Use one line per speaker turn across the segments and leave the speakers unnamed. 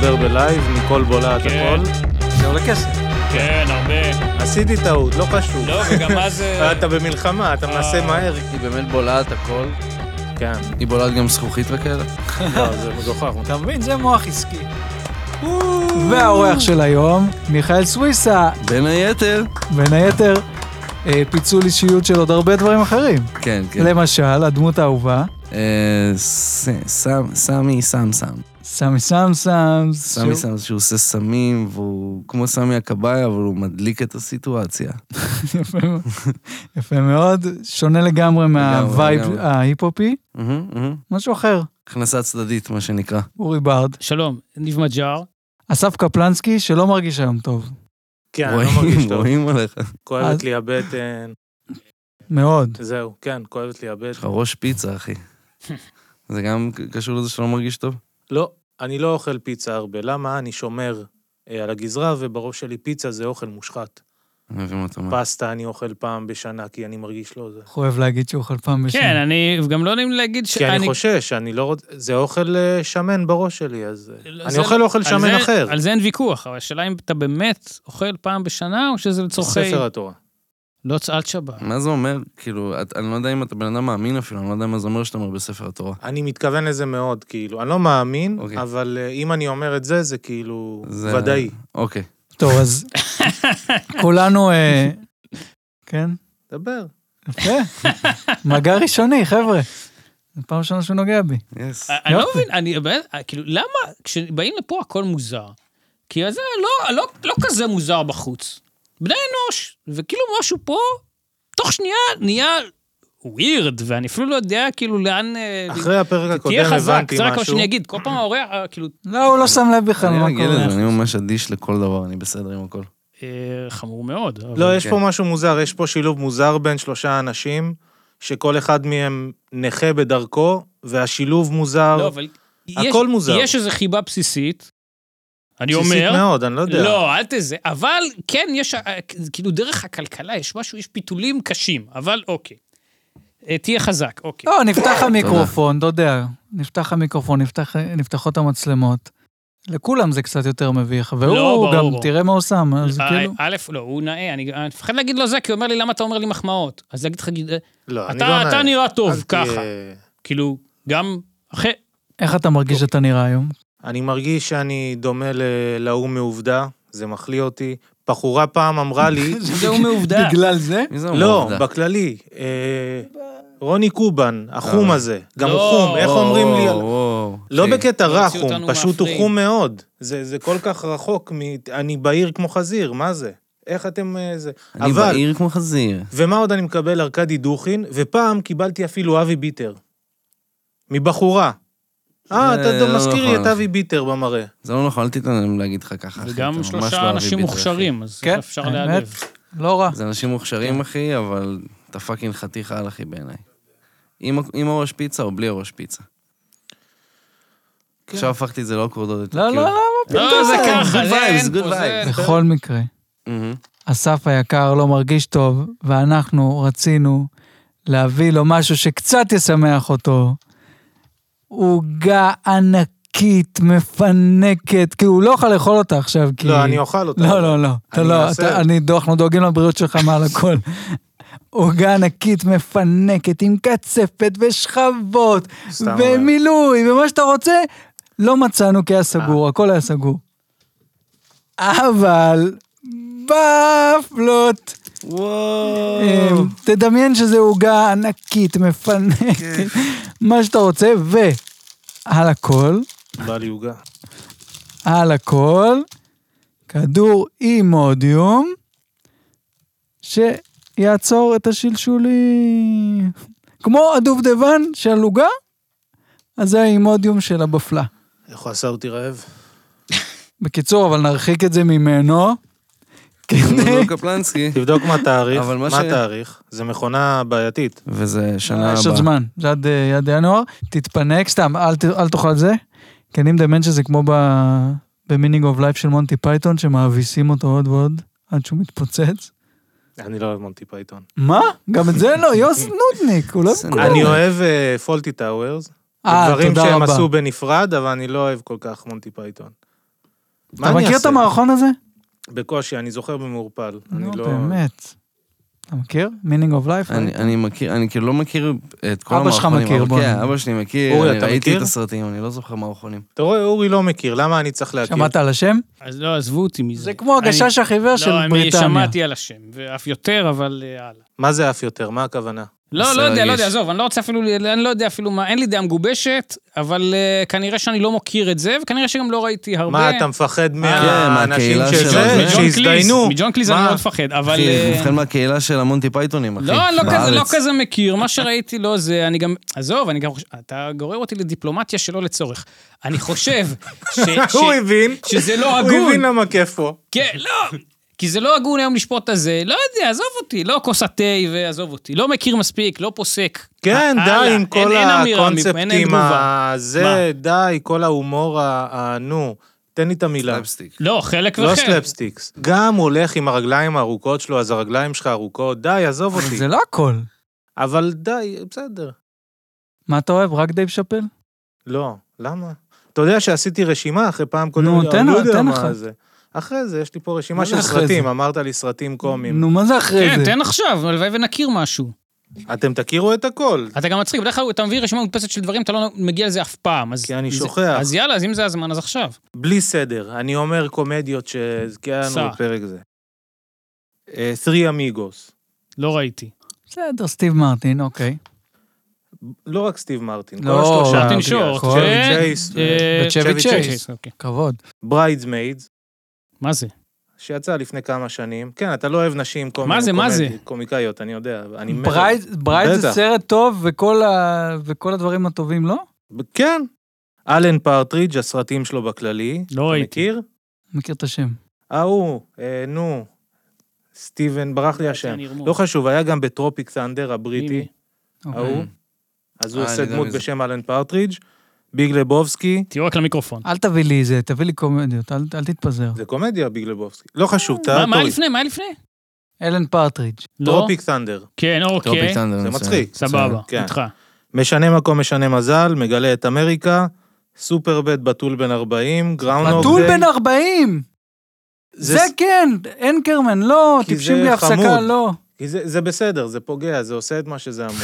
לא, בלייב, מכל בולעת
כן.
הכל. זה עולה כסף.
כן, הרבה.
עשיתי טעות, לא חשוב.
לא, וגם אז... אה,
אתה במלחמה, אתה מנסה
אה.
מהר.
היא באמת בולעת הכל.
כן,
היא בולעת גם זכוכית וכאלה.
לא, זה מגוחך.
אתה מבין? זה מוח עסקי. והאורח של היום, מיכאל סוויסה,
בין היתר.
בין היתר, אה, פיצול אישיות של עוד הרבה דברים אחרים.
כן, כן.
למשל, הדמות האהובה,
אה, ס- סם- סמי סם סם.
סמי סמסם,
סמי סם שהוא עושה סמים, והוא כמו סמי הכבאי, אבל הוא מדליק את הסיטואציה.
יפה מאוד. יפה מאוד, שונה לגמרי מהווייב
לגמרי.
ההיפ-הופי,
מהמם, מהמם. כן,
משהו אחר,
הכנסה צדדית, מה שנקרא.
אורי בארד.
שלום, ניב מג'אר.
אסף קפלנסקי, שלא מרגיש היום טוב,
כן, אני לא מרגיש
רואים,
טוב.
רואים עליך.
כואבת
אז-
לי הבטן,
מאוד.
זהו, כן, כואבת לי
יש
הבטן.
לך ראש פיצה, אחי. זה גם ק- קשור לזה שאתה לא מרגיש טוב?
לא, אני לא אוכל פיצה הרבה. למה? אני שומר אה, על הגזרה, ובראש שלי פיצה זה אוכל מושחת.
אני מבין מה אתה אומר.
פסטה אני אוהב פעם בשנה, כי אני מרגיש לא זה.
הוא אוהב להגיד שהוא אוכל פעם בשנה.
כן, אני, וגם לא נעים לי להגיד
כי
שאני...
אני חושש, אני לא רוצה... זה אוכל אה, שמן בראש שלי, אז... אה,
לא,
אני
זה-
אוכל אוכל
על
שמן
זה-
אחר.
על זה אין ויכוח, אבל השאלה אם אתה באמת אוכל פעם בשנה, או שזה לצורכי...
ספר התורה.
לא צאת שבת.
מה זה אומר? כאילו, את- אני לא יודע אם אתה בן אדם מאמין אפילו, אני לא יודע מה זה אומר שאתה אומר בספר התורה.
אני מתכוון לזה מאוד, כאילו. אני לא מאמין,
אוקיי.
אבל אה, אם אני אומר את זה, זה כאילו
זה-
ודאי.
אוקיי.
טוב, אז כולנו... אה, כן?
דבר.
יפה. כן. מגע ראשוני, חבר'ה. זו פעם ראשונה שהוא נוגע בי.
יס.
אני לא
יופי.
מבין, אני באמת, כאילו, למה כשבאים לפה הכל מוזר? כי זה לא, לא, לא כזה מוזר בחוץ. בני אנוש, וכאילו משהו פה, תוך שנייה נהיה ווירד, ואני אפילו לא יודע כאילו לאן... אה,
אחרי הפרק
תהיה
הקודם
חזק,
הבנתי
זה רק מה
משהו.
שאני אגיד, כל פעם האורח, אה, כאילו,
לא, הוא לא שם לב בכלל
אני
מה
רגיל לזה,
קורה.
אני ממש אדיש לכל דבר, אני בסדר עם הכל.
אה, חמור מאוד.
לא,
אבל-
יש פה משהו מוזר, יש פה שילוב מוזר בין שלושה אנשים, שכל אחד מהם נכה בדרכו, והשילוב מוזר.
לא, אבל... יש-
הכל מוזר.
יש איזו חיבה בסיסית, אני
בסיסית
אומר,
מאוד, אני לא יודע.
לא, אל תזה. אבל כן, יש, אה, כאילו, דרך הכלכלה יש משהו, יש פיתולים קשים, אבל אוקיי. אה, תהיה חזק, אוקיי.
לא, נפתח המיקרופון, אתה יודע. נפתח המיקרופון, נפתח- נפתחות המצלמות. לכולם זה קצת יותר מביך,
לא,
והוא
ברור,
גם,
ברור.
תראה מה הוא שם, אז
אה,
כאילו...
א', לא, הוא נאה, אני אני מפחד להגיד לו זה, כי הוא אומר לי, למה אתה אומר לי מחמאות? אז להגיד לך, אה,
לא, אני
אתה-
לא אה,
אתה
נאה.
נראה טוב,
אל
ככה.
תהיה-
כאילו, גם אחרי...
איך אתה מרגיש
לא.
שאתה נראה היום?
אני מרגיש שאני דומה ל- להוא מעובדה, זה מחליא אותי. בחורה פעם אמרה לי,
זהו מעובדה.
בגלל זה?
מי זה אומר?
לא,
עובדה?
בכללי, אה, רוני קובן, החום
אה. אוקיי.
הזה, גם הוא
לא.
חום, איך אומרים לי,
וואו, וואו.
לא
אחי,
בקטע רע
הוציאו
חום,
אותנו
פשוט הוא
מהפריים.
חום מאוד. זה זה כל כך רחוק, מ- אני בעיר כמו חזיר, מה זה? איך אתם... אה, זה...
אני
אבל,
בעיר כמו חזיר.
ומה עוד אני מקבל? ארכדי דוכין, ופעם קיבלתי אפילו אבי ביטר. מבחורה. אה,
זה
אתה
לא
אתה מזכיר לי
נכון.
את אבי ביטר במראה.
זה לא נכון, אל תיתן להם להגיד לך ככה, אחי. אתה
וגם
ממש
שלושה
לא אבי
אנשים
ביטר, אחי.
מוכשרים, אז
כן,
אפשר
האמת.
להעלב.
לא רע.
זה אנשים מוכשרים, אחי, אבל אתה פאקינג חתיך על, אחי, בעיניי. עם ה- עם הראש פיצה או בלי הראש פיצה. עכשיו הפכתי את זה לאוקוורדות.
כן. לא, לא, לא, מה
לא,
פתאום?
זה ככה,
Good
זה אין
vibes, good
פה, זה...
בכל מקרה. אסף היקר לא מרגיש טוב, ואנחנו רצינו להביא לו משהו שקצת ישמח אותו. עוגה ענקית, מפנקת, כי הוא לא יכול לאכול אותה עכשיו,
כן.
כי...
לא, אני אוכל אותה.
לא, לא, לא. אתה
אני
לא,
אנסה.
אתה- אני, דו- אנחנו דואגים לבריאות שלך מעל הכל. עוגה ענקית, מפנקת, עם קצפת ושכבות,
סתם אומר.
ומילוי, ומה שאתה רוצה, לא מצאנו כי היה
אה.
סגור, הכל היה סגור. אבל בפלות,
וואו.
אה.
אמ, תדמיין שזה עוגה ענקית,
כן.
מפנקת, מה שאתה רוצה, ועל הכל,
בא לי עוגה.
על הכל, כדור אימודיום, שיעצור את השלשולים. כמו הדובדבן של עוגה, אז זה האימודיום של הבפלה.
איך הוא עשה אותי רעב?
בקיצור, אבל נרחיק את זה
לא,
ממנו, כדי...
נו, קפלנסקי.
תבדוק מה התאריך,
אבל מה
מה
ש-
התאריך? זה מכונה בעייתית.
וזה שנה
יש עוד
הבאה.
זמן, זה עד אה, עד ינואר, תתפנק, סתם, אל ת- אל תאכל זה. כי אני מדמיין שזה כמו ב- במינינג אוף לייף של מונטי פייתון, שמאביסים אותו עוד ועוד, עד שהוא מתפוצץ.
אני לא אוהב מונטי פייתון.
מה? גם את זה לא, יוס נודניק, הוא לא...
זה
כולם-
אני אוהב אה, פולטי טאוורס.
אה,
דברים
תודה
שהם
רבה.
עשו בנפרד, אבל אני לא אוהב כל כך מונטי פייתון. מה אני
אתה מכיר את
אעשה?
המערכון הזה?
בקושי, אני זוכר במעורפל.
נו,
אני לא...
באמת. אתה מכיר? meaning of life?
אני,
נכון?
אני מכיר, אני כאילו לא מכיר את כל
אבא שלך
המערכונים,
מכיר,
אבל
בוא.
כן, אבא שלי מכיר,
אורי,
אני
אתה
ראיתי
מכיר?
את הסרטים, אני לא זוכר מערכונים.
אתה רואה, אורי לא מכיר, למה אני צריך להכיר?
שמעת על השם?
אז לא, עזבו אותי מזה.
זה כמו הגשש החיוור של
לא, אני
בריטניה.
שמעתי על השם, ואף יותר, אבל אה, הלאה.
מה זה אף יותר? מה הכוונה?
לא,
בסדר,
לא יודע, לא יודע,
יש.
עזוב, אני לא רוצה אפילו, אני לא יודע אפילו מה, אין לי דעה מגובשת, אבל אה, כנראה שאני לא מכיר את זה, וכנראה שגם לא ראיתי הרבה.
מה, אתה מפחד
אה, כן,
מהאנשים
מהקהילה
שזה-
שלו, זה?
מג'ון קליז,
שהזדיינו?
מג'ון קליז אני
מה?
מאוד מפחד, אבל...
אחי,
אה,
ובכן מהקהילה של המונטי פייתונים, אחי.
לא, אני לא כזה, לא
בארץ.
כזה מכיר, מה שראיתי לא זה, אני גם, עזוב, אני גם חושב, אתה גורר אותי לדיפלומטיה שלא לצורך. אני חושב ש... ש-
הוא הבין,
שזה
הוא
לא
הבין
הגון.
למה כיף פה.
כן, לא, כי זה לא הגון היום לשפוט את הזה, לא יודע, עזוב אותי, לא כוס התה ועזוב אותי, לא מכיר מספיק, לא פוסק.
כן,
אה,
די
הלאה,
עם
אין-
כל
אין אמירה, אין- אין
הקונספטים,
תגובה.
ה- זה, די, כל ההומור, ה- ה- נו, תן לי את המילה.
סלאפסטיק.
לא, חלק
לא
וחלק.
סלפסטיקס. גם הולך עם הרגליים הארוכות שלו, אז הרגליים שלך ארוכות, די, עזוב
אבל
אותי.
זה לא הכל.
אבל די, בסדר.
מה אתה אוהב? רק דייב שאפל?
לא, למה? אתה יודע שעשיתי רשימה אחרי פעם קודמת,
נו,
אני
תן
לא
לה,
יודע
תן
מה
אחת.
זה. אחרי זה, יש לי פה
מה
רשימה
זה
של
אחרי
סרטים,
זה?
אמרת לי סרטים קומיים.
נו, מה זה אחרי
כן,
זה?
תן עכשיו, הלוואי ונכיר משהו.
אתם תכירו את הכל.
אתה גם מצחיק, בדרך כלל אתה מביא רשימה מודפסת של דברים, אתה לא מגיע לזה אף פעם. אז-
כי אני
זה-
שוכח.
אז יאללה, אז אם זה הזמן, אז עכשיו.
בלי סדר, אני אומר קומדיות
סע.
שהזכרנו בפרק זה. אה, סרי אמיגוס.
לא ראיתי.
בסדר, סטיב מרטין, אוקיי.
לא רק סטיב מרטין, כל
לא,
השלושה.
מרטין
ביחד.
שורט,
צ'רלי
כן,
צ'ייס,
אה,
וצ'בי
צ'ייס.
צ'ייס.
אוקיי.
כבוד.
בריידסמיידס,
מה זה?
שיצא לפני כמה שנים. כן, אתה לא אוהב נשים קומ-
מה זה, מה
קומדי-
זה?
קומיקאיות, אני יודע. אני מת
ברייד-
על
ברייד זה
בטח.
סרט טוב, וכל ה- וכל הדברים הטובים לא?
זה. כן. אלן פרטריג', הסרטים שלו בכללי.
לא
אתה
ראיתי.
מכיר?
מכיר את השם.
ההוא, אה, נו, סטיבן, ברח לי השם.
אני ארמוז.
לא חשוב, היה גם בטרופיק סנדר הבריטי,
אה, מי?
אוקיי.
ההוא. אז הוא
אה,
עושה
אני יודע
דמות
מי זה.
בשם אלן פרטריג', ביג לבובסקי,
תהיו רק למיקרופון.
אל תביא לי זה, תביא לי קומדיות, אל אל תתפזר.
זה קומדיה, ביג לבובסקי. לא חשוב,
מה- אה, מה
טעתו.
היה לפני? מה היה לפני?
אלן פרטריד'.
לא.
טרופיק סנדר,
כן, אוקיי.
טרופיק תנדר,
זה
מצוין.
מצחיק.
סבבה,
כן.
איתך.
משנה מקום, משנה מזל, מגלה את אמריקה, סופרבט, בתול בן 40, גראונד
בתול בן 40! זה כן, אנקרמן, לא,
כי
טיפשים
זה
בלי הפסקה,
חמוד.
לא.
זה, זה בסדר, זה פוגע, זה עושה את מה שזה אמור.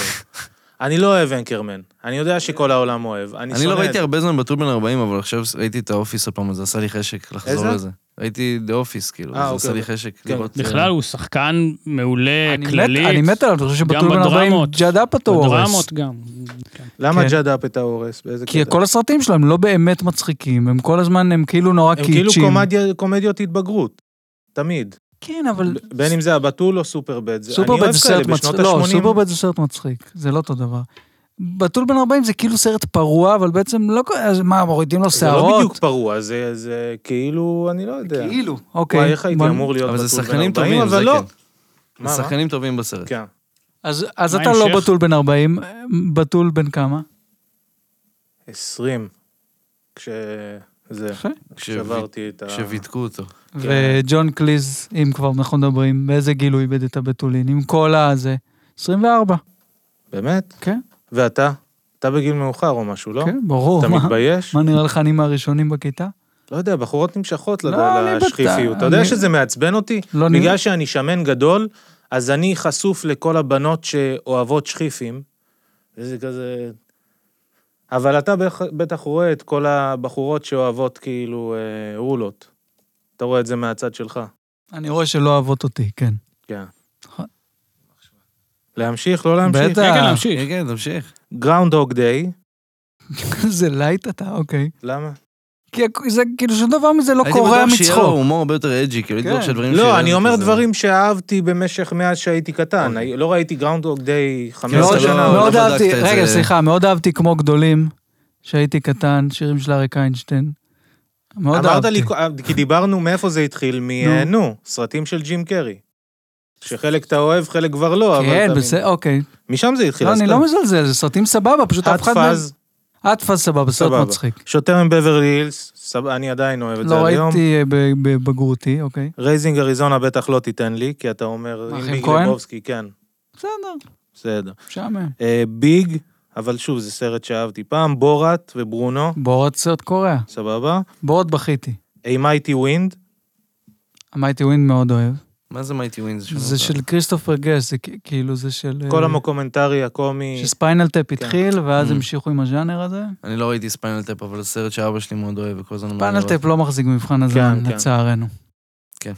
אני לא אוהב אנקרמן, אני יודע שכל העולם אוהב, אני
אני לא
שונא את
ראיתי
זה.
הרבה זמן בטור בן 40, אבל עכשיו ראיתי את האופיס עוד פעם, אז זה עשה לי חשק לחזור
איזה?
לזה. ראיתי דה אופיס, כאילו,
אה,
זה עשה
אוקיי.
לי חשק
כן.
לראות... אה,
בכלל הוא שחקן מעולה,
אני מת-
אה, כללית.
אני מת עליו, אתה חושב שבתול בן 40
בדרמות.
ג'אד אפאטו הוא הורס.
בדרמות גם.
למה
כן.
ג'אד אפ את ההורס? באיזה
כי
קטע?
כל הסרטים שלו הם לא באמת מצחיקים, הם כל הזמן, הם כאילו נורא
הם כאילו
קיצ'ים.
קומדיה- קומדיות התבגרות, תמיד.
כן, אבל
ב- בין אם זה הבתול או סופרבט. זה- אני
סופרבט
אוהב
זה
כאלה,
סרט
בשנות
מצחיק. לא,
ה-שמונים.
סופרבט זה סרט מצחיק, זה לא אותו דבר. בתול בן 40 זה כאילו סרט פרוע, אבל בעצם לא... כל- אז מה, מורידים לו
זה לא
שערות?
בדיוק פרוע, זה- זה כאילו, אני לא יודע.
כאילו. אוקיי.
וואי, איך הייתי
בוא-
אמור להיות
אבל זה
בתול בן
שחקנים
40,
טובים, זה
אבל לא.
כן.
מה,
זה
מה?
שחקנים טובים בסרט.
כן.
אז- אז
מה
אתה לא
ההמשך?
בתול בן 40, בתול בן כמה?
20, כשזה,
יפה.
כשעברתי את ה...
כשביתקו אותו.
וג'ון קליז, אם כבר אנחנו מדברים, באיזה גיל הוא איבד את הבתולין? עם כל הזה. 24.
באמת?
כן,
ואתה? אתה בגיל מאוחר או משהו, לא?
כן, ברור.
אתה
מה-
מתבייש?
מה נראה לך, אני מהראשונים בכיתה?
לא יודע, בחורות נמשכות
לא,
לד-
אני בת-
לשכיפיות. אתה יודע
אני-
שזה מעצבן אותי?
לא, אני-
בגלל שאני שמן גדול, אז אני חשוף לכל הבנות שאוהבות שכיפים. וזה כזה... אבל אתה בח- בטח רואה את כל הבחורות שאוהבות כאילו אה, רולות. אתה רואה את זה מהצד שלך.
אני רואה שלא אוהבות אותי, כן.
כן.
נכון.
להמשיך, לא להמשיך?
בטח.
כן, כן,
אה.
להמשיך.
כן, כן, תמשיך.
גראונדהוג דיי,
זה לייט אתה, אוקיי.
למה?
כי הכ- זה כאילו שום דבר מזה לא
הייתי
קורע
בטוח שיהיה לו
מצחוק.
הומור הרבה יותר אג'י, כאילו הייתי
כן.
בטוח שדברים
לא,
שיהיה
אני
זה
אומר
כזה-
דברים שאהבתי במשך מאז שהייתי קטן.
אוקיי.
לא ראיתי גראונדהוג דיי
לא,
15
מאוד-
אתה לא-
שנה.
לא
מאוד
בדקת
אהבתי,
את
רגע,
זה.
סליחה, מאוד אהבתי כמו גדולים, שהייתי קטן, שירים של אריק איינשטיין. מאוד
אמרת
אהבתי.
לי, כי דיברנו מאיפה זה התחיל, מ...
נו.
אה, נו, סרטים של ג'ים קרי. שחלק אתה אוהב, חלק כבר לא, אבל...
כן,
אתה-
בסדר, אוקיי.
משם זה התחיל.
לא,
אז
אני
אתה-
לא מזלזל, זה סרטים סבבה, פשוט אף אחד מהם...
האטפז,
אטפז סבבה,
סבבה.
סרט מצחיק.
שוטר מבברלי הילס, סבבה, אני עדיין אוהב את זה
לא
עד היום.
ראיתי אה, ב- בבגרותי, אוקיי.
רייזינג אריזונה בטח לא תיתן לי, כי אתה אומר,
מה,
עם
חיים
ביג
כהן?
לבובסקי, כן,
בסדר,
בסדר.
משעמם.
אה, ביג, אבל שוב, זה סרט שאהבתי פעם, בורת וברונו,
בורד סרט קורע.
סבבה?
בורד בכיתי.
מייטי ווינד,
המייטי ווינד מאוד אוהב.
מה זה מייטי ווין? שם
זה
אותו?
של כריסטופר גס, זה כ- כאילו זה של...
כל כן.
אה,
המוקומנטרי הקומי,
שספיינל טאפ התחיל, ואז
Mm.
המשיכו עם הז'אנר הזה.
אני לא ראיתי ספיינל טאפ, אבל זה סרט שאבא שלי מאוד אוהב, וכל הזמן... אומר
ספיינל
לו,
טאפ לא מחזיק במבחן הזמן,
כן, כן.
לצערנו.
כן.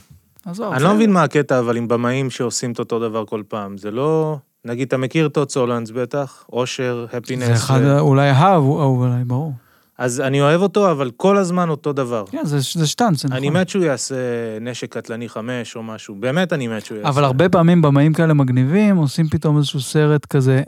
עזוב.
אני
זה-
לא מבין מה הקטע, אבל עם במאים שעושים את אותו דבר כל פעם. זה לא... נגיד, אתה מכיר את טוץ הולנדס בטח, אושר, הפינס.
זה אחד, ה- אולי האהוב האהוב עליי, ברור.
אז אני אוהב אותו, אבל כל הזמן אותו דבר.
כן, זה- זה שטאנץ, זה
אני
נכון.
מת שהוא יעשה נשק קטלני חמש או משהו. באמת אני מת שהוא יעשה.
אבל הרבה פעמים במאים כאלה מגניבים, עושים פתאום איזשהו סרט כזה,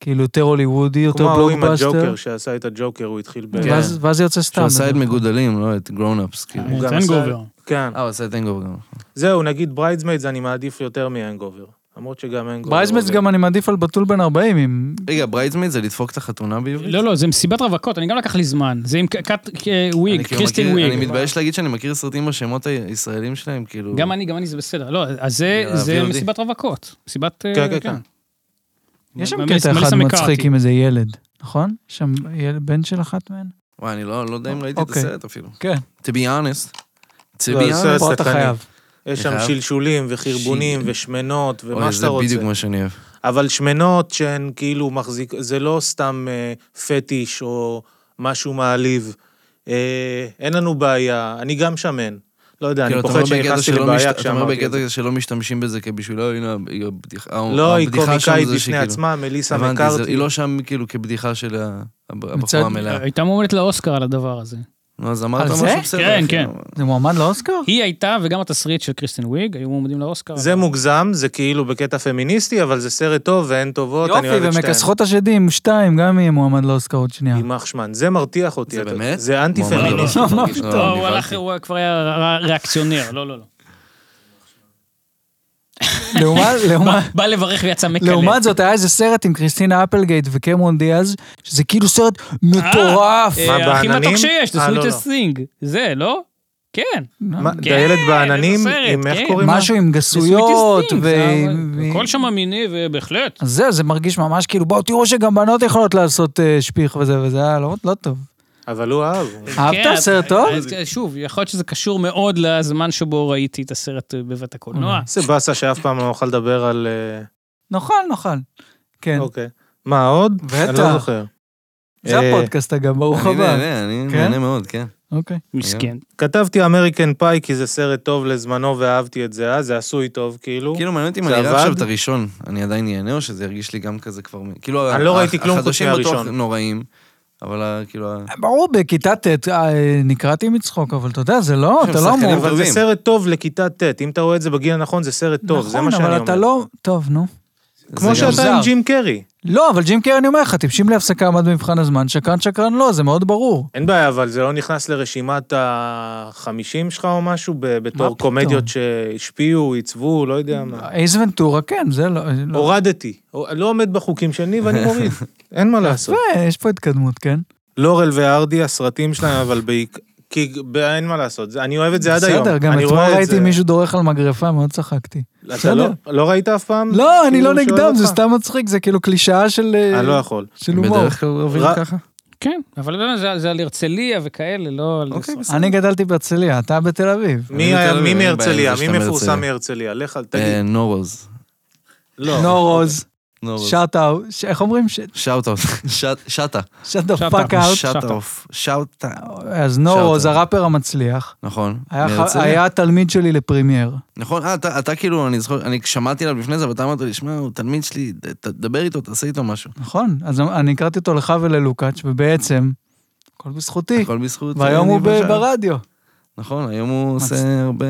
כאילו יותר הוליוודי, יותר
כמו ההוא עם
בלוקבאסטר,
הג'וקר, שעשה את הג'וקר, הוא התחיל ב...
כן.
ואז ואז יוצא סתם.
שהוא עשה את מגודלים, לא את גרונאפס, כאילו.
הוא גם
טנגובר.
עשה- כן.
אה, הוא עשה את הנגובר גם.
זהו, נגיד בריידסמיידס אני מעדיף יותר מהנגובר. למרות שגם הנגובר...
ברייזמץ גם אני מעדיף על בתול בן 40, עם...
רגע, בריידסמייד זה לדפוק את החתונה בעברית?
לא, לא, זה מסיבת רווקות, אני גם לקח לי זמן. זה עם ק- קאט- ק- וויג,
אני כאילו
קריסטין
מכיר-
וויג.
אני מתבייש להגיד שאני מכיר סרטים בשמות הישראלים שלהם, כאילו...
גם אני, גם אני, זה בסדר. לא, אז זה-
יאללה,
זה
אביא אותי.
מסיבת רווקות. מסיבת... אה,
כן, כן, כן.
יש שם
מליסה-
קטע אחד
מליסה
מצחיק
מקארתי.
עם איזה ילד, נכון? יש שם ילד- בן של אחת מהן?
וואי, אני לא לא יודע אם ראיתי את
אוקיי.
הסרט אפילו.
כן.
To be honest. To
לא,
be
זה
honest.
פה אתה
סכני.
חייב.
יש שם
אני חייב-
שלשולים וחרבונים
ש-
ושמנות
אוי,
ומה
זה
שאתה רוצה.
בדיוק מה שאני אוהב.
אבל שמנות שהן כאילו מחזיק... זה לא סתם אה, פטיש או משהו מעליב. אה, אין לנו בעיה, אני גם שמן. לא יודע, אני
כאילו, אתה אומר
פוחד
בקטע
שנכנסתי
שלא
לבעיה
משת- אתה אומר
כשאמרתי את זה.
בקטע שלא משתמשים בזה כבשבילו, הנה הבדיחה.
לא, היא
הבדיחה שם
קומיקאית
זה
בפני
שכאילו-
עצמה, מליסה
הבנתי, זה-
מקארתי.
היא לא שם כאילו כבדיחה של ה- הב-
מצד- אה,
הבחורה המלאה.
הייתה מועמדת לאוסקר על הדבר הזה.
נו, אז אמרת
על זה?
משהו בסדר.
כן,
אחי,
כן.
אבל-
זה מועמד לאוסקר?
היא הייתה, וגם התסריט של קריסטין וויג, היו מועמדים לאוסקר.
זה מוגזם, זה כאילו בקטע פמיניסטי, אבל זה סרט טוב ואין טובות, אני אוהב
יופי,
את שתיהן.
ומכסחות השדים, שתיים, גם יהיה מועמד לאוסקר עוד שנייה.
יימח שמן, זה מרתיח אותי.
זה
אתה-
באמת?
זה אנטי
מועמד
פמיניסטי.
לאוסקר.
מה
לא,
פתאום?
לא, הוא
נבהלתי.
הלך, הוא כבר היה ר- ריאקציונר, לא, לא, לא.
לעומת- לעומת...
בא לברך ויצא מקלל.
לעומת זאת, היה איזה סרט עם קריסטינה אפלגייט וקמרון דיאז, שזה כאילו סרט מטורף.
אה,
מה,
הכי
בעננים?
מתוק שיש, זה
אה, לא,
סוויטסט סינג. זה, לא? כן.
מה,
כן,
דיילת בעננים,
זה סרט,
עם איך
כן.
קוראים לה?
משהו עם
זה sweetest
גסויות,
thing,
ו...
זה
ו-
הכל שם מיני, ובהחלט.
אז זהו, זה מרגיש ממש כאילו, בואו תראו שגם בנות יכולות לעשות אה, שפיך וזה, וזה היה לא- לא טוב.
אבל הוא אהב.
כן,
אהבת סרט טוב?
אז אה, שוב, יכול להיות שזה קשור מאוד לזמן שבו ראיתי את הסרט אה, בבית הקולנוע.
זה באסה שאף פעם לא נוכל לדבר על... אה,
נאכל, נאכל. כן,
אוקיי. מה עוד? אני
בטח.
לא זוכר.
זה
אה,
הפודקאסט גם, ברוך
אני
הבא.
נהנה, אני
כן?
נהנה מאוד, כן.
אוקיי.
מסכן.
כתבתי אמריקן פאי כי זה סרט טוב לזמנו ואהבתי את זה אז, זה עשוי טוב כאילו.
כאילו מעניין אותי אם
זה
אני אראה
עבד?
עכשיו את הראשון, אני עדיין אהנה או שזה ירגיש לי גם כזה כבר... מ- כאילו,
אני לא
הח-
ראיתי כלום חוץ
החדשים בטוח
מהראשון.
נוראים, אבל ה- כאילו... ה-
ברור, בכיתה ט' אה, נקרעתי מצחוק, אבל אתה יודע, זה לא,
יש
אתה
שם
לא אמור.
שחקנים
אבל זה
טובים.
סרט טוב לכיתה ט', אם אתה רואה את זה בגיל הנכון זה סרט טוב, זה מה שאני אומר.
נכון, אבל אתה לא... טוב, נו.
כמו
זה גם-
שאתה עם
מוזר.
ג'ים קרי.
לא, אבל ג'ים קרי, אני אומר לך, טיפשים להפסקה עמד במבחן הזמן, שקרן שקרן לא, זה מאוד ברור.
אין בעיה, אבל זה לא נכנס לרשימת ה-50 שלך או משהו, ב- בתור
פתאום?
קומדיות שהשפיעו, עיצבו, לא יודע מה.
אייז ונטורה, כן, זה לא... לא.
הורדתי. לא עומד בחוקים שלי ואני מוריד. אין מה לעשות.
יפה, אה, יש פה התקדמות, כן?
לורל והרדי, הסרטים שלהם, אבל בעיקר... כי ב- אין מה לעשות, זה- אני אוהב את זה עד היום.
בסדר, גם
אני
אתמול
רואה את
ראיתי
זה.
מישהו דורך על מגרפה, מאוד צחקתי.
אתה לא-
בסדר.
לא ראית אף פעם?
לא, אני
כאילו
לא
הוא שואל
נגדם, זה
אותך?
סתם מצחיק, זה כאילו קלישאה של... אה,
אני לא יכול.
של הומור.
בדרך כלל עוברים
ר-
ככה.
כן, אבל לא, זה- זה על הרצליה וכאלה, לא על...
אוקיי, בסדר.
אני גדלתי בהרצליה, אתה בתל אביב.
מי
אני
היה- מי
בתל אביב, אין בעיה
מהרצליה?
עם זה
מי
שאתה
מפורסם
מהרצליה.
מהרצליה? לך, אל
אה,
תגיד.
נורוז.
לא.
נורוז,
נורוז.
שאט אאוט, איך אומרים?
שאוט אאוט. שטה.
שאט דה
Shut
פאק
up.
אאוט.
שאט
Shut
אוף. שאוט
אז נורוז,
Shut up.
הראפר המצליח,
נכון.
היה ח-
מהרצליה.
היה תלמיד שלי לפרימייר.
נכון, אה, אתה אתה כאילו, אני זוכר, אני שמעתי עליו לפני זה, אבל אתה אמרת לי, שמע, הוא תלמיד שלי, ת- תדבר איתו, תעשה איתו משהו.
נכון, אז אני הכרתי אותו לך וללוקאץ', ובעצם, הכל בזכותי,
הכל בזכות... אה,
והיום
אני
הוא ב-
בשער.
ברדיו.
נכון, היום הוא
מצ-
עושה הרבה-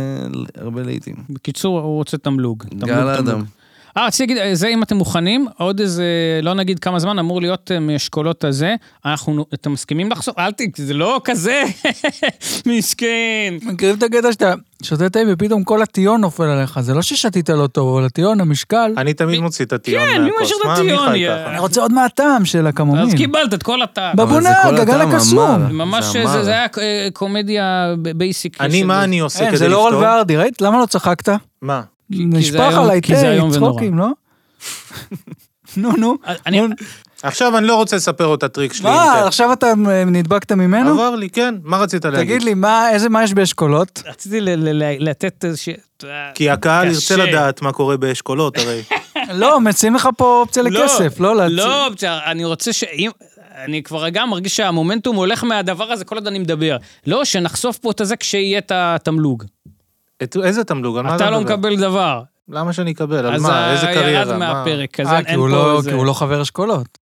הרבה לעיתים.
בקיצור, הוא רוצה תמלוג. תמלוג,
גל
תמלוג.
אדם.
אה, רציתי להגיד, זה אם אתם מוכנים, עוד איזה, לא נגיד כמה זמן, אמור להיות אה, מאשכולות הזה. אנחנו, אתם מסכימים לחשוף? אל ת... זה לא כזה, מסכן.
מכירים את הקטע שאתה שותה תה ופתאום כל הטיון נופל עליך, זה לא ששתית לא טוב, אבל הטיון, המשקל,
אני תמיד מוציא את הטיון
כן, מי
מהכוס.
משאיר את
מה,
הטיון,
מיכאי
יא- אה,
ככה?
אני רוצה עוד מהטעם של
אז
הקמומיל.
קיבלת את כל התא.
בב- בבונה,
אבל זה כל
גגן
הטעם,
הקסום.
המר.
ממש,
המר.
זה, זה היה אה, קומדיה ב- בייסיק.
אני,
של-
מה אני עושה
אין,
כדי
זה לא רול
לפתור?
ורדי, ראית? למה לא צחקת?
מה?
כי זה
נשפך
איום-
עליי
כי זה
תה,
איום ונורא.
צחוקים, לא? נו, נו.
אני- כן.
נו,
עכשיו אני לא רוצה לספר לו את הטריק שלי.
מה,
עם
עכשיו אתה אה, נדבקת
טק.
ממנו?
עבר לי, כן, מה רצית להגיד?
תגיד לי, מה, איזה, מה יש באשכולות?
רציתי ל- ל- ל- לתת איזושהי...
כי הקהל ירצה
קשה.
לדעת מה קורה באשכולות, הרי.
לא, מציעים לך פה אופציה לכסף, לא להציע.
לא, בסדר, אני רוצה ש... אם... אני כבר גם מרגיש שהמומנטום הולך מהדבר הזה כל עוד אני מדבר. לא, שנחשוף פה את הזה כשיהיה את התמלוג.
את- איזה תמלוג? על מה
אתה לא
מדבר?
מקבל דבר.
למה שאני אקבל? על
אז
מה? איזה
ה-
קריירה? מה?
ירד מהפרק, אז
אה,
אין-
כי
אין
הוא
פה
לא-
איזה...
כי הוא לא חבר אשכולות.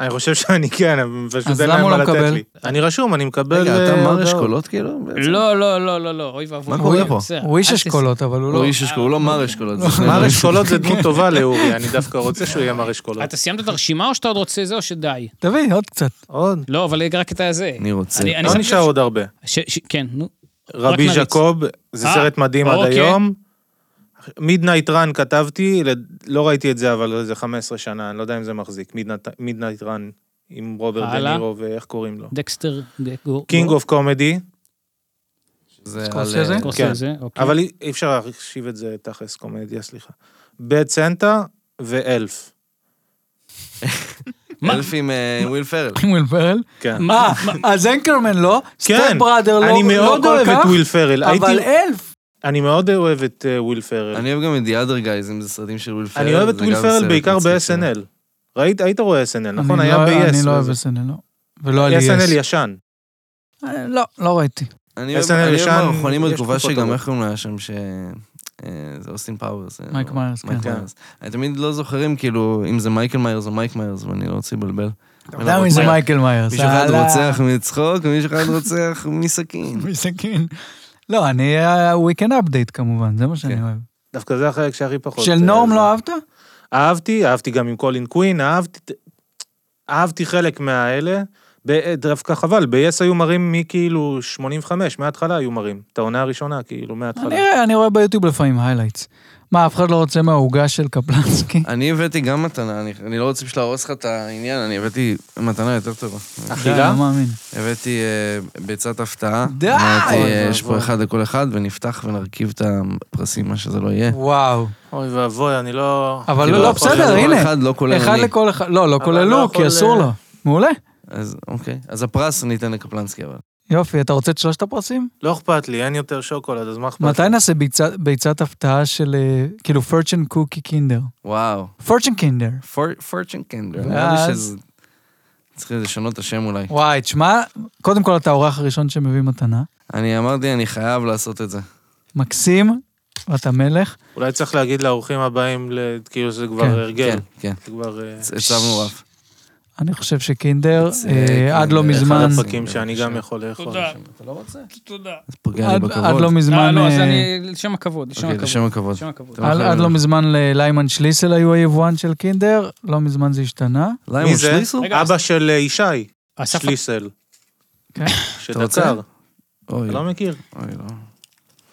אני חושב שאני כן, אבל פשוט
אז
אין
למה
להם
הוא
מה
לא
לתת
מקבל?
לי. אני רשום, אני מקבל...
רגע,
אה,
אתה מר
הודעות.
אשכולות כאילו? בעצם?
לא, לא, לא, לא, לא, אוי ואבוי.
מה קורה
אוי,
פה?
בסדר,
הוא איש
אל תס-
אשכולות, אבל הוא לא...
הוא איש אשכולות, הוא לא
אה,
מר
אוקיי.
אשכולות. זה שני
מר
דברים.
אשכולות זה דמות טובה לאורי, אני דווקא רוצה שהוא יהיה מר אשכולות.
אתה סיימת את הרשימה או שאתה עוד רוצה זה או שדי?
תביא, עוד קצת.
עוד.
לא, אבל רק את הזה.
אני רוצה.
אני- אני
לא
שמתי
נשאר
לב
עוד הרבה.
ש- ש- כן, נו. רק
רבי
נריץ.
ז'קוב, זה
אה,
סרט מדהים עד
אוקיי.
היום. מידנייט רן כתבתי, לד- לא ראיתי את זה, אבל זה 15 שנה, אני לא יודע אם זה מחזיק. מידנייט רן עם רוברט דה
הלאה.
נירו ואיך קוראים לו.
דקסטר דקו.
קינג אוף קומדי,
זה
סקורסזה?
על, אה,
כן.
קורסזה, אוקיי.
אבל אי אי אפשר להחשיב את זה תכלס קומדיה, סליחה. בד סנטה ואלף.
מה?
אלף עם אה, עם וויל פרל.
וויל פרל.
כן.
אה, אז אנקרמן לא, סטפ בראדר לא
אני
לא
מאוד
כל
אוהב את
כך,
וויל פרל.
אבל
הייתי-
אלף.
אני מאוד אוהב את אה, וויל פרל.
אני אוהב גם את The Other Guys, אם זה סרטים של וויל פרל.
אני אוהב את
זה
וויל
גם
פרל
סרט
בעיקר
מצחיק שלו.
ב-SNL. ראית, היית רואה SNL, נכון?
אני
היה
לא-
ב-yes.
אני לא אוהב
וזה.
SNL, לא. ולא על
SNL
יס.
ישן.
לא, לא ראיתי.
אני אוהב
SNL
אני אוהב
ישן,
מערכונים
יש
בתקופה
תקופות
שגם
טובות.
איך קוראים לו היה שם, ש... אה, זה אוסטין פאוורס. אה,
מייק
לא,
מיירס,
מייק
כן.
מיירס. אני תמיד לא זוכרים, כאילו, אם זה מייקל מיירס או מייק מיירס, ואני לא רוצה לבלבל.
אתה
למה אם זה מייקל מיירס?
מישהו אחד
הלאה.
רוצח מצחוק, ומישהו אחד רוצח מסכין.
מסכין. לא, אני... weekend update כמובן, זה מה שאני
כן.
אוהב.
דווקא זה החלק שהכי פחות.
של
אה,
נורם
זה.
לא אהבת?
אהבתי, אהבתי גם עם קולין קווין, אהבתי... אהבתי חלק מהאלה. ב- אה, דווקא חבל, ב-yes היו מראים מכאילו 85, מההתחלה היו מראים. את העונה הראשונה, כאילו, מההתחלה.
אני רואה- אני רואה ביוטיוב לפעמים highlights. מה, אף אחד לא רוצה מהעוגה של קפלנסקי?
אני הבאתי גם מתנה, אני- אני לא רוצה פשוט להרוס לך את העניין, אני הבאתי מתנה יותר טובה.
די,
אכילה?
לא מאמין.
הבאתי אה, ביצת הפתעה.
די!
אמרתי,
אוי,
אה, יש
ואבוי.
פה אחד לכל אחד, ונפתח ונרכיב את הפרסים, מה שזה לא יהיה.
וואו.
אוי ואבוי, אני לא...
אבל
כאילו,
לא,
יכול
בסדר,
להיות.
כל
הנה.
אחד לא כולל
אחד
אני.
לכל אחד, לא, לא
אבל לא
כוללו,
יכול,
כי אסור
אה,
לו. מעולה.
אז אוקיי. אז הפרס ניתן לקפלנסקי אבל.
יופי, אתה רוצה את שלושת הפרסים?
לא אכפת לי, אין יותר שוקולד, אז מה אכפת לי?
מתי נעשה ביצה- ביצת הפתעה של, אה, כאילו, פרצ'ן קוקי קינדר?
וואו.
פרצ'ן קינדר.
פורצ'ן קנדר.
ואז-
נראה לי שזה... צריכים לשנות את השם אולי.
וואי, תשמע, קודם כל אתה האורח הראשון שמביא מתנה.
אני אמרתי, אני חייב לעשות את זה.
מקסים, ואתה מלך.
אולי צריך להגיד לאורחים הבאים, ל- כאילו זה כבר
כן,
הרגל.
כן, כן.
זה כבר אה,
הצ- הצבנו רף.
אני חושב שקינדר,
זה,
אה,
כן,
עד לא
אחד
מזמן,
הפרקים.
פקים שאני גם יכול לאכול.
תודה.
אתה לא רוצה?
תודה.
זה פוגע לי
עד
בכבוד.
עד לא
אה,
מזמן,
לא, אז
אה,
אני... לשם הכבוד, לשם
אוקיי,
הכבוד.
לשם הכבוד.
לשם הכבוד.
אתה
עד-
אוכל-
עד לא מזמן ליימן שליסל היו היבואן של קינדר, לא מזמן זה השתנה.
ליימון
מי זה?
שליסל?
רגע,
אבא של אה, ישי,
אסף-
שליסל.
כן.
אתה רוצה?
שדקר,
אוי,
אתה לא מכיר.
אוי, לא.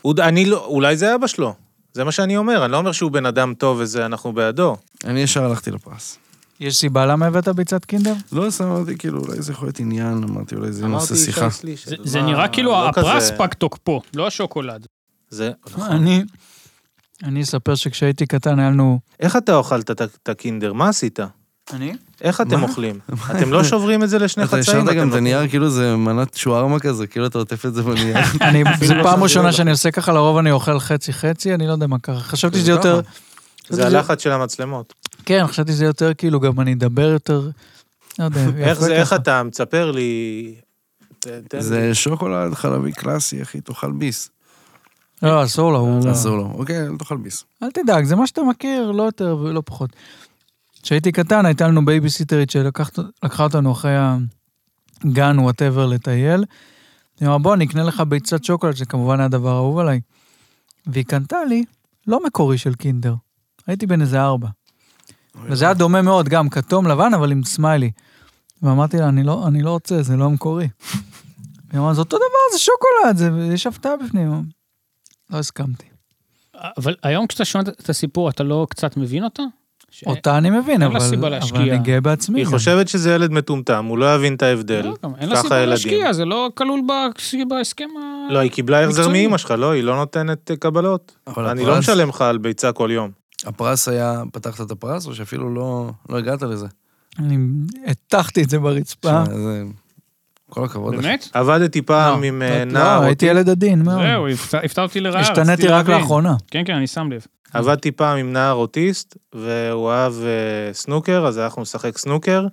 הוא- אני לא, אולי זה אבא שלו. זה מה שאני אומר, אני לא אומר שהוא בן אדם טוב וזה, אנחנו בעדו.
אני ישר הלכתי לפרס.
יש סיבה למה הבאת ביצת קינדר?
לא, סתם אמרתי, כאילו, אולי זה יכול להיות עניין, אמרתי, אולי זה
אמרתי כן.
נושא
ישי
שיחה.
שליסל.
זה- זה
מה,
נראה כאילו
לא
הפרס
כזה-
פג תוקפו, לא השוקולד.
זה, נכון.
אני... אני אספר שכשהייתי קטן היה לנו...
איך אתה אכלת את ה- את הקינדר? מה עשית?
אני?
איך אתם אוכלים? אתם לא שוברים את זה לשני
אתה
חצאים?
השארת
אתם לא-
גם את
נותנים-
הנייר, כאילו זה מנת שווארמה כזה, כאילו אתה עוטף את זה בנייר.
אני, זו
לא
פעם
שמתי
ראשונה
לב.
שאני עושה ככה, לרוב אני אוכל חצי-חצי, אני לא יודע מה ככה. חשבתי שזה
זה
יותר...
זה הלחץ של המצלמות.
כן, חשבתי שזה יותר כאילו, גם אני אדבר יותר... לא יודע,
איך
יפה
זה, איך
ככה.
אתה מספר לי... ת- תן לי.
זה שוקולד חלבי קלאסי, אחי, תאכל ביס.
לא, אסור לו, הוא...
אסור לו. אוקיי, אל תאכל ביס.
אל תדאג, זה מה שאתה מכיר, לא יותר ולא פחות. כשהייתי קטן, הייתה לנו בייביסיטרית שלקחה אותנו אחרי הגן, וואטאבר, לטייל. היא אמרה, בוא, אני אקנה לך ביצת שוקולד, שכמובן היה הדבר האהוב עליי. והיא קנתה לי לא מקורי של קינדר. הייתי בן איזה ארבע. וזה היה דומה מאוד, גם כתום לבן, אבל עם סמיילי. ואמרתי לה, אני לא, אני לא רוצה, זה לא המקורי. היא אמרה, זה אותו דבר, זה שוקולד, זה, יש הפתעה בפנים. לא הסכמתי.
אבל היום כשאתה שומע את הסיפור, אתה לא קצת מבין אותה? ש-
אותה אני מבין,
אוקיי. לה
אבל,
סיבה
אבל
להשקיע.
אני גאה בעצמי.
היא
גם.
חושבת שזה ילד מטומטם, הוא לא יבין את ההבדל.
לא, גם אין לה
ככה
סיבה
הילדים.
להשקיע, זה לא כלול ב- בהסכם ה...
לא, היא קיבלה החזר
מקצועי.
מאימא שלך, לא? היא לא נותנת אה, קבלות.
אבל
אני
הפרס-
לא משלם לך על ביצה כל יום.
הפרס היה, פתחת את הפרס, או שאפילו לא, לא הגעת לזה?
אני הטחתי את זה ברצפה.
שמע, זה... כל הכבוד
לא
לך.
באמת?
עבדתי פעם
לא,
עם אה, נער,
לא, הייתי ילד עדין מאוד.
זהו, הפת- הפתעת אותי לרעה.
השתניתי
רציתי
רק
להבין.
לאחרונה.
כן, כן, אני שם לב.
עבדתי פעם עם נער אוטיסט, והוא אהב אה, סנוקר, אז הלכנו לשחק סנוקר,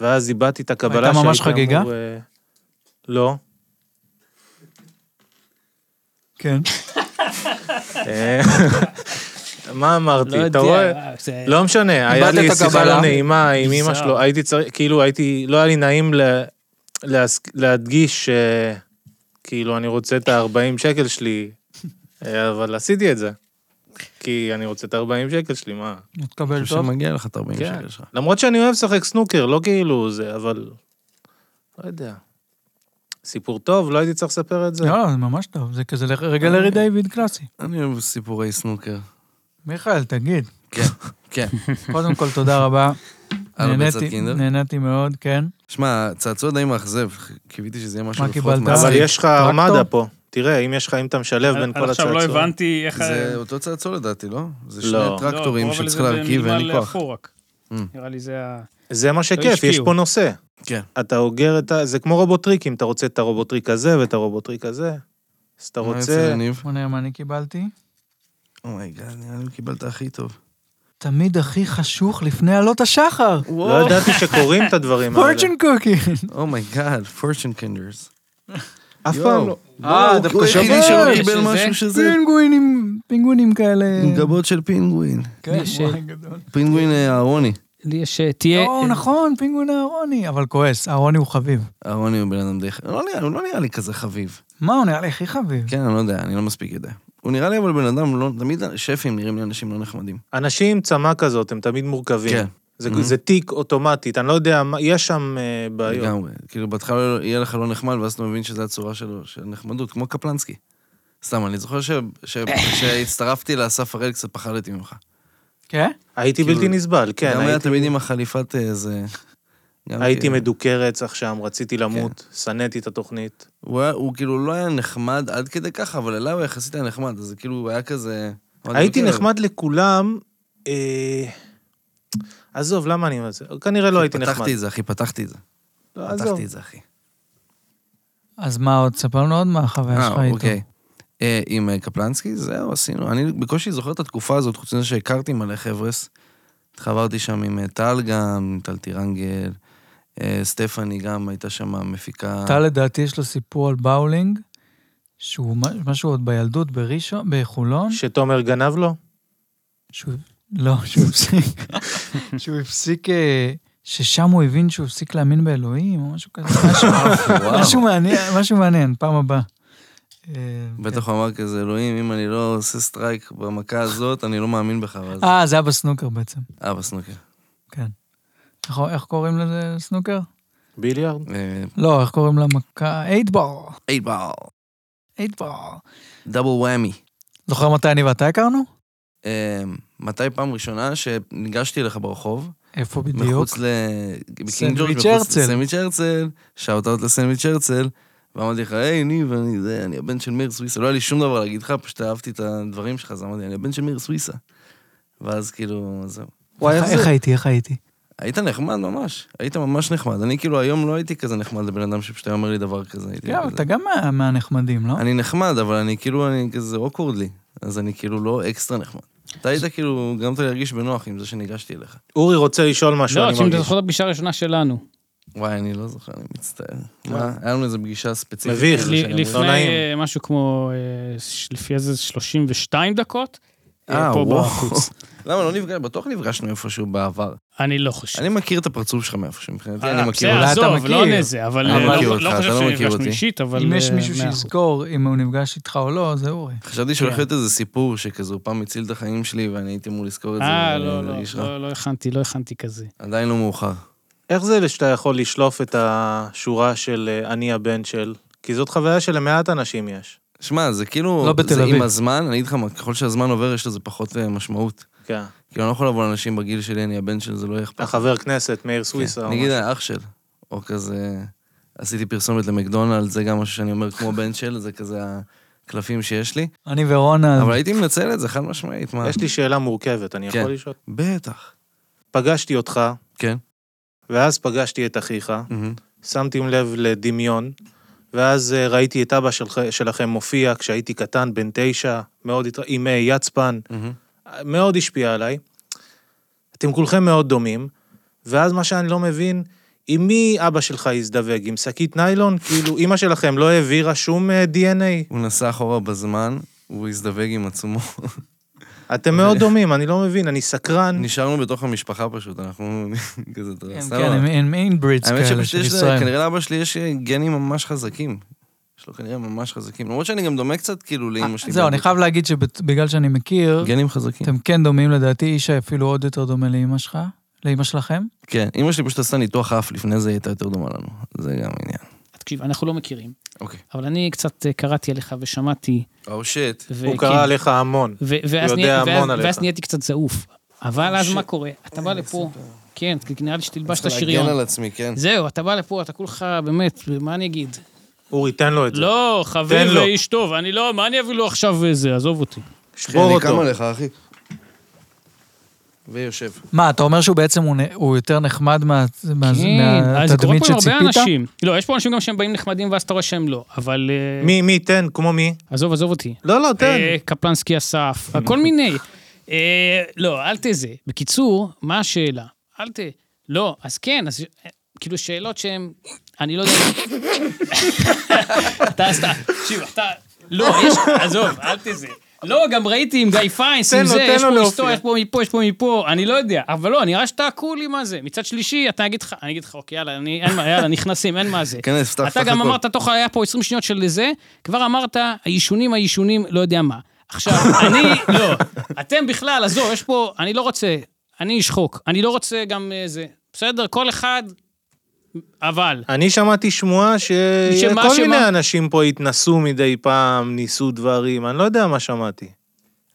ואז איבדתי את הקבלה
הייתה ממש
שהייתי
חגיגה?
אמור, אה, לא.
כן.
אה, מה
לא
אמרתי, אתה
יודע,
רואה?
זה-
לא משנה, היה
איבדת
לי
את
שיחה
הקבלה.
לא נעימה עם אמא
ביזאר.
שלו, הייתי צריך, כאילו הייתי, לא היה לי נעים ל- להס- להדגיש, אה, כאילו אני רוצה את ה-40 שקל שלי, אה, אבל עשיתי את זה. כי אני רוצה את ה-40 שקל שלי, מה?
אני
מתקבל
חושב
טוב.
שמגיע לך את 40
כן.
שקל שלך.
למרות שאני אוהב לשחק סנוקר, לא כאילו זה, אבל... לא יודע. סיפור טוב, לא הייתי צריך לספר את זה.
לא, לא, זה ממש טוב. זה כזה
אה.
רגע לארי דיוויד קלאסי.
אני אוהב סיפורי סנוקר.
מיכאל, תגיד.
כן, כן.
קודם כל, תודה רבה.
על הביצת
נהניתי-
קינדר?
נהניתי מאוד, כן.
שמע, צעצוע די מאכזב, קיוויתי שזה יהיה משהו
מה
לפחות
קיבלת?
אבל
זה
יש לך
טרקטור?
ארמדה פה. תראה, אם יש לך, אם אתה משלב בין כל
עד עכשיו
הצעצועים.
לא הבנתי איך... ה-
זה אותו צעצוע לדעתי, לא? זה שני
לא.
טרקטורים
לא, אבל
שצריך
זה
להרכיב ואין לי
בנמל
כוח.
אפור רק.
Mm.
נראה לי זה ה...
זה מה שכיף, יש
השקיעו.
פה נושא.
לא כן.
אתה אוגר את ה... זה כמו רובוטריקים, אתה רוצה את הרובוטריק הזה ואת הרובוטריק הזה. אז אתה
מה יוצא
רוצה...
לניב?
בוא נראה מה אני קיבלתי.
אומייגאד, נראה לי קיבלת הכי טוב.
תמיד הכי חשוך לפני עלות השחר.
לא ידעתי שקוראים את הדברים האלה.
פורצ'ן קוקי.
אומייגאד, פורצ'ן קינדרס.
אף פעם לא.
אה, דווקא היחידי
שווה.
שלא קיבל
שזה-
משהו שזה.
פינגווינים, פינגווינים כאלה.
עם גבות של פינגווין.
כן,
יש,
וואי, גדול.
פינגווין אה, אהרוני.
לי יש... אה, תהיה...
לא, נכון, פינגווין אהרוני, אבל כועס, אהרוני הוא חביב.
אהרוני הוא בן אדם די... ח- לא נראה- הוא לא נראה לי כזה חביב.
מה, הוא נראה לי הכי חביב.
כן, אני לא יודע, אני לא מספיק יודע. הוא נראה לי אבל בן אדם לא... תמיד שפים נראים לי אנשים לא נחמדים.
אנשים עם צמא כזאת, הם תמיד מורכבים.
כן.
זה-
Mhm.
זה תיק אוטומטית, אני לא יודע, מה- יש שם אה, בעיות.
לגמרי. כאילו, בהתחלה לא- יהיה לך לא נחמד, ואז אתה מבין שזו הצורה שלו, של נחמדות, כמו קפלנסקי. סתם, אני זוכר ש- ש- שהצטרפתי לאסף הראל, קצת פחדתי ממך.
כן?
הייתי
כאילו,
בלתי נסבל, כן.
גם היה
הייתי-
תמיד עם החליפת איזה... גם כן.
הייתי
כאילו-
מדוכא רצח שם, רציתי למות, שנאתי את התוכנית.
הוא היה- הוא כאילו לא היה נחמד עד כדי ככה, אבל אליי הוא יחסית היה נחמד, אז זה כאילו הוא היה כזה...
הייתי
אבל-
נחמד לכולם, אה, עזוב, למה אני... כנראה לא הייתי נחמד.
פתחתי את זה, אחי, פתחתי את זה.
לא, עזוב.
פתחתי את זה, אחי.
אז מה עוד? ספר לנו עוד מה החוויה שלך
אה,
איתו.
אוקיי. אה, עם אה, קפלנסקי, זהו, עשינו. אני בקושי זוכר את התקופה הזאת, חוץ מזה שהכרתי מלא חבר'ס. התחברתי שם עם אה, טל גם, עם טל טירנגל, אה, סטפני גם הייתה שם מפיקה.
טל לדעתי יש לו סיפור על באולינג, שהוא מ- משהו עוד בילדות בראשון, בחולון,
שתומר גנב לו?
שהוא, לא, שהוא הפסיק, שהוא הפסיק, אה, ששם הוא הבין שהוא הפסיק להאמין באלוהים, או משהו כזה, משהו-
וואו.
משהו מעניין, משהו מעניין, פעם הבאה. אה,
בטח הוא אמר כזה, אלוהים, אם אני לא עושה סטרייק במכה הזאת, אני לא מאמין בך. ואז-
כן. אה, זה היה בסנוקר בעצם,
אה, בסנוקר.
כן. איך- איך קוראים לזה סנוקר?
ביליארד?
אה,
לא, איך קוראים למכה? אייטבור,
אייט בר,
אייטבור.
דאבל וואמי.
זוכר מתי אני ואתה הכרנו?
אה, מתי פעם ראשונה שניגשתי אליך ברחוב?
איפה בדיוק?
מחוץ ל... בקינג ג'ורג',
סנדוויץ'
מחוץ
הרצל.
לסנדוויץ' הרצל, שאוטות לסנדוויץ' הרצל, ואמרתי לך, היי, ניב, אני זה, אני הבן של מאיר סוויסה. לא היה לי שום דבר להגיד לך, פשוט אהבתי את הדברים שלך, אז אמרתי, אני הבן של מאיר סוויסה. ואז כאילו, זהו.
וואי,
איך-
איך
איך
זה?
הייתי, איך הייתי?
היית נחמד ממש, היית ממש נחמד. אני כאילו היום לא הייתי כזה נחמד לבן אדם שפשוט היה אומר לי דבר כזה. הייתי
כן, אבל
כזה-
אתה גם מה- מהנחמדים, לא?
אני נחמד, אבל אני כאילו, אני כזה אוקוורד לי, אז אני כאילו לא אקסטרה נחמד. אתה היית כאילו, גרמת לי להרגיש בנוח עם זה שניגשתי אליך.
אורי רוצה לשאול משהו,
לא,
אני
אם אתה
מרגיש.
זוכר את הפגישה הראשונה שלנו.
וואי, אני לא זוכר, אני מצטער. מה, היה לנו איזו פגישה ספציפית.
מביך.
כזה
לי-
שאני
לא
לפני
נעים.
אה, משהו כמו, אה, ש- לפי איזה 32 דקות, אה,
אה,
פה
וואו.
בחוץ.
למה לא נפגשנו? בטוח נפגשנו איפשהו בעבר.
אני לא חושב.
אני מכיר את הפרצוף שלך מאיפשהו, מבחינתי
אה,
אני מכיר
בסדר,
אולי
אותך.
אתה
עזוב, לא
מכיר.
עונה זה, אבל
אני
אה,
מכיר
לא
אותך,
לא
אתה
חושב
לא מכיר
שנפגשנו
אותי.
אישית, אבל...
אם יש
אה,
מישהו
מאה אחוז.
שיזכור אם הוא נפגש איתך או לא, זה אורי.
חשבתי
כן.
שהולך להיות איזה סיפור שכזה, הוא פעם הציל את החיים שלי ואני הייתי אמור לזכור את זה.
אה,
ואני
לא, לא,
ארגיש רע.
לא, לא הכנתי, לא הכנתי כזה.
עדיין לא מאוחר.
איך זה שאתה יכול לשלוף את השורה של אה, אני הבן של? כי זאת חוויה שלמעט אנשים יש.
שמע, זה כאילו...
לא בתל
זה
אביב.
עם הזמן, אני אגיד לך מה, ככל שהזמן עובר, יש לזה פחות אה, משמעות.
כן.
כאילו, אני לא יכול לבוא לאנשים בגיל שלי, אני הבן של זה, לא יהיה אכפת.
אתה חבר כנסת, מאיר סוויסה. או
כן. נגיד
משהו.
האח של, או כזה, עשיתי פרסומת למקדונלד, זה גם משהו שאני אומר כמו בן של, זה כזה הקלפים שיש לי,
אני ורונה,
אבל הייתי מנצל את זה, חד משמעית, מה?
יש לי שאלה מורכבת, אני
כן.
יכול לשאול?
בטח.
פגשתי אותך,
כן.
ואז פגשתי את אחיך,
מהמם.
שמתי לב לדמיון, ואז אה, ראיתי את אבא שלכ- שלכם מופיע כשהייתי קטן, בן תשע, מאוד התר... עם אה, יצפן,
מהמם.
מאוד השפיע עליי. אתם כולכם מאוד דומים, ואז מה שאני לא מבין, עם מי אבא שלך הזדווג? עם שקית ניילון? כאילו, אימא שלכם לא העבירה שום אה, DNA?
הוא נסע אחורה בזמן, הוא הזדווג עם עצמו.
אתם מאוד דומים, אני לא מבין, אני סקרן.
נשארנו בתוך המשפחה פשוט, אנחנו כזה, אתה יודע,
הם
סבבה.
כן, הם- הם אינברידס
האמת
כאלה של
שפשוט יש, לה-
ישראל.
כנראה לאבא שלי יש גנים ממש חזקים. יש לו כנראה ממש חזקים. למרות שאני גם דומה קצת כאילו לאמא שלי.
אה, זהו, אני חייב להגיד שבגלל שאני מכיר,
גנים חזקים.
אתם כן דומים לדעתי, אישה אפילו עוד יותר דומה לאימא שלך, לאימא שלכם.
כן, אמא שלי פשוט עשתה ניתוח אף לפני זה, היא הייתה יותר דומה לנו. זה גם עניין.
תקשיב, אנחנו לא מכירים,
אוקיי.
אבל אני קצת אה, קראתי עליך ושמעתי.
או שיט.
ו-
הוא
כן.
קרא עליך המון.
ו- ואז
יודע
נהיה-
המון
ואז-
עליך.
ואז נהייתי קצת זעוף. אבל אז מה קורה? אתה בא לפה, כן, כי נראה לי שתלבשת שריון.
להגן על עצמי, כן.
זהו, אתה בא לפה, אתה כולך, באמת, מה אני אגיד?
אורי, תן לו את זה.
לא,
תן
חביב
לו.
ואיש טוב, אני לא, מה אני אביא לו עכשיו אה, זה, עזוב אותי.
אחי,
שבור
אני קם
אותו.
עליך, אחי. ויושב.
מה, אתה אומר שהוא בעצם הוא נ- הוא יותר נחמד מה- מה-
כן, אז זה קורה
מהתדמית
פה עם הרבה
שציפית?
אנשים. לא, יש פה אנשים גם שהם באים נחמדים ואז אתה רואה שהם לא, אבל... אה,
מי, מי, תן, כמו מי?
עזוב, עזוב אותי.
לא, לא, תן.
אה, קפלנסקי אסף, כל מיני. אה, לא, אל תזה. בקיצור, מה השאלה? אל ת... לא, אז כן, אז אה, כאילו שאלות שהן... אני לא יודע... אתה, אתה, תקשיב, אתה... לא, יש... עזוב, אל תזה. לא, גם ראיתי עם גיא פיינס,
תן
עם
לו,
זה,
תן
יש
לו
פה
להופיע.
היסטוריה, יש פה מפה, יש פה מפה, אני לא יודע. אבל לא, נראה שאתה קולי מה זה. מצד שלישי, אתה אגיד לך, אני אגיד לך, אוקיי, יאללה, אני- אין מה, יאללה, נכנסים, אין מה זה.
כנס, פתח,
אתה
פתח
גם
הכל.
אמרת, תוך היה פה 20 שניות של זה, כבר אמרת, העישונים, העישונים, לא יודע מה. עכשיו, אני, לא, אתם בכלל, עזוב, יש פה, אני לא רוצה, אני איש חוק, אני לא רוצה גם אה, זה. בסדר, כל אחד, אבל.
אני שמעתי שמועה
שמה,
שכל
שמה?
מיני אנשים פה התנסו מדי פעם, ניסו דברים, אני לא יודע מה שמעתי.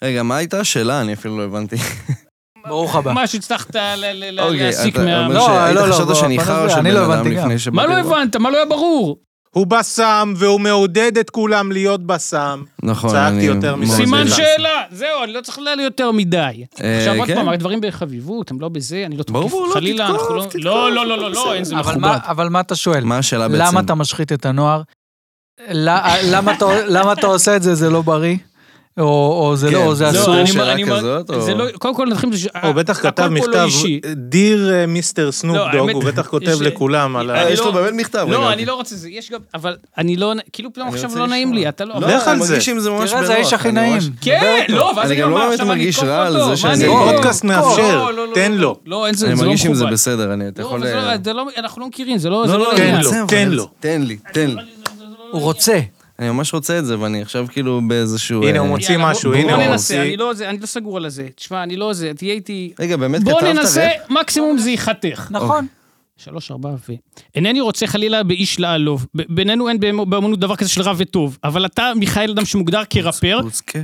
רגע, מה הייתה השאלה? אני אפילו לא הבנתי.
ברוך הבא.
מה שהצלחת ל- ל- ל-
אוקיי,
להסיק
אתה
מה...
אומר
לא,
שהיית-
לא, לא,
חשבת
בוא,
שאני
בוא
חרא
נעשה,
של
אני
בן
לא
אדם
הבנתי גם.
לפני שבאתי.
מה לא
לפה.
הבנת? מה לא היה ברור?
הוא בסם, והוא מעודד את כולם להיות בסם.
נכון,
צעקתי
אני
יותר
מאוד
מזה.
סימן
זה-
שאלה, זהו, אני לא צריך להעלות יותר מדי.
אה,
עכשיו עוד
כן.
פעם, הדברים בחביבות, הם לא בזה, אני לא
ברור,
תוקף,
לא,
חלילה,
תתקוף,
אנחנו לא...
תתקוף,
לא, לא, לא, לא,
בסדר.
לא, אין זה
אבל
מכובד.
מה- אבל מה אתה שואל?
מה השאלה בעצם?
למה אתה משחית את הנוער? ל- למה אתה- למה אתה עושה את זה, זה לא בריא? או או זה לא,
כן,
או זה
לא,
אסור?
אני-
שאלה
אני אומר-
כזאת, או-
זה לא- קודם כל נתחיל... מזה ש-
הוא בטח
הכל
כתב
פה לא
מכתב,
אישי.
דיר אה, מיסטר
לא,
סנופ דוג,
האמת-
הוא בטח
יש-
כותב לכולם על ה...
אה,
אני
יש
לא-
לו באמת מכתב.
לא,
רגע,
אני לא רוצה זה, יש גם... אבל אני לא... כאילו פתאום
אני
עכשיו
רוצה
לא
לשמוע.
נעים לי, אתה לא...
לא,
אבל-
לך על
אני
זה.
מרגיש עם זה ממש
תראה, זה האיש הכי
אני
נעים.
ממש-
כן, לא, ואז
אני
אני
גם
אומר,
לא
עכשיו
באמת
אני
מרגיש
אתקוף
רע על
אותו,
זה
מה
שאני-
אני-
זה
לא,
פודקאסט
לא,
מאפשר,
לא, לא, לא,
תן
לא,
לו.
לא, אין זה,
אני
זה לא
מרגיש עם זה
מכובד.
בסדר, אני, אתה
לא,
יכול...
אבל זה
אה,
לא- זה לא- אנחנו לא מכירים, זה לא...
לא,
זה
לא,
תן
לעניין.
לו,
זה, אבל
תן
זה-
לו.
תן לי, תן לי.
הוא רוצה.
אני ממש רוצה את זה, ואני עכשיו כאילו באיזשהו...
הנה,
אה,
הוא מוציא
יאללה, בוא-
משהו,
בוא
הנה, הוא
ננסה,
מוציא.
אני לא זה- אני לא סגור על הזה. תשמע, אני לא זה, תהיה איתי...
רגע, באמת כתבת
בוא ננסה,
רפ?
מקסימום זה ייחתך.
נכון.
אוקיי.
שלוש, ארבע ו... אינני רוצה חלילה באיש לעלוב. ב- בינינו אין באמ- באמנות דבר כזה של רע וטוב, אבל אתה, מיכאל אדם שמוגדר כרפר,
פוצקה.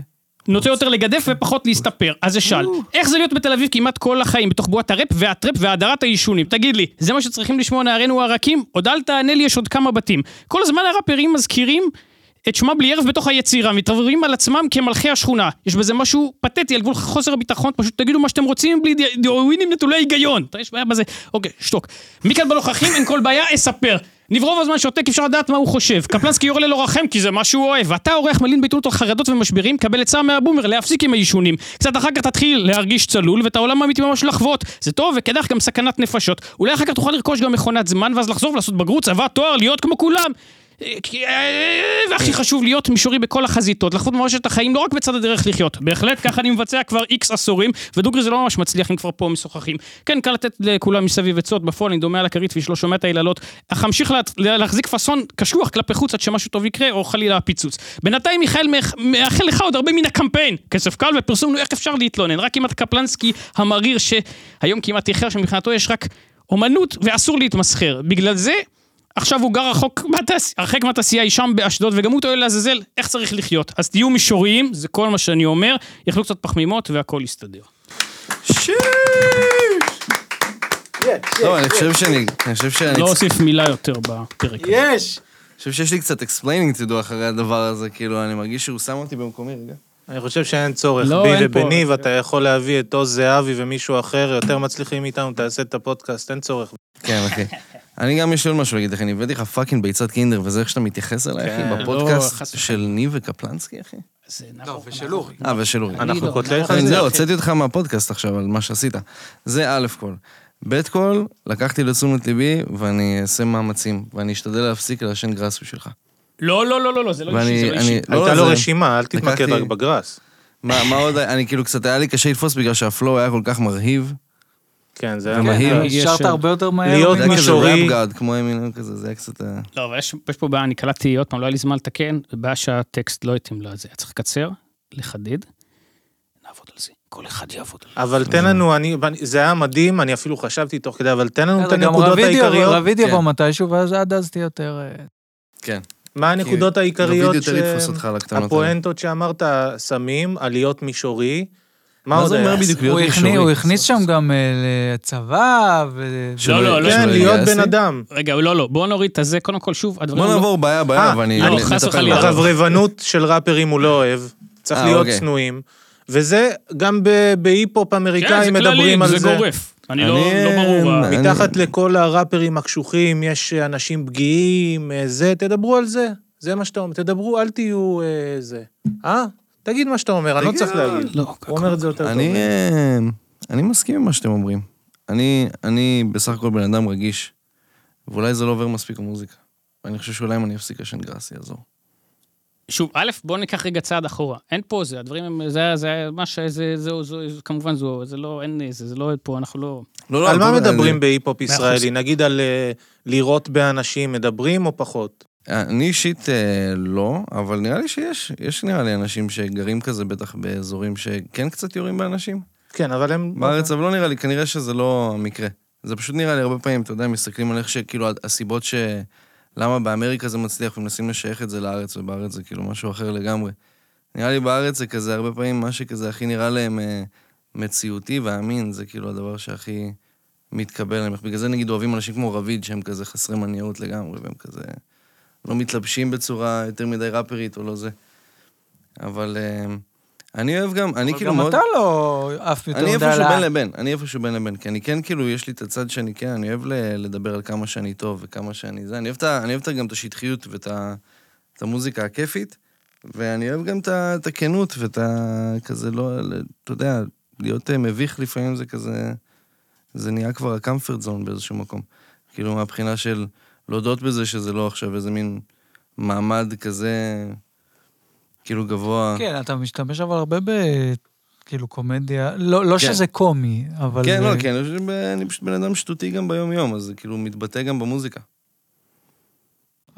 נוטה יותר לגדף ופחות להסתפר. אז אשאל, איך זה להיות בתל אביב כמעט כל החיים, בתוך בועת הראפ והטראפ והאדרת העישונים? תגיד לי, זה מה שצריכים לשמוע נערינו הרכים? עוד אל תענה לי, יש עוד כמה בתים. כל הזמן הראפרים מזכירים... את שמם בלי הרף בתוך היצירה, מתרברבים על עצמם כמלכי השכונה. יש בזה משהו פתטי, על גבול חוסר ביטחון, פשוט תגידו מה שאתם רוצים בלי די- דירואינים נטולי היגיון. אתה, יש בעיה בזה? אוקיי, שתוק. מכאן בנוכחים אין כל בעיה, אספר. נברוב הזמן שותק, אי אפשר לדעת מה הוא חושב. קפלנסקי יורה ללא רחם כי זה מה שהוא אוהב. אתה אורח מלין בעיתונות על חרדות ומשברים, קבל עצה מהבומר להפסיק עם העישונים. קצת אחר כך תתחיל להרגיש צלול, ואת העולם האמיתי ממש לחוות. זה טוב, וכדאך גם סכנת נפשות. אולי אחר כך תוכל לרכוש גם מכונת זמן, ואז לחזור ולעשות בגרות, צבא, תואר, להיות כמו כולם. אה, כי- אה, והכי חשוב להיות מישורי בכל החזיתות, לחוות ממש את החיים לא רק בצד הדרך לחיות. בהחלט, ככה אני מבצע כבר איקס עשורים, ודוגרי זה לא ממש מצליח, אם כבר פה משוחחים. כן, קל לתת לכולם מסביב עצות, בפועל אני דומה על הכרית ואיש לא שומע את היללות, אך אמשיך לה, לה, להחזיק פאסון קשוח כלפי חוץ עד שמשהו טוב יקרה, או חלילה הפיצוץ. בינתיים מיכאל מאח- מאחל לך עוד הרבה מן הקמפיין. כסף קל ופרסום, נו, איך אפשר להתלונן? רק אם אתה קפלנסקי המריר שהיום כמעט איחר, שמבחינתו יש רק אומנות ואסור להתמסחר. בגלל זה, עכשיו הוא גר רחוק מהתעש... הרחק מהתעשייה היא שם באשדוד, וגם הוא טועה לעזאזל איך צריך לחיות. אז תהיו מישוריים, זה כל מה שאני אומר, יאכלו קצת פחמימות והכל יסתדר.
שיש! לא, אני חושב שאני... אני חושב שאני...
לא אוסיף מילה יותר בפרק.
יש!
חושב שיש לי קצת explaining to do אחרי הדבר הזה, כאילו, אני מרגיש שהוא שם אותי במקומי רגע.
אני חושב שאין צורך
לא,
בי
אין פה.
וביני, ואתה יכול להביא את עוז זהבי ומישהו אחר, יותר מצליחים איתנו, תעשה את הפודקאסט, אין צורך.
כן, אחי. אני גם יש לי עוד משהו להגיד לך, אני הבאתי לך פאקינג ביצת קינדר, וזה איך שאתה מתייחס אליי,
כן.
אחי,
לא, חס
בפודקאסט
וחלילה.
של ניב וקפלנסקי, אחי?
זה
לא,
נכון.
ושל אורי.
אה, ושל אורי.
אנחנו
לא,
קוטלי
אנחנו-
חזיר.
זהו, הוצאתי אותך מהפודקאסט עכשיו על מה שעשית. זה א' כל. ב' כל, לקחתי לתשומת ליבי, ואני אעשה מאמצים, ואני אשתדל להפסיק לעשן גראס בשבילך.
לא, לא, לא, לא, לא, זה לא
ואני-
אישי, זה לא
אני-
אישי.
לא,
הייתה
לא,
לו
זה-
רשימה, אל תתמקד
לקחתי-
רק בגראס.
מה מה עוד, היה? אני כאילו קצת, היה לי קשה לתפוס בגלל שהפלואו היה כל כך מרהיב.
כן, זה...
זה מהיר.
היה-
יש- אה,
שרת הרבה יותר מהר. כן,
להיות
זה היה כזה
מישורי.
ראפ גאד, כמו אמינם כזה, זה היה קצת... אה,
לא, אבל יש יש פה בעיה, אני קלטתי עוד פעם, לא היה לי זמן לתקן, בעיה שהטקסט לא התאים לו את זה, היה צריך לקצר, לחדד, נעבוד על זה, כל אחד יעבוד על זה.
אבל תן לנו, אני- ואני- זה היה מדהים, אני אפילו חשבתי תוך כדי, אבל תן לנו את
בסדר, אה, גם
הנקודות
רביד יבוא-
העיקריות.
רביד יבוא
כן.
מתישהו, ואז עד אז תהיה יותר... אה,
כן.
מה הנקודות העיקריות
דוד יותר יתפוס
ש-
אותך על הקטנות האלה.
הפואנטות שאמרת, סמים, עליות מישורי. מה
מה
עוד
זה אומר
היה?
בדיוק להיות
הוא הכניס-
מישורי?
הוא הכניס שם גם אה, לצבא, ו...
לא, לא, לא,
כן,
שלא
להיות
יגייס
בן
לי?
אדם.
רגע, לא, לא, בואו נוריד את הזה, קודם כל, שוב, הדברים...
בוא
לא-
נעבור בעיה בעיה,
אה,
ואני
לא,
אני-
חס
נטפל
וחלילה.
בזה.
הרברבנות של ראפרים הוא לא אוהב, צריך
אה,
להיות
אוקיי.
צנועים. וזה, גם ב- בהיפ-הופ
כן, זה
אמריקאים
כללי,
מדברים על זה.
זה גורף. אני לא
אני-
לא ברור. ה-
אני-
מתחת לכל הראפרים הקשוחים יש אנשים פגיעים, אה, זה, תדברו על זה. זה מה שאתה אומר, תדברו, אל תהיו אה, זה. אה? תגיד מה שאתה אומר, אני לא
תגיד,
צריך להגיד.
לא,
הוא אומר את זה יותר טוב.
אני, אה, אני מסכים עם מה שאתם אומרים. אני, אני בסך הכל בן אדם רגיש, ואולי זה לא עובר מספיק במוזיקה. ואני חושב שאולי אם אני אפסיק לעשן גראס יעזור.
שוב, א', בואו ניקח רגע צעד אחורה. אין פה זה, הדברים הם, זה, זה, מה ש... זה, זה, זה, זה, כמובן זו, זה לא, אין איזה, זה לא פה, אנחנו לא...
לא,
על מה
כל-
מדברים בהיפ-הופ
אחוז.
ישראלי? נגיד על אה, לירות באנשים, מדברים או פחות?
אני, אני אישית אה, לא, אבל נראה לי שיש. יש נראה לי אנשים שגרים כזה בטח באזורים שכן קצת יורים באנשים
כן, אבל הם...
בארץ, אבל לא נראה לי, כנראה שזה לא המקרה. זה פשוט נראה לי הרבה פעמים, אתה יודע, מסתכלים על איך שכאילו הסיבות ש... למה באמריקה זה מצליח ומנסים לשייך את זה לארץ, ובארץ זה כאילו משהו אחר לגמרי. נראה לי בארץ זה כזה, הרבה פעמים מה שכזה הכי נראה להם אה, מציאותי ואמין, זה כאילו הדבר שהכי מתקבל להם. בגלל זה נגיד אוהבים אנשים כמו רביד, שהם כזה חסרי מניעות לגמרי, והם כזה לא מתלבשים בצורה יותר מדי ראפרית או לא זה. אבל אה, אני אוהב גם, אני
אבל
כאילו
גם
מאוד...
אתה לא עף יותר
אני
מדי
איפשהו
על
בין
ה...
לבין, אני איפשהו בין לבין, כי אני כן, כאילו, יש לי את הצד שאני כן, אני אוהב ל- לדבר על כמה שאני טוב וכמה שאני זה, אני אוהב, את ה- אני אוהב את ה- גם את השטחיות ואת ה- את המוזיקה הכיפית, ואני אוהב גם את ה- את הכנות ואת ה... כזה לא, ל- אתה יודע, להיות אה, מביך לפעמים זה כזה, זה נהיה כבר הקמפרט זון באיזשהו מקום. כאילו, מהבחינה של להודות בזה שזה לא עכשיו איזה מין מעמד כזה, כאילו גבוה.
כן, אתה משתמש אבל הרבה ב... כאילו קומדיה, לא, לא
כן.
שזה קומי, אבל...
כן,
אה,
לא, כן, אני חושב שב- אני פשוט בן אדם שטותי גם ביום-יום, אז זה כאילו מתבטא גם במוזיקה.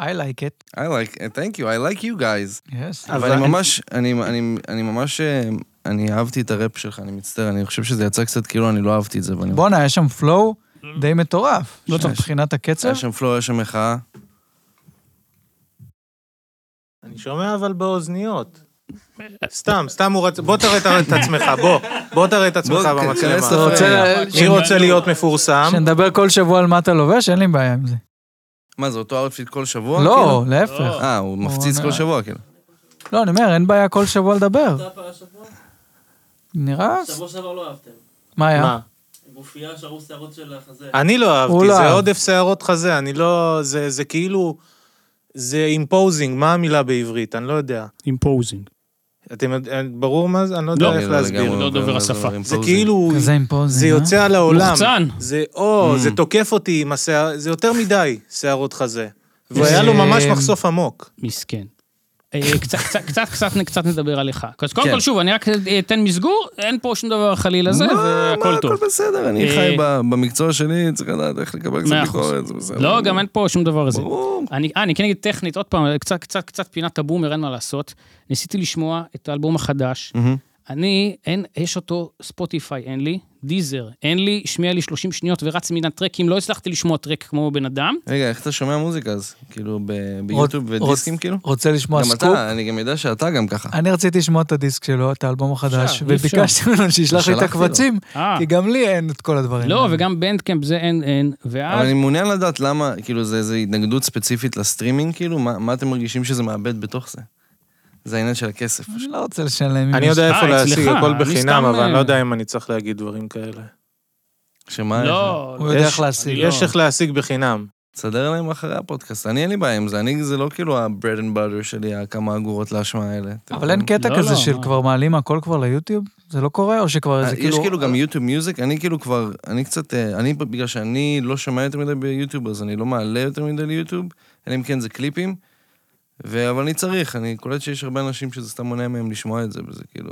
I like it,
I like, uh, thank you, I like you guys.
yes.
אבל
אבל אני
אני-
ממש, אני, אני, אני ממש, אה, אני אהבתי את הראפ שלך, אני מצטער, אני חושב שזה יצא קצת כאילו אני לא אהבתי את זה, אבל אני...
בואנה, היה שם פלואו די מטורף.
לא טוב.
מבחינת הקצב.
היה שם פלואו, היה שם מחאה.
אני שומע אבל באוזניות. סתם, סתם הוא רצה... בוא תראה את- את עצמך, בוא. בוא תראה את עצמך
בוא,
במצלמה. אה,
כנס
אתה רוצה
מי רוצה להיות מפורסם?
שנדבר כל שבוע על מה אתה לובש? אין לי בעיה עם זה.
מה, זה אותו אאוטפיט כל שבוע?
לא,
כאילו?
להפך.
אה, הוא מפציץ
הוא-
כל שבוע, כאילו.
לא, אני אומר, אין בעיה כל שבוע לדבר. נראה...
שבוע שעבר לא אהבתם.
מה היה?
מה?
גופייה שרו שערות של החזה.
אני לא
הוא
אהבתי,
לא
זה
אהב.
עודף שערות חזה, אני לא... זה זה כאילו... זה אימפוזינג, מה המילה בעברית? אני לא יודע.
אימפוזינג.
אתם יודעים, ברור מה זה? אני לא
לא,
יודע
אני
איך
לא
להסביר.
לגמרי
לא דובר
מבין מה
השפה.
הדברים
זה
פה,
כאילו...
כזה עם פוזינג,
זה יוצא על העולם.
מוחצן.
זה, או, זה תוקף אותי עם השיער, זה יותר מדי שערות חזה. והיה לו ממש
אה,
מחשוף עמוק.
מסכן. אה, קצת, קצת, קצת, קצת, קצת נדבר עליך. אז קודם
כן.
כל, שוב, אני רק אה, אתן מסגור, אין פה שום דבר חלילה זה,
מה,
והכל
מה,
טוב.
לא, הכל בסדר, אני
אה,
חי ב- במקצוע שלי, צריך לדעת איך לקבל קצת
מאה אחוז.
ביקורת, זה בסדר.
לא, גם אין פה שום דבר הזה.
ברור.
אני, אה, אני כן אגיד טכנית, עוד פעם, קצת, קצת, קצת פינת הבומר, אין מה לעשות. ניסיתי לשמוע את האלבום החדש.
מהמם.
אני, אין, יש אותו, ספוטיפיי אין לי, דיזר, אין לי, שמיע לי 30 שניות ורץ מנהל טרקים, לא הצלחתי לשמוע טרק כמו בן אדם.
רגע, איך אתה שומע מוזיקה אז? כאילו, ב- ביוטיוב
רוצ-
ודיסקים
רוצ-
כאילו?
רוצה לשמוע
גם
סקופ?
אתה, אני גם יודע שאתה גם ככה.
אני רציתי לשמוע את הדיסק שלו, את האלבום החדש,
אפשר, אי אפשר.
וביקשתי ממנו שישלח לי את
שלחתי לו.
הקבצים,
אה,
כי גם לי אין את כל הדברים.
לא,
האלה.
וגם בנדקאמפ זה אין, אין, ואז...
אבל
אה.
אני מעוניין לדעת למה, כאילו, זה איזו התנגדות ספציפית לסטרימינג, כאילו, מה מה אתם מרגישים שזה מאבד בתוך זה? זה העניין של הכסף.
אני לא רוצה לשלם.
אני יודע
אה,
איפה
אצלך,
להשיג הכל
אני
בחינם,
סתם,
אבל אני לא
אה,
יודע אם אני צריך להגיד דברים כאלה.
שמה,
לא,
הוא יודע
יש-
איך להשיג.
לא.
יש איך להשיג בחינם.
תסדר להם אחרי הפודקאסט. אני, אין לי בעיה עם זה, אני, זה לא כאילו ה-bread and butter שלי, הכמה אגורות להשמעה האלה. אתם
אבל אין קטע
לא,
כזה
לא,
של
מה?
כבר מעלים הכל כבר ליוטיוב? זה לא קורה, או שכבר
אה,
זה כאילו...
יש כאילו גם יוטיוב מיוזיק, אני כאילו כבר, אני קצת, אה, אני בגלל שאני לא שומע יותר מדי ביוטיוב, אז אני לא מעלה יותר מדי ליוטיוב, אלא אם כן זה קליפים, ו- אבל אני צריך, אני קולט שיש הרבה אנשים שזה סתם מונע מהם לשמוע את זה, וזה כאילו,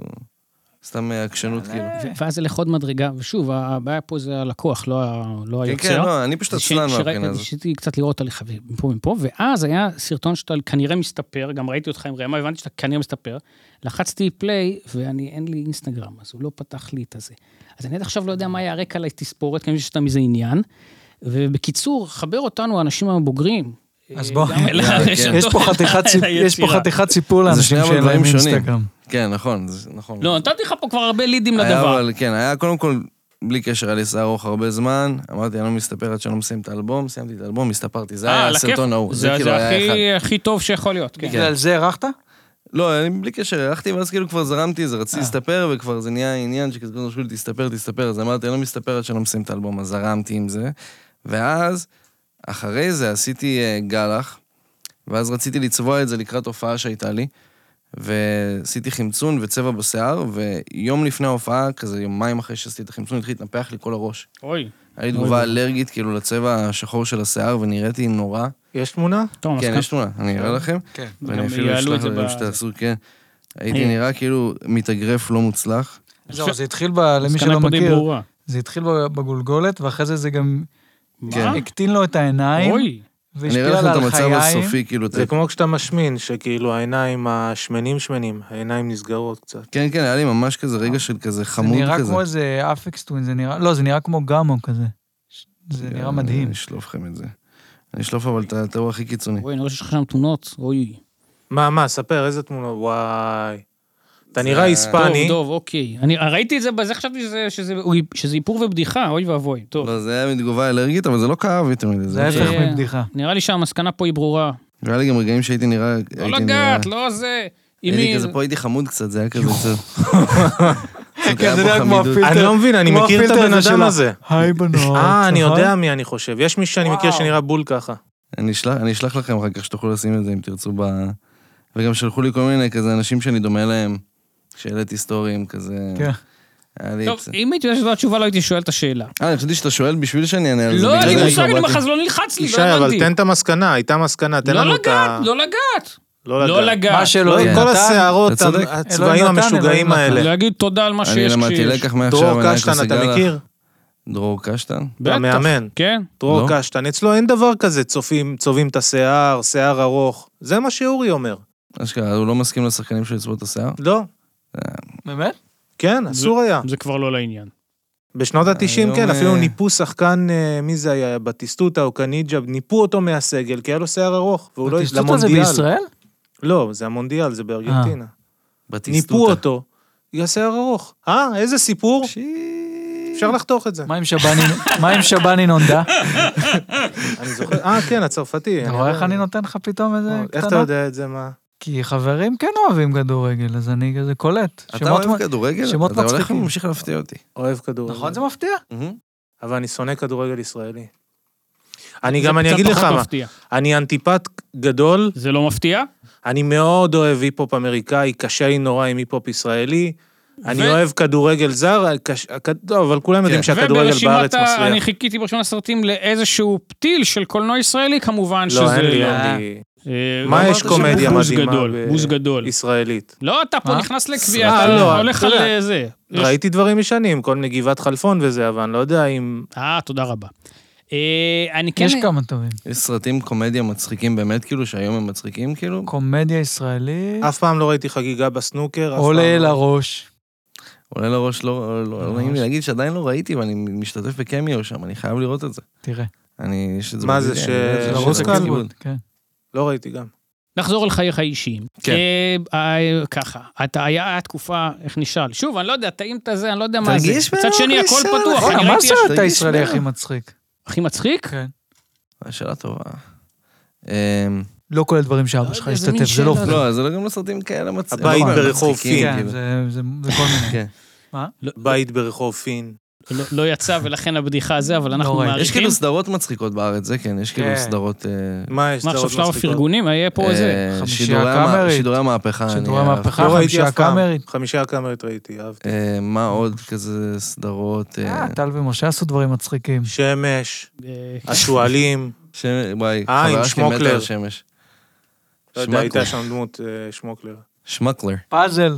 סתם אה, עקשנות כאילו.
ו- ואז זה לעוד מדרגה, ושוב, הבעיה פה זה הלקוח, לא, ה- לא
כן,
היוצר.
כן, לא, אני פשוט
ש-
עצלן
שרא-
מהבחינה הזאת.
ניסיתי קצת לראות עליך מפה ומפה, ואז היה סרטון שאתה כנראה מסתפר, גם ראיתי אותך עם ראמה, הבנתי שאתה כנראה מסתפר. לחצתי פליי, ואני, אין לי אינסטגרם, אז הוא לא פתח לי את הזה. אז אני עד עכשיו לא יודע מה יערק עליי תספורת, כי אני חושב שאתה מזה עניין. ובקיצור, חבר אותנו, האנשים הבוגרים.
אז
אה,
בוא.
גם אל
כן.
הרשתות,
יש פה חתיכת סיפ- יש פה
היצירה.
חתיכת סיפור לאנשים
שני אבל
שאין להם
דברים שונים.
אינסטגרם.
כן, נכון, זה נכון.
לא, נתתי לך פה כבר הרבה לידים
היה
לדבר.
אבל, כן, היה קודם כל, בלי קשר, היה לי שיער ארוך הרבה זמן, אמרתי, אני לא מסתפר עד שאני לא מסיים את האלבום, סיימתי את האלבום, הסתפרתי, זה
אה,
היה
על הכיף.
הסרטון ההוא.
זה
כאילו
זה
היה אחד.
הכי- הכי טוב שיכול להיות, כן.
בגלל זה הארכת?
לא, אני בלי קשר, הלכתי, ואז כאילו כבר זרמתי, זה
אה.
רציתי להסתפר, וכבר זה נהיה עניין שכזה כזה חשבו לי, תסתפר, תסתפר, אז אמרתי, אני לא מסתפר עד שאני לא מסיים את האלבום, אז זרמתי עם זה. ואז, אחרי זה עשיתי אה, גלח, ואז רציתי לצבוע את זה לקראת הופעה שהייתה לי, ועשיתי חמצון וצבע בשיער, ויום לפני ההופעה, כזה יומיים אחרי שעשיתי את החמצון, התחיל להתנפח לי כל הראש.
אוי,
היה לי תגובה אלרגית כאילו לצבע השחור של השיער, ונראיתי נורא.
יש תמונה?
טוב,
כן,
אז
יש תמונה, אני אראה לכם.
כן.
גם
ואני אפילו
יעלו את
אשלח
זה
לכם
ב-
שתעשו, כן.
אה.
הייתי נראה כאילו מתאגרף לא מוצלח.
זהו, זה התחיל, ב- למי
הסכנה
שלא
פה די
מכיר,
ברורה.
זה התחיל ב- בגולגולת, ואחרי זה זה גם
כן.
מה?
הקטין לו את העיניים,
אוי,
אני
והשפיע
אראה
לה
לכם את
על
המצב
חיי.
הסופי, כאילו... את ה-
זה כמו כשאתה משמין, שכאילו העיניים השמנים שמנים, העיניים נסגרות קצת.
כן, כן, היה לי ממש כזה רגע של כזה
זה
חמוד
נראה
כזה.
כמו איזה אפקס טווין, זה נראה, לא, זה נראה כמו גאמו כזה. זה
כן,
נראה מדהים.
אה, אני אשלוף לכם את זה. אני אשלוף אבל את התיאור הכי קיצוני.
אוי, אני רואה שיש לך שם תמונות, אוי.
מה, מה, ספר, איזה תמונה? וואי. אתה נראה
זה-
היספני.
דוב, דוב, אוקיי. אני ראיתי את זה, בזה חשבתי שזה- שזה אוי, שזה איפור ובדיחה, אוי ואבוי. טוב,
לא, זה היה מתגובה אלרגית, אבל זה לא כאב יותר מדי.
זה ההפך
כן.
זה-
מבדיחה.
נראה לי שהמסקנה פה היא ברורה.
והיה לי גם רגעים שהייתי נראה...
לא
הייתי נראה-
לגעת, לא זה. עם
הייתי
מי...
כזה, פה הייתי חמוד קצת, זה היה כזה קצת...
כן, זה נראה כמו הפילטר.
אני לא מבין, אני
כמו
מכיר את
הפילטר
הבן
הזה
אדם
שלה.
הזה.
היי בנות. נכון?
אה, אני
נכון.
אהה.
יודע מי אני חושב. יש מישהו שאני מכיר
וואו.
שנראה בול ככה.
אני אשלח, אני אשלח לכם אחר כך שתוכלו לשים את זה אם תרצו ב... וגם שלחו לי כל מיני כזה אנשים שאני דומה להם, כשהעליתי סטורים כזה.
כן.
היה לי
טוב,
את זה.
אם הייתי יודע שזו התשובה, לא הייתי שואל את השאלה.
אה, אני חשבתי שאתה שואל בשביל שאני אענה על זה.
לא,
בגלל
אין
זה
לי מושג, אני
באתי.
אומר לך, זה לא נלחץ לי,
ישי,
לא
אבל
הבנתי.
תן את המסקנה, הייתה מסקנה, תן
לא
לנו את ה...
לגעת, לא לגעת.
לא
לא
לגעת.
לגעת.
מה שלא
לא,
כן.
כל
נתן,
השערות
אתה צודק.
הצבעים
אלוהים לא, נתן,
המשוגעים
אלוהים נתן.
האלה.
להגיד תודה על מה
אני
שיש
למדתי
כשיש.
לקח מעכשיו,
דרור
אני
קשטן, אתה מכיר?
דרור קשטן?
בטח.
המאמן.
כן.
דרור
לא.
קשטן, אצלו אין דבר כזה, צופים, צובעים את השיער, שיער ארוך. זה מה שאורי אומר.
אשכרה, הוא לא מסכים לשחקנים שלו לצבוע את השיער?
לא.
באמת?
כן, אסור היה.
זה כבר לא לעניין.
בשנות ה-90,
היום,
כן, אפילו
אה,
ניפו שחקן, אה, מי זה היה, בטיסטוטה או קניג'ה, ניפו אותו מהסגל, כי היה לו שיער ארוך, והוא לא...
הטיסטוט הזה בישראל? אה,
לא, זה המונדיאל, זה בארגנטינה. ניפו
בטיסטוטה.
אותו, בגלל שיער ארוך. אה, איזה סיפור? אפשר לחתוך את זה.
מה עם שבני- מה עם שבני נונדה?
כן. אני זוכר, אה, כן, הצרפתי.
אתה
אני
רואה איך אני נותן לך פתאום איזה
איך אתה
קטנה?
יודע את זה, מה?
כי חברים כן אוהבים כדורגל, אז אני כזה קולט.
אתה
שמות
אוהב
מ-
כדורגל?
שמות
אתה הולך
מצחיקים.
וממשיך להפתיע אותי.
אוהב כדורגל.
נכון זה מפתיע?
אבל אני שונא כדורגל ישראלי. אני
זה
גם, אני
קצת
אגיד לך
פחות
מה,
מפתיע.
אני אנטיפט גדול,
זה לא מפתיע?
אני מאוד אוהב היפ-הופ אמריקאי, קשה לי נורא עם היפ-הופ ישראלי. אני
ו- כן,
אוהב כדורגל זר, קש- הכ- טוב, אבל כולם יודעים שהכדורגל
וברשימת
בארץ
ה... אני
מסריח.
חיכיתי ברשימת הסרטים לאיזשהו פתיל של קולנוע ישראלי כמובן, שזה...
לא, אין לי,
לא.
אין לי.
אה,
מה
אמרת
יש קומדיה
שבוז
מדהימה
גדול,
ב-
בוז גדול.
ישראלית.
לא, אתה פה
אה?
נכנס
אה,
לקביעה, אתה
לא,
הולך
אתה
על
יודע. לא.
אה, זה. יש-
ראיתי דברים ישנים, כל מיני גבעת חלפון וזה, אבל אני לא יודע אם...
אה, תודה רבה. אה, אני כן...
יש כמה טובים.
יש סרטים קומדיה מצחיקים באמת, כאילו, שהיום הם מצחיקים, כאילו?
קומדיה ישראלית,
אף פעם לא ראיתי חגיגה בסנוקר. אף פעם
עולה
לא.
לראש.
עולה לראש, לא, לא, לא
לראש.
נעים לי להגיד שעדיין לא ראיתי, ואני משתתף בקמיו שם, אני חייב לראות את זה.
תראה.
אני, יש את זה...
מה אה, זה,
בווידאו,
ש-
אני יודע,
של
של
הרוסקל?
הקיבוץ.
כן.
לא ראיתי גם.
נחזור אל חייך האישיים.
כן.
אה, אה, ככה, אתה היה היה תקופה, איך נשאל? שוב, אני לא יודע, טעים את הזה, אני לא יודע מה זה.
תרגיש
מצד שני,
בנוח,
הכל
ישראל,
פתוח.
נכון,
אני
מה
ראיתי יש-
הסרט
תרגיש
הישראלי
בנוח.
הכי מצחיק?
הכי מצחיק?
כן.
שאלה טובה. אמ,
לא כל הדברים שאבא שלך
יודע, זה מין
השתתף, זה לא...
שאלה.
לא, זה לא גם לסרטים כאלה מצחיקים.
הבית
לא,
ברחוב
מצחיקים,
פין.
כן,
כאילו.
זה זה- זה כל מיני.
כן.
בית ברחוב פין.
לא- לא יצא, ולכן הבדיחה זה, אבל אנחנו
נורא. יש
יש
מעריכים.
כאילו סדרות מצחיקות בארץ, זה כן, יש כאילו
כן.
סדרות... אה,
מה יש?
מה עכשיו,
סדרות
שלב
מצחיקות?
הפרגונים? היה פה איזה...
אה,
חמישייה
שידורי המ-
קאמרית.
שידורי המהפכה.
שידורי
אני אהב.
המהפכה.
לא ראיתי
חמישייה
אף פעם.
קאמרית.
חמישייה קאמרית ראיתי, אהבתי.
אה, מה עוד כזה סדרות?
כן.
אה,
אה, טל ומשה עשו דברים מצחיקים.
שמש,
אה,
השועלים.
ש- וואי,
אה, עם
חברה שלי מתה
שמוקלר.
על שמש.
לא יודע,
שמקלר.
הייתה שם דמות אה, שמוקלר.
שמקלר.
פאזל.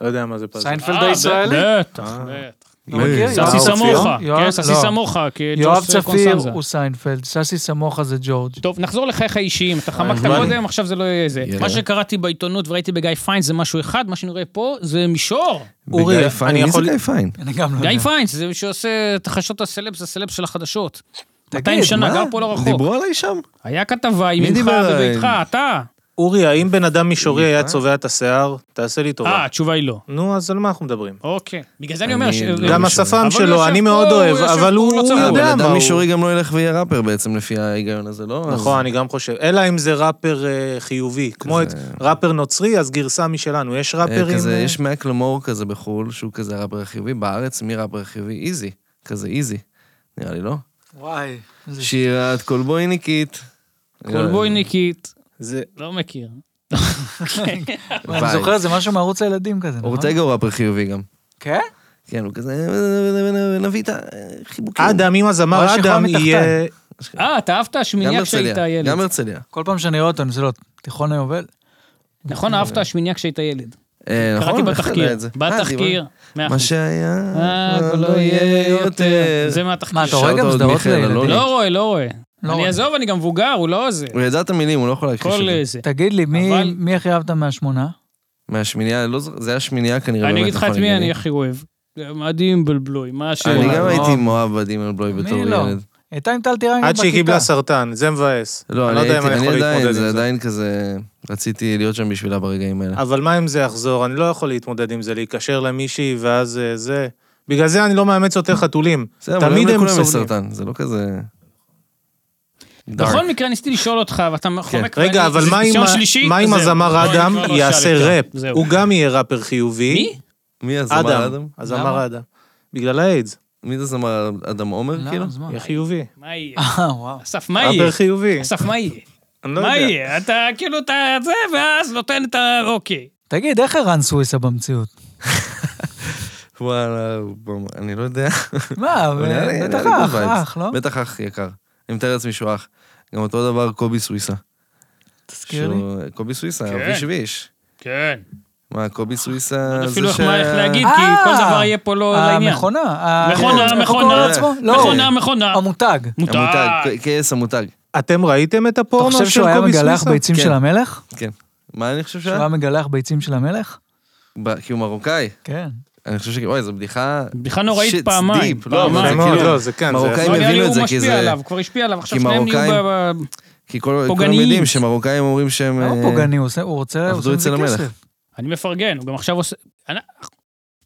לא יודע מה זה פאזל.
סיינפלד
אה,
הישראלי?
בטח,
אה.
בטח.
לא מכיר,
אה,
ססי
יואב צפיר?
סמוכה.
יואב-
כן, ססי
לא.
סמוכה. כג'וס
יואב צפיר
קונסנזה.
הוא סיינפלד, ססי סמוכה זה ג'ורג'.
טוב, נחזור לחייך האישיים. אתה חמקת
מה?
קודם, עכשיו זה לא יהיה זה.
יאללה.
מה שקראתי בעיתונות וראיתי בגיא פיינס זה משהו אחד, מה שאני רואה פה זה מישור.
אורי,
בגיא פיין,
אני
מי זה
יכול-
גיא פיין?
אני גם לא
גיא
יודע.
פיינס, זה מי שעושה את חדשות הסלבס, הסלבס של החדשות.
תגיד,
200 שנה,
מה?
גר פה לא רחוק.
דיברו עליי שם?
היה כתבה עם
מי
אמך
דיבר עליי?
וביתך, אתה.
אורי, האם בן אדם מישורי היה
אה?
צובע את השיער? תעשה לי
אה,
טובה.
התשובה היא לא.
נו, אז על מה אנחנו מדברים?
אוקיי. בגלל זה אני
אני
אומר... ש-
לא
גם
מישורי.
השפם
אבל הוא
שלו,
יושב
אני
פה,
מאוד
הוא
אוהב,
יושב פה,
אבל הוא
הוא לא
הוא
צריך-
אה,
יודע
בן
יודע מה
אדם
הוא.
מישורי גם לא ילך ויהיה ראפר בעצם, לפי ההיגיון הזה, לא? אז-
נכון, אני גם חושב. אלא אם זה ראפר אה, חיובי. כמו את ראפר נוצרי, אז גרסה משלנו. יש
אה,
ראפרים...
כזה,
אה,
יש מקלמור כזה בחו"ל, שהוא כזה הראפר החיובי, בארץ מי ראפר חיובי? איזי. כזה איזי. נראה לי, לא?
וואי. איזה
שירת קולבויניקית. אה,
קולבויניקית,
זה-
לא מכיר.
אני זוכר, זה משהו מערוץ הילדים כזה, נכון?
אורטגה הוא ראפר חיובי גם.
כן?
כן, הוא כזה, נביא את החיבוקים.
אדם, אם הזמר
או השכבה
אדם
מתחתיי.
יהיה...
אה, אתה אהבת
גם
השמינייה כשהיית
הרצליה.
ילד.
גם הרצליה.
כל פעם שאני רואה אותו, אני עושה לו תיכון היובל.
נכון, אהבת השמינייה כשהיית ילד.
אה, נכון,
קראתי
איך אתה
בתחקיר.
יודע את זה? אה,
בתחקיר.
דיבר-
מאה
מה
אחוז.
שהיה,
אה,
כבר
כבר לא יהיה יותר. זה מהתחקיר.
מה, אתה רואה
שאלת
גם
עוד
סדרות
מיכאל
לילדים?
אלוני.
לא רואה, לא רואה.
לא
אני
רואה.
אעזוב, אני גם מבוגר, הוא לא זה.
הוא ידע את המילים, הוא לא יכול להכחיש
כל אה,
את זה.
זה.
תגיד לי, מי-
אבל-
מי הכי אהבת מהשמונה?
מהשמינייה, לא זוכר, זה היה שמינייה כנראה.
אני
באמת,
אגיד לך
נכון,
את מי
הגיוני.
אני הכי אוהב. מאדים בלבלוי, מה השיר?
אני
הזה?
לא.
גם
אוהב.
הייתי מאוהב בדים על בלוי בתור
מי לא?
ילד.
הייתה עם טל טירנגל
עד
בכיתה.
שהיא קיבלה סרטן, זה מבאס. אני
לא, אני
לא יודע אם
הייתי,
אני
אני
יכול להתמודד
עדיין,
עם
זה
זה.
עדיין כזה, רציתי להיות שם בשבילה ברגעים האלה.
אבל מה אם זה יחזור? אני לא יכול להתמודד עם זה, להיקשר למישהי ואז אה, זה... בגלל זה אני לא מאמץ יותר חתולים.
בסדר, אבל
תמיד
גם
הם
לכולם יש
סובלים.
סרטן, זה לא כזה...
בכל מקרה, ניסיתי לשאול אותך, ואתה חומק...
כן. רגע,
ואני-
אבל
זה
מה אם
ניסיון
ה-
שלישי,
מה אם
וזהו. לא,
הזמר
אני
אדם
כבר לא
יעשה
אשאל
ראפ?
יותר. זהו.
הוא גם יהיה ראפר חיובי.
מי?
מי הזמר
אדם.
אדם?
הזמר אדם. בגלל האיידס.
מי זה זמר אדם
לא,
עומר, כאילו?
למה? אז מה?
יהיה חיובי.
מה יהיה?
אה, וואו.
אסף, מה יהיה?
ראפר חיובי.
אסף, מה יהיה?
אני לא
מה
יודע.
יהיה? אתה כאילו, אתה זה, ואז נותן את ה... אוקיי.
תגיד, איך ערן סוויסה במציאות?
וואלה, הוא במה- אני לא יודע.
מה,
הוא נראה לי-
בטח
נראה לי good
אח,
vibes.
אח, לא?
בטח אח יקר. אני מתאר לעצמי שהוא אח. גם אותו דבר קובי סוויסה.
תזכיר לי.
שהוא- קובי סוויסה,
כן.
אביש ויש.
כן.
מה, קובי סוויסה
לא אפילו
זה
איך מה איך להגיד, כי
אה,
כל דבר יהיה פה לא לעניין.
המכונה.
מכונה,
ה- אה, איך הוא
מכונה.
קורא לעצמו? לא.
מכונה, מכונה.
המותג.
המותג,
מותג.
כעס המותג,
אתם ראיתם את
אתה
הפורנו של
חושב
קובי
שהוא
סוויסה?
היה מגלח ביצים
כן.
של המלך?
כן. מה אני חושב
שהוא
שהיה?
היה מגלח ביצים של המלך?
ב- כי הוא מרוקאי.
כן.
אני חושב ש... אוי, זו בדיחה...
בדיחה נוראית
שיט,
פעמיים,
דיפ. לא, אבל
פעמיים.
זה
יפה מאוד,
כאילו...
לא, זה כן. זה-
מרוקאים
לא, נראה לי
הבינו את
הוא
זה, כי
משפיע
זה...
עליו, כבר השפיע עליו, עכשיו
כי
שניהם נהיו
מרוקאים-
ב... ב-
כי כל- כולם
פוגעניים.
יודעים שמרוקאים אומרים שהם...
מה
אה,
הוא פוגעני? הוא עושה- הוא רוצה...
עבדו
הוא עושה
אצל
מזה
המלך.
כסף.
אני מפרגן, הוא גם עכשיו עושה... אנ-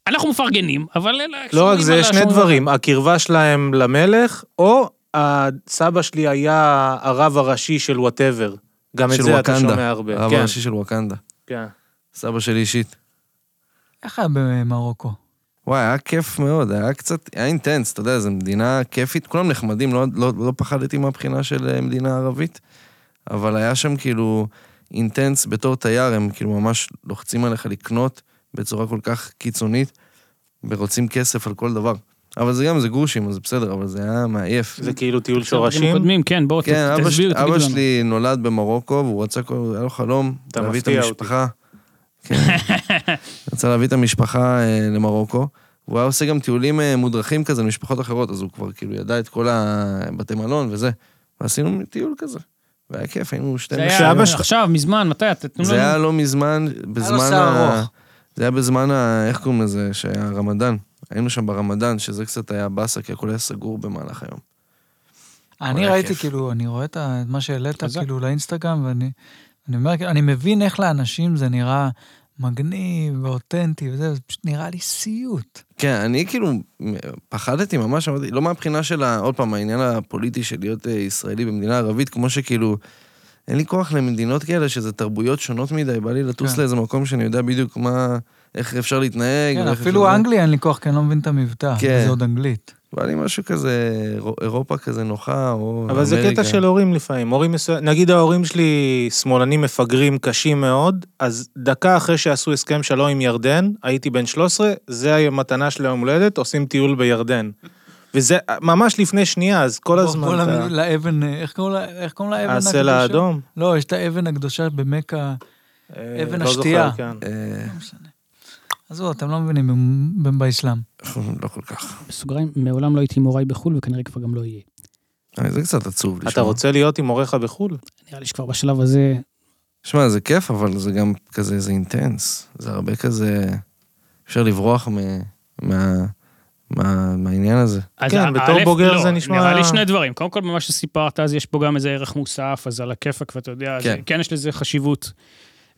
אנחנו מפרגנים, אבל... אלה
לא
שומרים
רק זה,
עליה
יש שני
שום-
דברים, הקרבה שלהם למלך, או הסבא שלי היה הרב הראשי של וואטאבר. גם את
של
זה אתה
וואקנדה.
שומע הרבה.
הרב
כן,
הראשי של וואקנדה.
כן.
סבא שלי אישית.
איך היה במרוקו?
וואי, היה כיף מאוד, היה קצת, היה אינטנס, אתה יודע, זו מדינה כיפית, כולם נחמדים, לא, לא, לא פחדתי מהבחינה של אה, מדינה ערבית, אבל היה שם כאילו אינטנס בתור תייר, הם כאילו ממש לוחצים עליך לקנות בצורה כל כך קיצונית, ורוצים כסף על כל דבר. אבל זה גם, זה גרושים, אז בסדר, אבל זה היה מעייף.
זה כאילו טיול
בסדר, אתם
שורשים.
קודמים, כן, בואו, ת-
כן, אבא, ש...
תסביר, תגידו
אבא
לנו.
שלי נולד במרוקו, והוא רצה, כל... היה לו חלום
אתה
להביא את
מפתיע אותי.
המשפחה. כן. רצה להביא את המשפחה אה, למרוקו. הוא היה עושה גם טיולים אה, מודרכים כזה למשפחות אחרות, אז הוא כבר כאילו ידע את כל הבתי מלון וזה. ועשינו טיול כזה. והיה כיף, היינו
זה
שתי
היה
שאבא שלך-
עכשיו, מזמן, מתי? לא תתנו
זה היה
לנו...
לא מזמן, בזמן
שיער ארוך.
זה היה בזמן, ה... איך קוראים לזה? שהיה הרמדאן. היינו שם ברמדאן, שזה קצת היה באסה, כי הכל היה סגור במהלך היום.
אני
היה
ראיתי,
כיף.
כאילו, אני רואה את ה- את מה שהעלית,
חזק.
כאילו, לאינסטגרם, ואני אני אומר, כאילו, אני מבין איך לאנשים זה נראה מגניב ואותנטי וזה, זה פשוט נראה לי סיוט.
כן, אני כאילו פחדתי ממש, אמרתי, לא מהבחינה של, ה- עוד פעם, העניין הפוליטי של להיות אה, ישראלי במדינה ערבית, כמו שכאילו, אין לי כוח למדינות כאלה שזה תרבויות שונות מדי, בא לי לטוס
כן.
לאיזה מקום שאני יודע בדיוק מה, איך אפשר להתנהג.
כן,
ואיך
אפילו
אפשר-
אנגליה אין לי כוח, כי אני לא מבין את המבטא,
כן.
זה עוד אנגלית.
בא לי משהו כזה, אירו- אירופה כזה נוחה, או
אבל זה
אמריקה.
קטע של הורים לפעמים. הורים מסוים, נגיד ההורים שלי שמאלנים מפגרים קשים מאוד, אז דקה אחרי שעשו הסכם שלום עם ירדן, הייתי בן 13, זה המתנה של היום הולדת, עושים טיול בירדן. וזה ממש לפני שנייה, אז כל
בוא- בוא
הזמן אתה...
למי- לאבן, אה, איך קוראים לה- איך קוראים
אה,
לאבן הקדושה?
הסלע האדום.
לא, יש את האבן הקדושה במכה,
אה,
אבן
לא זוכר,
השתייה.
כן.
אה,
עזבו, אתם לא מבינים, הם- הם באסלאם.
לא כל כך.
בסוגריים, מעולם לא הייתי מוראי בחו"ל, וכנראה כבר גם לא יהיה.
אה, זה קצת עצוב לשמוע.
אתה רוצה להיות עם הוריך בחו"ל?
נראה לי שכבר בשלב הזה,
שמע, זה כיף, אבל זה גם כזה, זה אינטנס. זה הרבה כזה... אפשר לברוח מ... מה... מה... מהעניין הזה.
אז
כן,
א-
בתור
א',
בוגר
לא,
זה נשמע-
נראה לי שני דברים. קודם כל, במה שסיפרת, אז יש פה גם איזה ערך מוסף, אז על הכיפאק, ואתה יודע, כן.
כן.
זה, כן יש לזה חשיבות.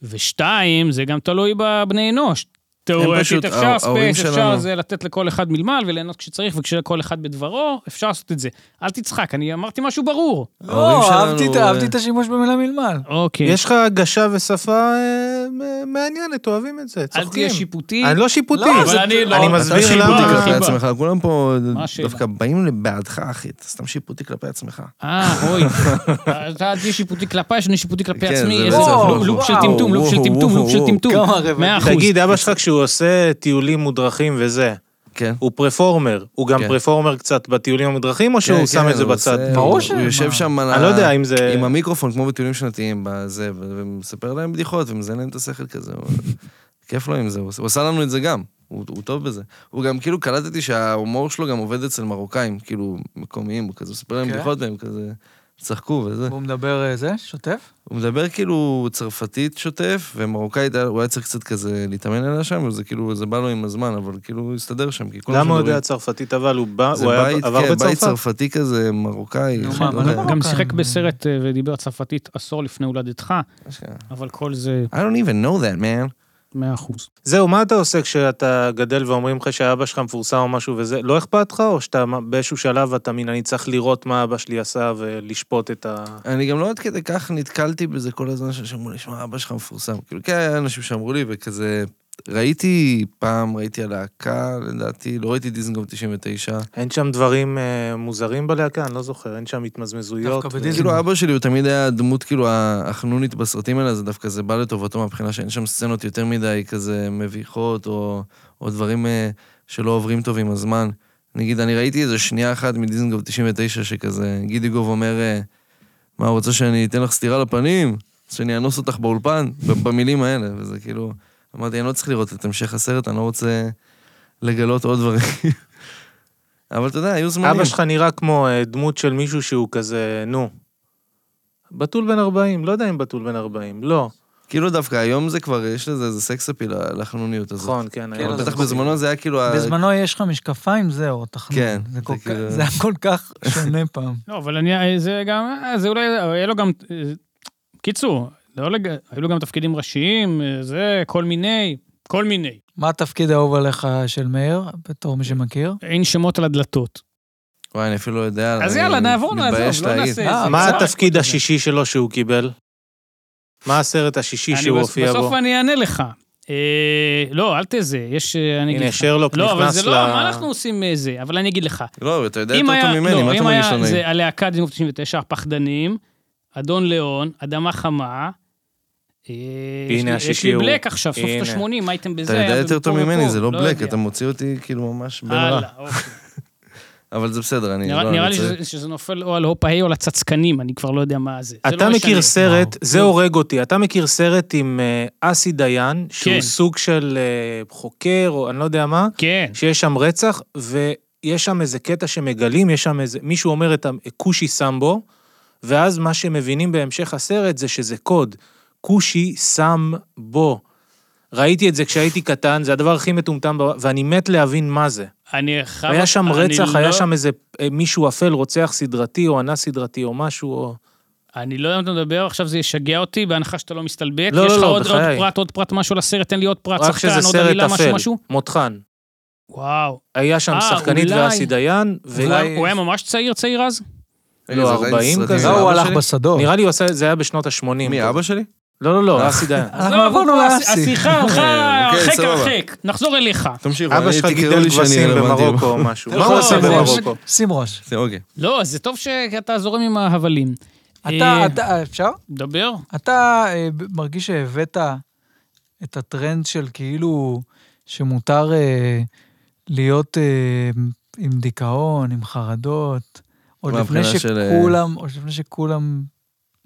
ושתיים, זה גם תלוי בבני אנוש.
פשוט-
תאורטית, אפשר
ההור- ההורים
ספייס, אפשר
שלנו-
זה לתת לכל אחד מלמל וליהנות כשצריך, וכשכל אחד בדברו, אפשר לעשות את זה. אל תצחק, אני אמרתי משהו ברור.
ההורים
לא,
שלנו,
אהבתי את-
אה,
אהבתי את השימוש במילה מלמל.
כן.
אוקיי.
יש לך הגשה ושפה אה, מ- מעניינת, אוהבים את זה,
אל
צוחקים.
תהיה שיפוטי.
אני לא שיפוטי,
לא,
זה-
אבל אני לא-
אני
אתה
מסביר
שיפוטי
שיפוטי
למה...
כלפי
חיבה.
עצמך, כולם פה
מה השאלה?
דווקא באים לבעדך, אחי. אתה סתם שיפוטי כלפי עצמך.
אה, אוי. אתה אל תהיה שיפוטי כלפיי, שאני שיפוטי כלפי
כן,
עצמי.
זה
איזה
לא-
לופ- לופ של
וואו,
טמטום, לופ של
וואו,
טמטום, לופ של
וואו,
טמטום.
כמה רבדים.
מאה אחוז.
תגיד, אבא שלך כשהוא עושה טיולים מודרכים וזה,
כן.
הוא פרפורמר, הוא גם
כן.
פרפורמר קצת בטיולים המודרכים, או שהוא
כן,
שם
כן,
את זה
הוא
בצד?
עושה-
ברור
הוא-
שמה.
הוא יושב שם על ה...
אני לא יודע אם זה...
עם המיקרופון, כמו בטיולים שנתיים, בזה, ו- ומספר להם בדיחות, ומזיין להם את השכל כזה. הוא- כיף לו עם זה, הוא עושה- הוא עשה לנו את זה גם. הוא הוא טוב בזה. הוא גם, כאילו, קלטתי שההומור שלו גם עובד אצל מרוקאים, כאילו, מקומיים, הוא כזה מספר להם
כן.
בדיחות, והם כזה צחקו וזה.
והוא מדבר אה, זה, שוטף?
הוא מדבר כאילו צרפתית שוטף, ומרוקאית, היה- הוא היה צריך קצת כזה להתאמן עליה שם, וזה כאילו, זה בא לו עם הזמן, אבל כאילו, הוא הסתדר שם, כי כל
למה הוא
שמדברים-
יודע צרפתית אבל? הוא בא-
זה
הוא היה-
בית,
עבר
כן, בית
בצרפת?
צרפתי כזה, מרוקאי.
נו,
איך
מה,
לא
מה,
יודע.
למה?
גם
מרוקאי.
שיחק בסרט אה, ודיבר צרפתית עשור לפני הולדתך, אבל כל זה
I don't even know that, man.
100 אחוז.
זהו, מה אתה עושה כשאתה גדל ואומרים לך שאבא שלך מפורסם או משהו וזה? לא אכפת לך, או שאתה באיזשהו שלב אתה מין, אני צריך לראות מה אבא שלי עשה ולשפוט את ה...
אני גם לא עד כדי כך נתקלתי בזה כל הזמן ששמעו לי, שמע, אבא שלך מפורסם. כאילו, כן, היה אנשים שאמרו לי, וכזה... ראיתי פעם, ראיתי הלהקה, לדעתי, לא ראיתי דיזנגוף 99.
אין שם דברים אה, מוזרים בלהקה? אני לא זוכר, אין שם התמזמזויות. אה,
דווקא
ו-
בדיזנגוף.
כאילו, אבא שלי הוא תמיד היה הדמות, כאילו, החנונית בסרטים האלה, זה דווקא זה בא לטובתו מהבחינה שאין שם סצנות יותר מדי כזה מביכות, או, או דברים אה, שלא עוברים טוב עם הזמן. נגיד, אני ראיתי איזה שנייה אחת מדיזנגוף 99, שכזה, גידיגוב אומר, אה, מה, רוצה שאני אתן לך סטירה לפנים? שאני אאנוס אותך באולפן? ב- במילים האלה, וזה כאילו... אמרתי, אני לא צריך לראות את המשך הסרט, אני לא רוצה לגלות עוד דברים. אבל אתה יודע, היו זמנים.
אבא שלך נראה כמו אה, דמות של מישהו שהוא כזה, נו. בתול בן 40, לא יודע אם בתול בן 40, לא.
כאילו דווקא היום זה כבר, יש לזה איזה סקס אפיל לחנוניות הזאת.
נכון, כן.
כן,
היום
לא
אבל
אז
זה
בטח
נכון.
בזמנו זה היה כאילו... ה-
בזמנו יש לך משקפיים, זהו, תחנון.
כן,
זה
זה
כל כך-
כאילו-
זה היה כל כך שונה פעם.
לא, אבל אני, זה גם, אה, זה אולי, היה לו גם, אה, קיצור, לא לג- היו לו גם תפקידים ראשיים, אה, זה, כל מיני, כל מיני.
מה התפקיד האהוב עליך של מאיר, בתור מי שמכיר?
אין שמות על הדלתות.
וואי, אני אפילו לא יודע.
אז
אני
יאללה, נעבור,
מתבייש
נעזוב, לא
להעיד.
נעשה
אה,
את זה.
מה
בסדר.
התפקיד השישי שלו שהוא קיבל? מה הסרט השישי
אני
שהוא
בס-
הופיע
בסוף
בו?
אני אענה לך. אה, לא, אל תזה, יש, אה, אני אגיד
הנה,
לך.
שרלוק
לא, אבל
נכנס
זה
ל...
לא, מה אנחנו עושים אה, זה? אבל אני אגיד לך.
לא, אתה יודע
אם
יותר
היה-
טוב ממני,
לא,
מה אתה
אם
מרגיש
היה
לא נעים?
זה הלהקה דינוב 99, הפחדנים, אדון ליאון, אדמה חמה. אה, יש לי-
השישי
יש לי
הוא.
בלק עכשיו, סוף
הנה.
את ה-80, מה הייתם בזה?
אתה יודע
היה
יותר טוב
ופה
ממני,
ופה,
זה לא בלק,
יודע.
אתה מוציא אותי כאילו ממש בן רע.
הלאה, אוקיי.
אבל זה בסדר, אני...
נראה-
לא,
נראה
אני
לי
צריך-
שזה- שזה נופל או על הופה היי או על הצצקנים, אני כבר לא יודע מה זה. זה לא
אתה
משנה.
מכיר סרט, זה הורג אותי, אתה מכיר סרט עם אה, אסי דיין, שהוא
כן.
סוג של אה, חוקר או אני לא יודע מה,
כן.
שיש שם רצח, ויש שם איזה קטע שמגלים, יש שם איזה, מישהו אומר את הכושי שם בו, ואז מה שמבינים בהמשך הסרט זה שזה קוד, כושי שם בו. ראיתי את זה כשהייתי קטן, זה הדבר הכי מטומטם, בעולם, ואני מת להבין מה זה.
אני חייב...
היה שם
אני
רצח,
לא-
היה שם איזה אה, מישהו אפל, רוצח סדרתי, או אנס סדרתי, או משהו, או...
אני לא יודע אם אתה מדבר, עכשיו זה ישגע אותי, בהנחה שאתה לא מסתלבט.
לא,
יש
לא,
לך
לא,
עוד, עוד
בחיי.
פרט, עוד פרט משהו לסרט, תן לי עוד פרט,
רק
שחקן,
שזה
עוד
סרט
עלילה, משהו,
אפל,
משהו.
מותחן.
וואו.
היה שם
אה,
שחקנית
אולי.
ואסי דיין,
הוא
ו...
היה- הוא היה ממש צעיר, צעיר אז?
רגע,
לא,
זה עדיין
40
סרטים.
כזה.
זה
לא,
אבא
הוא הלך
שלי?
בשדות.
נראה לי הוא עשה, זה היה בשנות ה-80.
מי, אבא אה. שלי?
לא, לא, לא, אסי דיין.
אנחנו עברנו
אבל פה
לאסי.
השיחה הלכה
אוקיי,
הרחק
סבבה.
הרחק. נחזור אליך.
תמשיכו,
אבא
אני-
שלך
תקראו
גידל
לי שאני
כבשים
רלוונטי.
במרוקו או משהו. נכון, מה
לא,
הוא עושה
זה-
במרוקו?
שים ראש.
זה, אוקיי.
לא, זה טוב שאתה זורם עם ההבלים.
אתה,
אה,
אתה, אפשר?
דבר.
אתה אה, ב- מרגיש שהבאת את הטרנד של כאילו שמותר אה, להיות אה, עם דיכאון, עם חרדות, עוד
מה,
לפני
מבחינה של, אה,
שכולם, עוד לפני שכולם,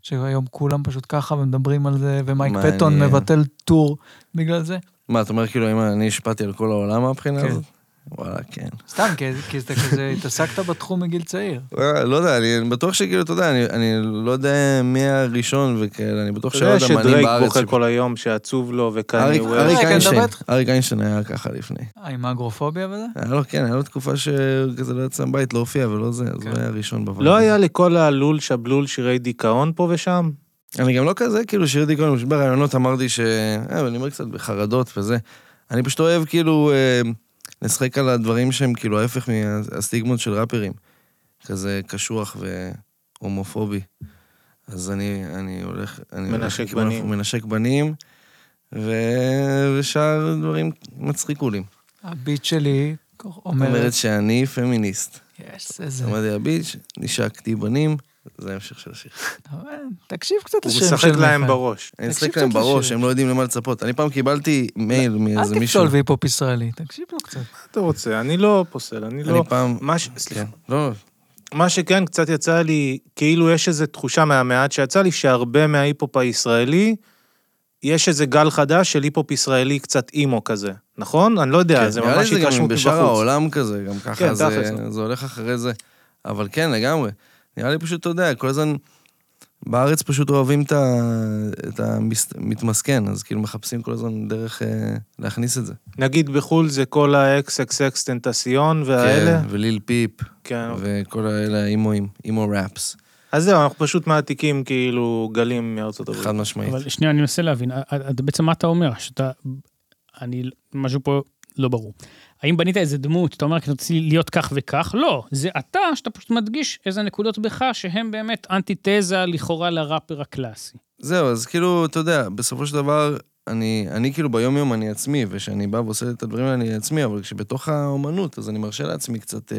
שהיום כולם פשוט ככה ומדברים על זה, ומייק
מעניין.
פטון מבטל טור בגלל זה?
מה, אתה אומר כאילו, אם אני השפעתי על כל העולם מהבחינה
כן.
הזאת? וואלה, כן.
סתם, כי, כי אתה כזה התעסקת בתחום מגיל צעיר.
וואלה, לא יודע, אני אני בטוח שכאילו, אתה יודע, אני- אני לא יודע מי הראשון וכאלה, אני בטוח
אתה
שהיו
יודע
עוד אמנים
שדרייק
בארץ.
בוכה
ש-
כל היום, שעצוב לו
אריק-
וקניה
אריק
וורס.
כן,
איינשטיין,
דבר איתך.
אריק איינשטיין היה ככה לפני.
אה, עם האגרופוביה וזה?
היה לו, כן, היה לו תקופה שכזה לא יצא מבית, לא הופיע ולא זה, אז
כן.
הוא היה ראשון בוועדה.
לא היה לכל הלול שבלול שירי דיכאון פה ושם?
אני גם לא כזה, כאילו, שיר דיכאון, פשוט ברעיונות אמרתי ש... אה, אבל אני אומר קצת בחרדות וזה. אני פשוט אוהב, כאילו, אה, לשחק על הדברים שהם כאילו ההפך מהסטיגמות של ראפרים. כזה קשוח והומופובי. אז אני, אני הולך... אני הולך
מנשק
לכיוון
בנים.
הפוך, מנשק בנים, ו... ושאר דברים מצחיקולים.
הביט שלי אומרת,
אומרת שאני פמיניסט.
יש, איזה...
אמרתי לה, ביץ', נשקתי בנים, זה ההמשך של השיר.
תקשיב קצת
הוא
לשם של
משחק להם
מיכאל.
בראש.
אני
תקשיב
אשחק להם
קצת
בראש,
לשיר.
הם לא יודעים למה לצפות. אני פעם קיבלתי מייל
אה, אל
מאיזה מישהו.
תפסול והיפ-הופ ישראלי, תקשיב לו קצת.
מה אתה רוצה? אני לא פוסל, אני
אני
לא...
פעם...
מה ש- סליחה.
כן. לא, לא.
מה שכן, קצת יצא לי, כאילו יש איזו תחושה מהמעט שיצא לי, שהרבה מההיפ-הופ הישראלי, יש איזה גל חדש של היפ-הופ ישראלי קצת אימו כזה, נכון? אני לא יודע,
כן,
זה
נראה לי
ממש
גם
התרשמות מבחוץ.
בשאר העולם כזה, גם
כן,
ככה זה-
תכלס.
זה הולך אחרי זה. אבל כן, לגמרי. נראה לי פשוט, אתה יודע, כל הזמן... בארץ פשוט אוהבים את ה- את המתמסכן, אז כאילו מחפשים כל הזמן דרך אה, להכניס את זה.
נגיד בחו"ל זה כל ה-XXX טנטסיון והאלה.
כן, וליל פיפ,
כן.
וכל האלה האימואים, אימו ראפס,
אז זהו, אנחנו פשוט מעתיקים כאילו גלים מארצות הברית.
חד משמעית.
אבל שנייה, אני מנסה להבין. אה, אה, בעצם מה אתה אומר? שאתה... אני... משהו פה לא ברור. האם בנית איזה דמות, אתה אומר, כי אתה רוצה להיות כך וכך? לא, זה אתה, שאתה פשוט מדגיש איזה נקודות בך שהן באמת אנטיתזה לכאורה לראפר הקלאסי.
זהו, אז כאילו, אתה יודע, בסופו של דבר, אני, אני כאילו ביום-יום אני עצמי, וכשאני בא ועושה את הדברים האלה אני עצמי, אבל כשבתוך האומנות, אז אני מרשה לעצמי קצת אה,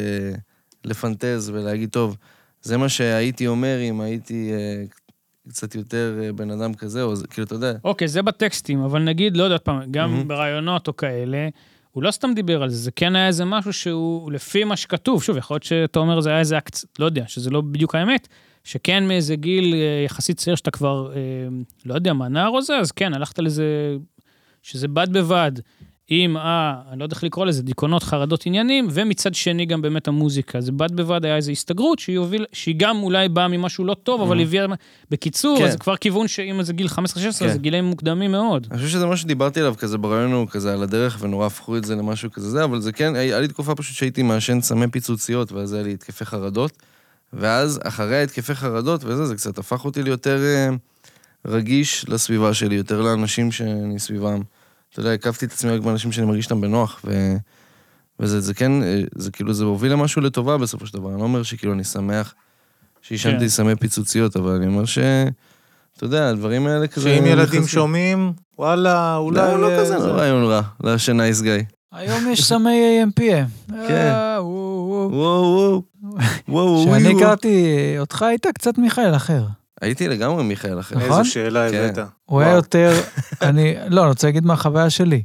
לפנטז ולהגיד, טוב, זה מה שהייתי אומר אם הייתי אה, קצת יותר אה, בן אדם כזה, או זה, כאילו, אתה יודע,
אוקיי, זה בטקסטים, אבל נגיד, לא יודע, עוד פעם, גם
מהמם.
ברעיונות או כאלה, הוא לא סתם דיבר על זה, זה כן היה איזה משהו שהוא, לפי מה שכתוב, שוב, יכול להיות שאתה אומר, זה היה איזה אקט, לא יודע, שזה לא בדיוק האמת, שכן מאיזה גיל אה, יחסית צעיר שאתה כבר, אה, לא יודע מה, נער או זה, אז כן, הלכת לזה, שזה בד בבד עם ה... אני לא יודע איך לקרוא לזה, דיכאונות, חרדות, עניינים, ומצד שני גם באמת המוזיקה. זה בד בבד היה איזו הסתגרות שהיא, הוביל, שהיא גם אולי באה ממשהו לא טוב, אבל הביאה... בקיצור,
כן.
אז זה כבר כיוון שאם זה גיל 15-16, זה
כן.
גילאים מוקדמים מאוד.
אני חושב שזה מה שדיברתי עליו כזה ברעיון הוא כזה על הדרך, ונורא הפכו את זה למשהו כזה זה, אבל זה כן, היה לי תקופה פשוט שהייתי מעשן סמי פיצוציות, ואז היה לי התקפי חרדות, ואז אחרי התקפי חרדות וזה, זה קצת הפך אותי ליותר אה, רגיש לסביבה שלי, יותר לאנשים שאני סביבם. אתה יודע, הקפתי את עצמי רק באנשים שאני מרגיש איתם בנוח, ו... וזה זה כן, אה, זה כאילו, זה הוביל למשהו לטובה בסופו של דבר. אני לא אומר שכאילו אני שמח שעישנתי
כן.
סמי פיצוציות, אבל אני אומר ש... אתה יודע, הדברים האלה כזה...
שאם ילדים
נכנסים.
שומעים, וואלה,
אולי
אולי...
הוא לא
אה,
כזה
זה-
לא רעיון רע, לעשן נייס גיא.
היום יש סמי AMPM.
כן.
אה, וואו, וואו.
וואו וואו. וואו וואו.
כשאני
וואו.
הכרתי אותך היית קצת מיכאל אחר.
הייתי לגמרי מיכאל אחר.
נכון?
איזו שאלה
כן.
הבאת.
הוא היה
וואו.
יותר, אני, לא, אני רוצה להגיד מהחוויה שלי.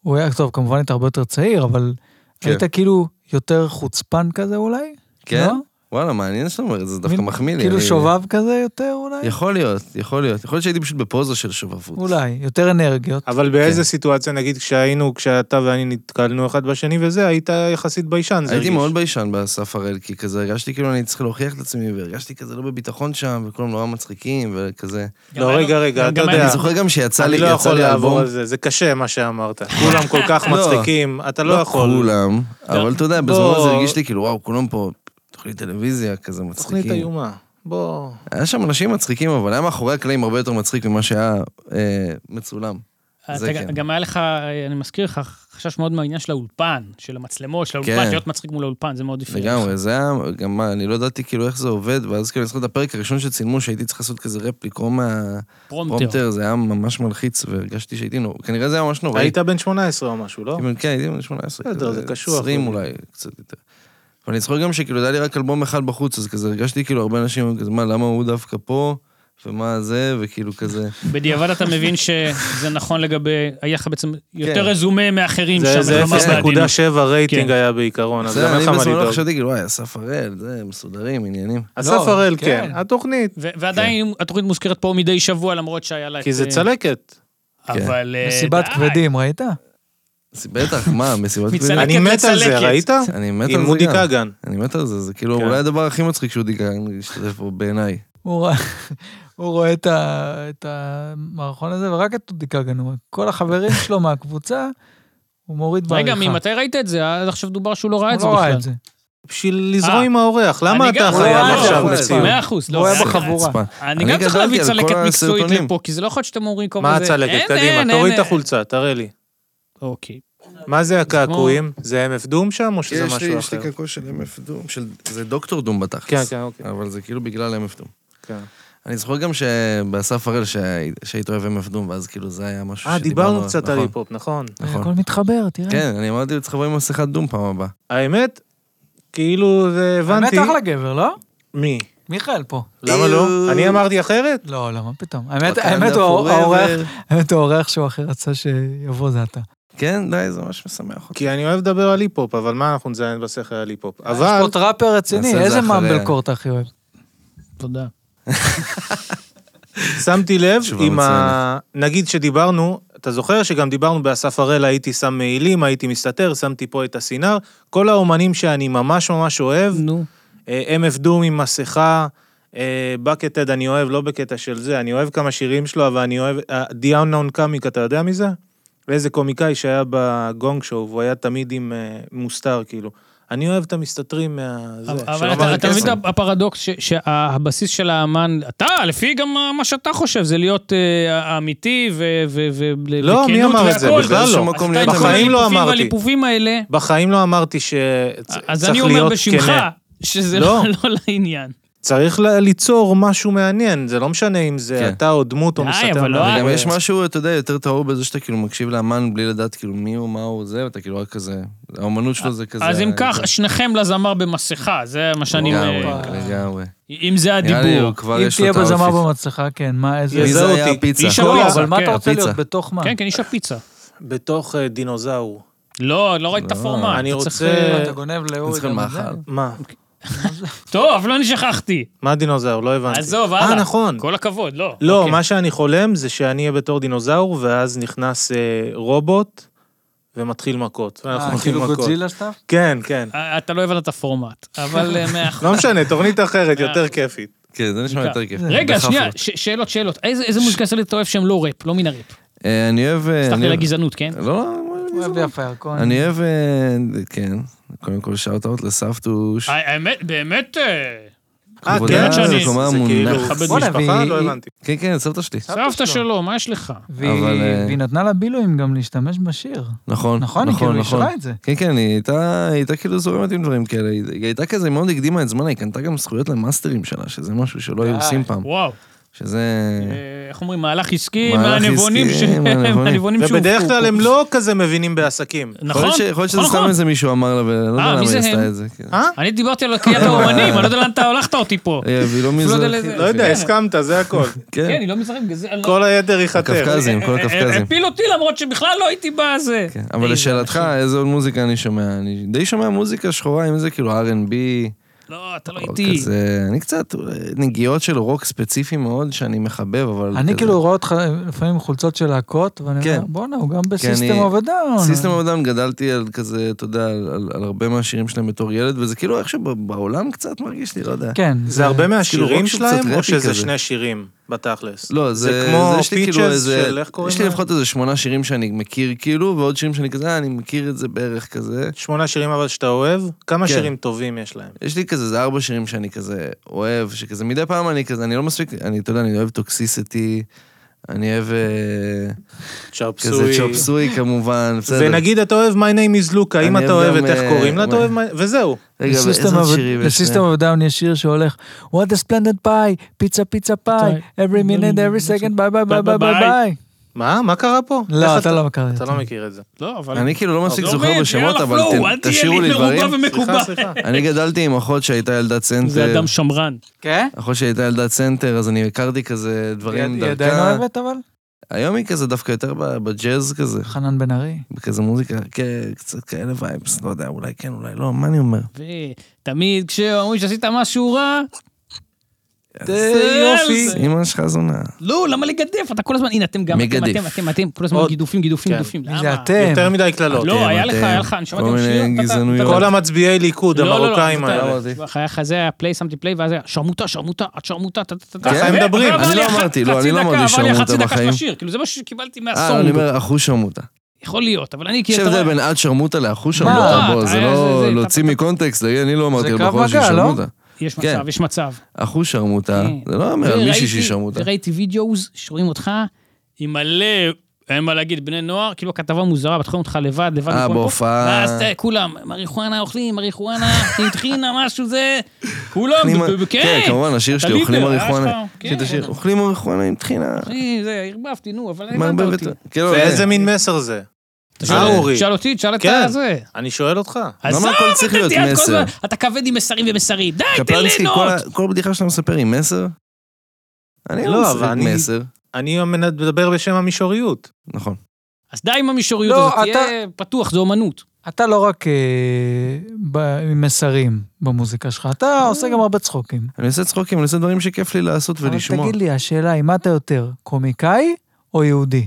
הוא היה, טוב, כמובן היית הרבה יותר צעיר, אבל
כן.
היית כאילו יותר חוצפן כזה אולי?
כן?
לא?
וואלה, מעניין שאתה אומר את זה, דווקא
מין-
מחמיא לי.
כאילו
אני-
שובב כזה יותר אולי?
יכול להיות, יכול להיות. יכול להיות שהייתי פשוט בפוזה של שובבות.
אולי, יותר אנרגיות.
אבל
כן.
באיזה סיטואציה, נגיד, כשהיינו, כשאתה ואני נתקלנו אחד בשני וזה, היית יחסית ביישן, זה
הייתי
הרגיש.
מאוד ביישן באסף הראל, כי כזה הרגשתי כאילו אני צריך להוכיח את עצמי, והרגשתי כזה לא בביטחון שם, וכולם נורא מצחיקים, וכזה.
לא, רגע, רגע,
גם
אתה
היה-
יודע,
אני זוכר גם שיצא לי,
אני לא
יצא
יכול
לי
לעבור
אלבום.
על זה, זה קשה מה שאמרת. כולם כל כך
לא.
מצחיקים, אתה לא יכול.
כולם, אבל אתה יודע,
לא.
בזמנו זה הרגיש לי כאילו, וואו, כולם פה, תוכנית טלוויזיה, כזה
תוכנית
מצחיקים.
איומה. בוא.
היה שם אנשים מצחיקים, אבל היה מאחורי הקלעים הרבה יותר מצחיק ממה שהיה אה, מצולם.
אתה
זה
גם-
כן.
גם היה לך, אני מזכיר לך, חשש מאוד מהעניין של האולפן, של המצלמות, של האולפן,
כן.
להיות מצחיק מול האולפן, זה מאוד הפריע. לך.
לגמרי, זה היה, גם מה, אני לא ידעתי כאילו איך זה עובד, ואז כאילו אני זוכר את הפרק הראשון שצילמו, שהייתי צריך לעשות כזה ראפ, לקרוא מהפרומטר,
פרומטר.
זה היה ממש מלחיץ, והרגשתי שהייתי נורא, כנראה זה היה ממש נוראי.
היית בן 18 או משהו, לא?
כאילו, כן, הייתי בן 18.
בסדר,
כזה,
זה קשוח.
20 אולי, קצת יותר. אבל אני זוכר גם שכאילו, היה לי רק אלבום אחד בחוץ, אז כזה הרגשתי כאילו הרבה אנשים היו כזה, מה, למה הוא דווקא פה, ומה זה, וכאילו כזה.
בדיעבד אתה מבין שזה נכון לגבי, היה לך בעצם יותר
כן.
רזומה מאחרים
זה
שם.
זה
כלומר, בעדינות.
0.7 רייטינג
כן.
היה בעיקרון, אז
זה,
גם
אני
לך מה
בזמנו
לדאוג.
חשבתי, כאילו, וואי, אסף הראל, זה, מסודרים, עניינים.
אסף
לא,
הראל,
כן.
כן. התוכנית,
ו- ועדיין
כן.
התוכנית מוזכרת פה מדי שבוע, למרות שהיה לה את...
כי זה
אה,
צלקת.
כן.
אבל... אה,
מסיבת
די.
כבדים, ראית?
בטח, מה, מסיבת
מצלק-
כבדים?
אני מת על זה,
לצלקת.
ראית?
אני מת על זה גם.
עם מודי כגן.
אני מת על זה, זה כאילו
כן.
אולי הדבר הכי מצחיק שאודי גן השתתף בו בעיניי.
הוא רואה- הוא רואה את ה- את המערכון הזה, ורק את אודי כגן, הוא רואה. כל החברים שלו מהקבוצה, הוא מוריד בעריכה.
רגע, ממתי ראית את זה? עד עכשיו דובר שהוא לא ראה את זה
הוא לא ראה
בכלל.
את זה.
בשביל
אה.
לזרום עם האורח, למה
אני
אתה
גם-
חייב
לא,
עכשיו
לא,
מציאות?
מאה אחוז, לא.
הוא היה
זה-
בחבורה.
עצבן.
אני גם צריך
גדלתי
להביא
על
צלקת
כל
מקצועית
הסרטונים.
לפה, כי זה לא יכול להיות שאתם אומרים כל
מה
הזמן...
הצלקת?
אין,
קדימה,
אין,
תוריד
אין,
את החולצה, תראה לי.
אין. אוקיי.
מה זה הקעקועים? זה MF דום שם או שזה
יש לי-
משהו
יש לי
אחר?
קעקוע של MF דום, של- זה דוקטור דום בתכלס.
כן, כן, אוקיי.
אבל זה כאילו בגלל MF דום.
כן.
אני זוכר גם שבאסף הראל שהי- שהיית אוהב MF דום, ואז כאילו זה היה משהו
אה, דיברנו קצת על
נכון,
היפ-הופ, נכון.
נכון.
הכל מתחבר, תראה.
כן, אני אמרתי לך בוא עם מסכת דום פעם הבאה.
האמת, כאילו, זה
האמת
הבנתי.
אחלה גבר, לא?
מי?
מיכאל פה.
למה לא?
כאילו-
איו.
אני אמרתי אחרת?
לא, למה פתאום? האמת,
Wakanda
האמת, הוא
forever.
האורח, האמת, הוא האורח שהוא הכי רצה שיבוא זה אתה.
כן, די, זה ממש משמח אותי.
כי אני אוהב לדבר על היפ-הופ, אבל מה אנחנו נזיין בשכל על היפ-הופ?
אה,
יש
אבל...
פה טראפר רציני,
נעשה את
איזה
זה אחרי.
מאמבל קורט הכי אוהב?
תודה.
שמתי לב
תשובה
עם ה... נגיד שדיברנו, אתה זוכר שגם דיברנו באסף הראל, הייתי שם מעילים, הייתי מסתתר, שמתי פה את הסינר. כל האומנים שאני ממש ממש אוהב,
נו.
אה, MF דום עם מסכה, אה, בקטד אני אוהב, לא בקטע של זה, אני אוהב כמה שירים שלו, אבל אני אוהב... אה, דיאונאון קאמיק, אתה יודע מי זה? איזה קומיקאי שהיה בגונג שואו, והוא היה תמיד עם אה, מוסתר, כאילו. אני אוהב את המסתתרים מה... זה,
אבל כן.
שלא
אתה-
מראה
אתה
כסף.
מבין את הפרדוקס ש- שהבסיס של האמן, אתה, לפי גם מה שאתה חושב, זה להיות אה, אמיתי ו... ו- ו-
לא, מי
וכנות
אמר את זה?
והכל.
בכלל
באיזשהו
לא.
מקום
אתה
להיות
עם כל
בחיים לא
הליפופים
אמרתי.
והליפופים האלה,
בחיים לא אמרתי שצריך להיות כנה.
אז אני אומר בשמך, שזה לא
לא.
לא לעניין.
צריך ל- ליצור משהו מעניין, זה לא משנה אם זה
כן.
אתה או דמות או
די,
מסתתר.
אבל לא
מאחורי.
את.
גם יש משהו, אתה יודע, יותר טהור בזה שאתה כאילו מקשיב לאמן בלי לדעת כאילו מי הוא, מה הוא זה, ואתה כאילו רק כזה, האומנות
אה,
שלו זה כזה...
אז אם כך, שניכם לזמר במסכה, זה מה שאני...
לא.
לגמרי,
אה,
לגמרי.
אם זה
נראה לי
הדיבור.
הוא כבר
אם
יש לו
תהיה
את האופיס.
בזמר במצלחה, כן, מה, איזה...
יזהו
מי זה היה
אותי.
הפיצה?
איש
לא,
הפיצה,
אבל מה
כן.
אתה רוצה להיות?
הפיצה.
בתוך מה?
כן, כן, איש הפיצה.
בתוך אה, דינוזאור.
לא, לא ראית את הפורמט.
אני
אתה צריך,
רוצה-
אה,
אתה גונב לאורי
צריך
גם את זה?
מאכל.
מה?
אוקיי. טוב, לא אני שכחתי.
מה דינוזאור? לא הבנתי.
עזוב, הלאה.
אה, נכון.
כל הכבוד, לא.
לא,
אוקיי.
מה שאני חולם זה שאני אהיה בתור דינוזאור, ואז נכנס אה, רובוט ומתחיל מכות. ואנחנו
אה,
מתחיל
כאילו
מכות.
גודזילה סתם?
כן, כן.
אה, אתה לא הבנת את הפורמט, אבל אה, מאה אחוז.
לא משנה, תוכנית אחרת,
מאה
יותר
אחוז.
כיפית.
כן, זה נשמע יותר כיף.
רגע,
בחפלות.
שנייה, ש- שאלות, שאלות. איזה איזה מוזיקה ישראלית אתה אוהב שהם לא ראפ, לא מן הראפ?
אה, אני אוהב... אה,
סלח
אני
לי על
אוהב-
הגזענות, כן?
לא, לא,
הוא אוהב יפה ירקון.
אני אוהב... אה, כן, קודם כל שאוט-אוט לסבתוש.
אה, האמת, באמת... אה,
אה,
כבודה,
כן?
שאני-
זה
כלומר,
כאילו
מונח.
מכבד
בואנה,
משפחה,
והיא-
לא
היא-
הבנתי.
כן, כן, סבתא שלי.
סבתא
שלו.
שלו, מה יש לך?
והיא
אבל, אה,
והיא נתנה לה בילויים גם להשתמש בשיר.
נכון,
נכון, היא כאילו אישרה את זה.
כן, כן, היא הייתה, היא הייתה כאילו זורמת עם דברים כאלה. היא היא הייתה כזה, היא מאוד הקדימה את זמנה, היא קנתה גם זכויות למאסטרים שלה, שזה משהו שלא היו
די.
עושים פעם.
וואו.
שזה...
אה, איך אומרים, מהלך עסקי,
מהלך
מהנבונים
עסקי,
ש-
מהנבונים.
מהנבונים שהובאו.
ובדרך כלל
פה.
הם לא כזה מבינים בעסקים.
יכול
נכון,
להיות ש- יכול להיות שזה
נכון,
סתם
נכון.
איזה מישהו אמר לה, ולא
אה,
יודע למה
מי
היא
זה הם?
עשתה את זה. כן.
אה?
אני דיברתי על קריאת האומנים, אני לא יודע לאן אתה הלכת אותי פה.
אה, והיא לא
לא יודע
מזרחית.
לאיזה-
לא יודע,
כן.
הסכמת, זה הכל.
כן,
כן,
אני לא מזרח, בגלל זה... אני לא-
כל היתר ייחתך.
הקפקזים,
אה,
כל הקפקזים.
הפיל אותי למרות שבכלל לא הייתי בזה.
כן, אבל לשאלתך, איזה עוד מוזיקה אני שומע? אני די שומע מוזיקה שחורה, אם זה כאילו R&B,
לא, אתה לא
אבל
איתי.
כזה, אני קצת, אה, נגיעות של רוק ספציפי מאוד שאני מחבב, אבל...
אני
כזה-
כאילו רואה אותך לפעמים עם חולצות של להקות, ואני
כן.
אומר, בואנה, הוא גם בסיסטם
אני-
עובדה.
סיסטם אבדאון גדלתי על כזה, אתה יודע, על, על, על הרבה מהשירים שלהם בתור ילד, וזה כאילו איכשהו ב- בעולם קצת מרגיש לי, לא יודע.
כן.
זה הרבה
רוק
מהשירים
שהוא קצת
שלהם, או
ראפי
שזה
כזה.
שני שירים, בתכלס?
לא, זה,
זה כמו
יש לי כאילו
פיצ'ס
איזה,
של איך קוראים
יש לי
להם?
לפחות איזה שמונה שירים שאני מכיר כאילו, ועוד שירים שאני כזה, אה, אני מכיר את זה בערך כזה.
שמונה שירים אבל שאתה אוהב? כמה
כן.
שירים טובים יש להם?
יש לי כזה, זה ארבע שירים שאני כזה אוהב, שכזה מדי פעם אני כזה, אני לא מספיק, אני, אתה יודע, אני אוהב טוקסיסיטי, אני אוהב אה, כזה
צ'אפסוי.
צ'ופסוי כמובן, בסדר.
ונגיד אתה אוהב My Name is Luca, אם
אני
אתה
אוהב
אוהב את
גם,
איך
אה,
קוראים לה, אתה
מה-
אוהב... My- וזהו.
רגע, אבל איזה עוד שירים יש
לסיסטם
להם?
אוף דאון יש שיר שהולך, What a splendid pie, pizza pizza pie, every minute, every second, ביי ביי ביי ביי ביי ביי.
מה? מה קרה פה? איך
לא, אתה לא מכיר את
אתה
זה.
לא מכיר את זה.
לא, אבל...
אני כאילו לא מספיק
לא
זוכר
מת,
בשמות,
יאללה,
אבל
פלואו,
ת-
אל תהיה
תשאירו
לי
לי דברים.
מרובע ומקובע.
סליחה, סליחה.
אני גדלתי עם אחות שהייתה ילדת סנטר.
זה אדם שמרן.
כן?
אחות שהייתה ילדת סנטר, אז אני הכרתי כזה דברים
היא עדיין
דרכה.
כן, אוהבת אבל?
היום היא כזה דווקא יותר ב- בג'אז כזה,
חנן בן ארי.
בכזה מוזיקה, כן, קצת כאלה וייבס, לא יודע, אולי כן, אולי לא, מה אני אומר?
ותמיד כשאומרים שעשית משהו רע,
אה, יופי. אמא שלך זונה.
לא, למה לגדף? אתה כל הזמן, הנה, אתם גם, אתם,
מגדף.
אתם, אתם, אתם, כל הזמן
עוד-
גידופים, גידופים,
כן.
גידופים.
מי
למה?
זה אתם?
יותר מדי קללות.
לא, היה לך,
אתם.
היה לך, אני שמעתי
כל
גם
מיני
שיר. אתה- אתה-
גזענויות.
אתה-
כל המצביעי ליכוד,
לא, לא, לא,
המרוקאים
אתה-
האלה.
אמרתי.
אחרי אחרי זה היה פליי, שמתי פליי, ואז היה שרמוטה, שרמוטה, את שרמוטה, אתה... אתה- אתה-
ככה הם
ו-
מדברים.
אבל עבר
אני
לי
לא
ח-
אמרתי, לא,
חצי
אני לא
דקה,
אמרתי
עבר לי
שרמוטה
חצי דקה של
בחיים.
השיר, כאילו זה משהו שקיבלתי
אה, לא, אני
מהסונג.
אומר, אחוש שרמוטה.
יכול להיות, אבל אני
יש
כאילו... אתה
הבדל
רואה-
בין עד שרמוטה לאחוש
מה?
שרמוטה, בוא, זה
היה זה-
לא
זה-
להוציא
אתה-
מקונטקסט, להגיד, אני לא אמרתי
זה
על
קרב
בחורה שהיא
מגע, לא?
שרמוטה.
יש
כן.
מצב, יש מצב.
אחוש שרמוטה,
כן.
זה לא אומר על מישהי שהיא
וראיתי-
שרמוטה.
וראיתי וידאוז שרואים אותך עם הלב, אין מה להגיד, בני נוער, כאילו הכתבה מוזרה, בתחום אותך לבד, לבד.
אה,
מפה, מפה.
בהופעה.
ואז אתה- כולם, מריחואנה אוכלים, מריחואנה, טינטחינה, משהו זה. כולם,
אוכלים-
ב- ב-
כן,
כן.
כמובן, השיר
אתה
שלי, אוכלים
לידר,
מריחואנה.
אה, שלך,
יש לי את
כן,
השיר,
בטח.
אוכלים מריחואנה עם טחינה.
אחי, זה, לא ערבבתי, נו, אבל הבנת
מערבבת-
אותי.
כאילו,
ואיזה
אה,
מין מסר זה?
אתה
אה,
שואל-
אורי.
שאל אותי, תשאל
כן.
אתה זה.
אני שואל אותך.
עזוב,
הכל צריך
אתה
להיות
תהיה את כל
מסר?
הזמן- אתה כבד עם מסרים ומסרים. די, תן
קפלנסקי, כל
ליהנות.
ה- כל בדיחה שאתה מספר היא מסר? אני
לא,
לא
אבל
מספר
אני-
מסר.
אני מדבר בשם המישוריות.
נכון.
אז די עם המישוריות
לא,
הזאת, תהיה פתוח, זו אומנות.
אתה לא רק אה, ב- עם מסרים במוזיקה שלך, אתה עושה גם הרבה צחוקים.
אני עושה צחוקים, אני עושה דברים שכיף לי לעשות ולשמוע.
אבל תגיד לי, השאלה היא, מה אתה יותר, קומיקאי או יהודי?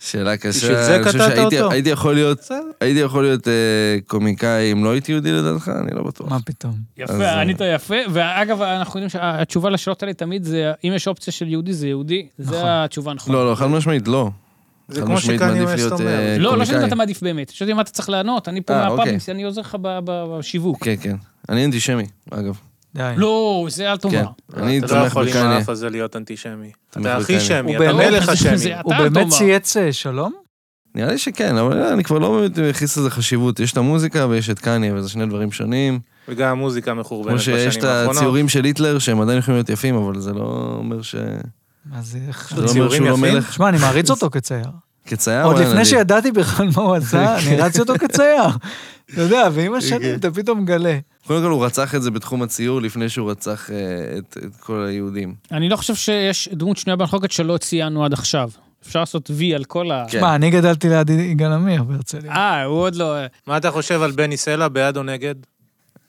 שאלה קשה.
בשביל זה
אני חושב
קטעת
שהייתי-
אותו.
הייתי יכול להיות,
בסדר.
הייתי יכול להיות אה, קומיקאי אם לא הייתי יהודי לדעתך? אני לא בטוח.
מה פתאום?
אז,
יפה,
אה,
ענית יפה. ואגב, אנחנו יודעים שהתשובה לשאלות האלה תמיד זה, אם יש אופציה של יהודי, זה יהודי.
נכון.
זה התשובה הנכונה.
לא, לא, חד משמעית לא.
זה
חד
כמו
משמעית
שקניה
מעדיף
ווסט
להיות,
אומר.
אה,
לא, לא
קומיקאי.
שאלתי אתה מעדיף באמת, שאלתי מה אתה צריך לענות, אני פה
אה, אוקיי.
מהפאבליס, אני עוזר לך ב- ב- בשיווק.
כן, כן. אני אנטישמי, אגב.
די.
לא, זה אל
כן.
תאמר.
אני
אתה לא
תומך
יכול עם
בקניה.
האף הזה להיות אנטישמי.
תומך
אתה הכי
בקניה.
שמי,
הוא
אתה
באמת-
מלך
לא, זה-
השמי.
זה-
הוא
אתה
באמת
תאמר.
צייץ אה, שלום?
נראה לי שכן, אבל אני כבר לא באמת מייחס לזה חשיבות. יש את המוזיקה ויש את קניה, וזה שני דברים שונים.
וגם המוזיקה מחורבנת
כמו
בשנים האחרונות.
שיש את הציורים של היטלר, שהם עדיין יכולים להיות יפים, אבל זה לא אומר ש...
מה זה, איך...
זה לא אומר
ציורים
שהוא לא
יפים?
מלך.
שמע, אני מעריץ אותו כצייר.
כצייר
עוד
הוא היה
לפני
נדיב.
שידעתי בכלל מה הוא עשה, אני רצתי אותו כצייר. אתה יודע, ועם השנים אתה פתאום מגלה.
קודם כל הוא רצח את זה בתחום הציור לפני שהוא רצח אה, את את כל היהודים.
אני לא חושב שיש דמות שנויה במחלוקת שלא ציינו עד עכשיו. אפשר לעשות וי על כל ה...
כן.
שמע, אני גדלתי ליד יגאל עמיר בהרצליה.
אה, הוא עוד לא...
מה אתה חושב על בני סלע, בעד או נגד?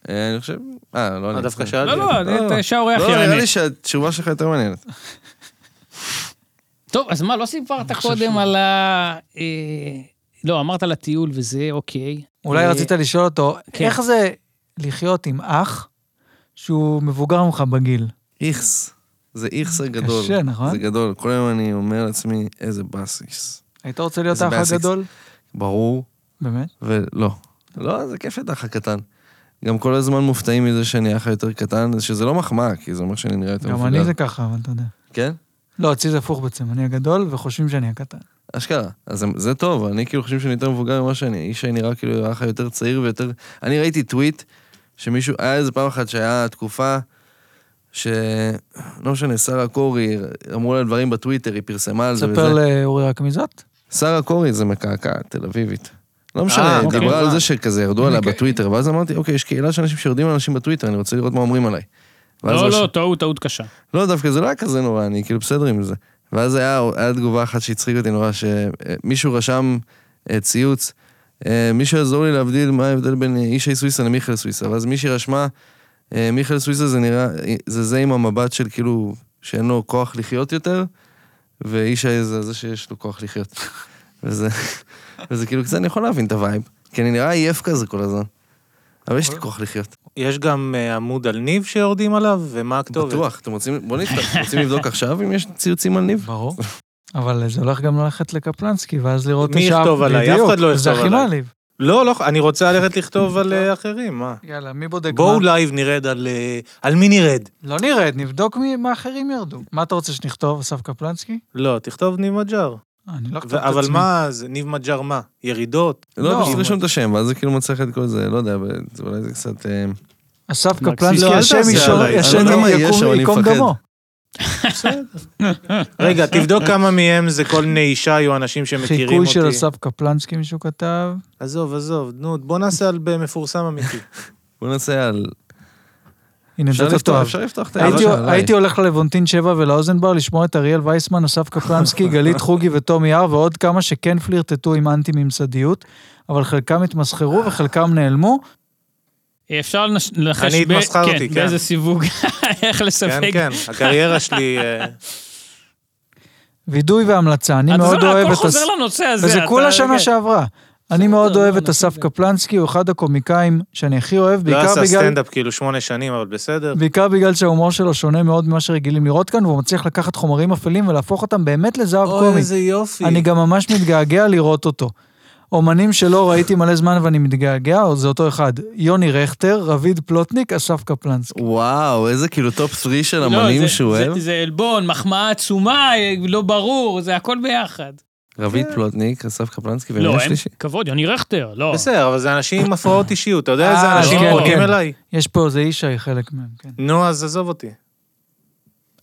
אה, אני חושב... אה, לא
מה
אני.
דווקא שאלתי?
לא, לא,
לא.
אתה- שהאורח
לא, נראה
יענה.
לי שהתשובה שלך יותר מעניינת.
טוב, אז מה, לא סיפרת קודם על ה... אה, לא, אמרת על הטיול וזה, אוקיי.
אולי
אה,
רצית לשאול אותו,
כן.
איך זה לחיות עם אח שהוא מבוגר ממך בגיל?
איכס. זה איכס הגדול.
קשה, נכון?
זה גדול. כל היום אני אומר לעצמי, איזה בסיס.
היית רוצה להיות
איזה
האח
basics.
הגדול?
ברור.
באמת?
ולא. לא, זה כיף להיות אח הקטן. גם כל הזמן מופתעים מזה שאני אח היותר קטן, שזה לא מחמאה, כי זה אומר שאני נראה יותר
גם
מפגר.
אני זה ככה, אבל אתה יודע.
כן?
לא, אצלי זה הפוך בעצם, אני הגדול וחושבים שאני הקטן.
אשכרה. אז זה- זה טוב, אני כאילו חושב שאני יותר מבוגר ממה שאני, איש שאני נראה כאילו האח היותר צעיר ויותר... אני ראיתי טוויט שמישהו, היה איזה פעם אחת שהיה תקופה ש... לא משנה, שרה קורי, אמרו לה דברים בטוויטר, היא פרסמה על זה וזה.
ספר לאורי רק מזאת?
שרה קורי זה מקעקע, תל אביבית. לא
אה,
משנה, היא
אוקיי.
דיברה על
כמובן.
זה שכזה ירדו עליה בטוויטר, ואז אמרתי, אוקיי, יש קהילה של אנשים שיורדים על אנשים בטוויטר, אני רוצה לראות מה אומרים עליי. ואז
לא,
רש-
לא, טעות, טעות קשה.
לא, דווקא זה לא היה כזה נורא, אני כאילו בסדר עם זה. ואז היה, היה תגובה אחת שהצחיקה אותי נורא, שמישהו רשם אה, ציוץ, אה, מישהו יעזור לי להבדיל מה ההבדל בין אה, ישי סוויסה למיכאל סוויסה. ואז מישהי רשמה, אה, מיכאל סוויסה זה נראה, זה זה עם המבט של כאילו, שאין לו כוח לחיות יותר, וישי זה זה שיש לו כוח לחיות. וזה, וזה כאילו קצת, אני יכול להבין את הווייב. כי אני נראה עייף כזה כל הזמן. אבל יש לי כוח לחיות.
יש גם אה, עמוד על ניב שיורדים עליו, ומה הכתובת?
בטוח, אתם רוצים, בוא נפתח, אתם רוצים לבדוק עכשיו אם יש ציוצים על ניב?
ברור. אבל זה הולך גם ללכת לקפלנסקי, ואז לראות
מי יכתוב עליי? אף
בדיוק,
אחד לא
זה
יכתוב
הכי
עליי.
מעליב.
לא, לא, אני רוצה ללכת לכתוב על אה, אחרים, מה?
יאללה, מי בודק
בואו
מה?
לייב נרד על... אה, על מי נרד?
לא נרד, נבדוק מי- מה אחרים ירדו. מה אתה רוצה שנכתוב, אסף קפלנסקי?
לא, תכתוב ניב מג'אר.
אני לא אכתוב את עצמי.
אבל מה, זה ניב מג'אר מה? ירידות?
לא.
לא, פשוט רשום את השם, ואז זה כאילו מצליח את כל זה, לא יודע, אבל זה- אולי זה קצת... אה,
אסף
מרקסיסט.
קפלנסקי,
לא, אל
השם
תעשה
ישור-
עליי.
השם
אני לא יודע מה יהיה
יקום-
שם, אני
ייקום
מפחד.
דמו.
רגע, תבדוק כמה מהם זה כל בני ישי או אנשים שמכירים
חיקוי
אותי.
של אסף קפלנסקי, מישהו כתב.
עזוב, עזוב, נו, בוא נעשה על במפורסם אמיתי.
בוא נעשה על...
הנה,
אפשר
דווקא
לפתוח,
טוב.
אפשר לפתוח את
הייתי-
הערה שעליי.
הייתי הולך ללוונטין 7 ולאוזן בר לשמוע את אריאל וייסמן, אסף קפלנסקי, גלית חוגי וטומי הר ועוד כמה שכן פלירטטו עם אנטי-ממסדיות, אבל חלקם התמסחרו וחלקם נעלמו.
אפשר לנש- לחשבן...
התמסחרתי, כן.
באיזה סיווג, איך
כן,
לסווג.
כן, הקריירה שלי... אה,
וידוי והמלצה, אני
אתה
מאוד
זוכר,
אוהב
הכל
את...
חוזר
הס-
לנושא הזה.
וזה
אתה-
כולה שנה
כן.
שעברה. אני
בסדר,
מאוד
לא,
אוהב
לא,
את אסף
בסדר.
קפלנסקי, הוא אחד הקומיקאים שאני הכי אוהב,
לא
בעיקר
עשה
בגלל...
סטנדאפ כאילו שמונה שנים, אבל בסדר.
בעיקר בגלל שההומור שלו שונה מאוד ממה שרגילים לראות כאן, והוא מצליח לקחת חומרים אפלים ולהפוך אותם באמת לזהב קומי.
יופי.
אני גם ממש מתגעגע לראות אותו. אומנים שלא ראיתי מלא זמן ואני מתגעגע, או זה אותו אחד. יוני רכטר, רביד פלוטניק, אסף קפלנסקי.
וואו, איזה כאילו טופ 3 של
לא,
אמנים
זה-
שהוא
זה-
אוהב.
זה עלבון, מחמאה עצומה, אה, לא ברור, זה הכל ביחד.
רביד פלוטניק, אסף קפלנסקי
לא,
ומי
אין
השלישי.
כבוד, יוני רכטר, לא.
בסדר, אבל זה אנשים עם הפרעות אישיות, אתה יודע
אה,
איזה אנשים
כן,
פונים
כן.
אליי?
יש פה איזה ישי, חלק מהם, כן.
נו, אז עזוב אותי.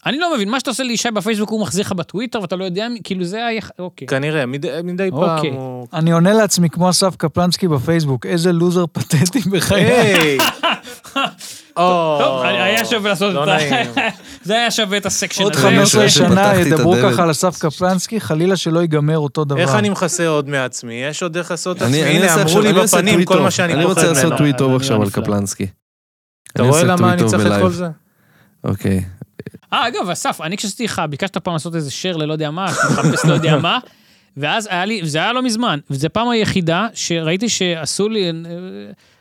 אני לא מבין, מה שאתה עושה לישי בפייסבוק הוא מחזיר לך בטוויטר ואתה לא יודע, מי- כאילו זה ה... אוקיי.
כנראה, מדי מדי פעם
אוקיי.
הוא...
אני עונה לעצמי כמו אסף קפלנסקי בפייסבוק, איזה לוזר פתטי בחיי.
היי! או,
טוב, היה שווה לעשות
לא
את ה...
נעים.
זה היה שווה את הסקשן
עוד
הזה.
חמש-
15
שפתחתי
שנה
את
ידברו
הדלת.
ככה על אסף קפלנסקי, חלילה שלא ייגמר אותו דבר.
איך אני מכסה עוד מעצמי? יש עוד איך לעשות את
אני
עצמי?
אני
הנה,
אעשה
אמרו
עכשיו,
לי
אני לא אעשה
בפנים
טוויט
כל
טוב.
מה שאני
אני
בוחר
רוצה לעשות
ממנו. לא
טוויט טוב
אני
עכשיו על
נפלא.
קפלנסקי.
אתה
אני
רואה
אעשה
למה אני
טוויט טוב
צריך את
בלייב.
כל זה?
אוקיי.
אה, אגב, אסף, אני כשעשיתי לך, ביקשת פעם לעשות איזה שייר ללא יודע מה, מחפש לא יודע מה, ואז היה לי, זה היה לא מזמן, וזו הפעם היחידה שראיתי שעשו לי, אה,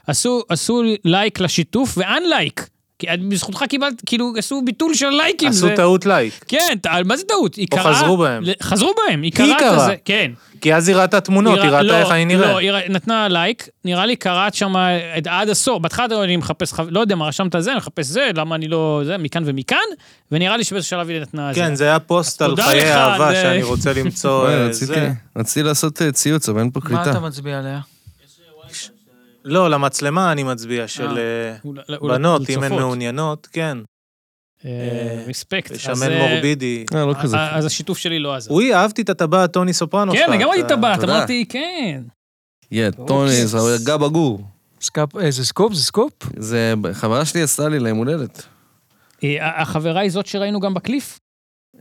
עשו, עשו לי לייק לשיתוף ואן-לייק. כי את- בזכותך קיבלת, כאילו, עשו ביטול של לייקים.
עשו
זה-
טעות לייק.
כן, ת- על מה זה טעות? היא
או
קראה-
חזרו בהם.
ל- חזרו בהם, היא
היא
קראה את
קראה.
זה, כן.
כי אז היא ראתה תמונות, היא ראתה איך אני
לא,
נראה.
היא רא- נתנה לייק, נראה לי קראת שם עד, עד הסוף, בהתחלה אתה אומר, אני מחפש, חב- לא יודע מה, רשמת זה, אני מחפש זה, למה אני לא, זה, מכאן ומכאן, ונראה לי שבאיזשהו שלב היא נתנה
כן,
זה.
זה היה פוסט על
תודה לך,
חיי אהבה
זה-
שאני רוצה למצוא
וואי,
אה,
רציתי-
זה.
רציתי לעשות אה, ציוץ, אבל אין פה
מה אתה
קליטה.
מצביע עליה?
לא, למצלמה אני מצביע, של אה,
אולי- אולי-
בנות, אם הן
לצופות.
מעוניינות, כן.
אה, רספקט. אז,
שמן
אה,
מורבידי.
אה, לא
אה,
כזה.
אז השיתוף שלי לא עזר.
אוי, אהבתי את הטבעת טוני סופרנו שלך.
כן, אני גם ראיתי את
אתה-
הבת,
תודה.
אמרתי, כן.
יא,
אוקיי.
טוני, זה גב הגור.
סקאפ- אה, זה סקופ? זה סקופ?
זה, חברה שלי עשתה לי ליום הולדת.
אה, ה- החברה היא זאת שראינו גם בקליף,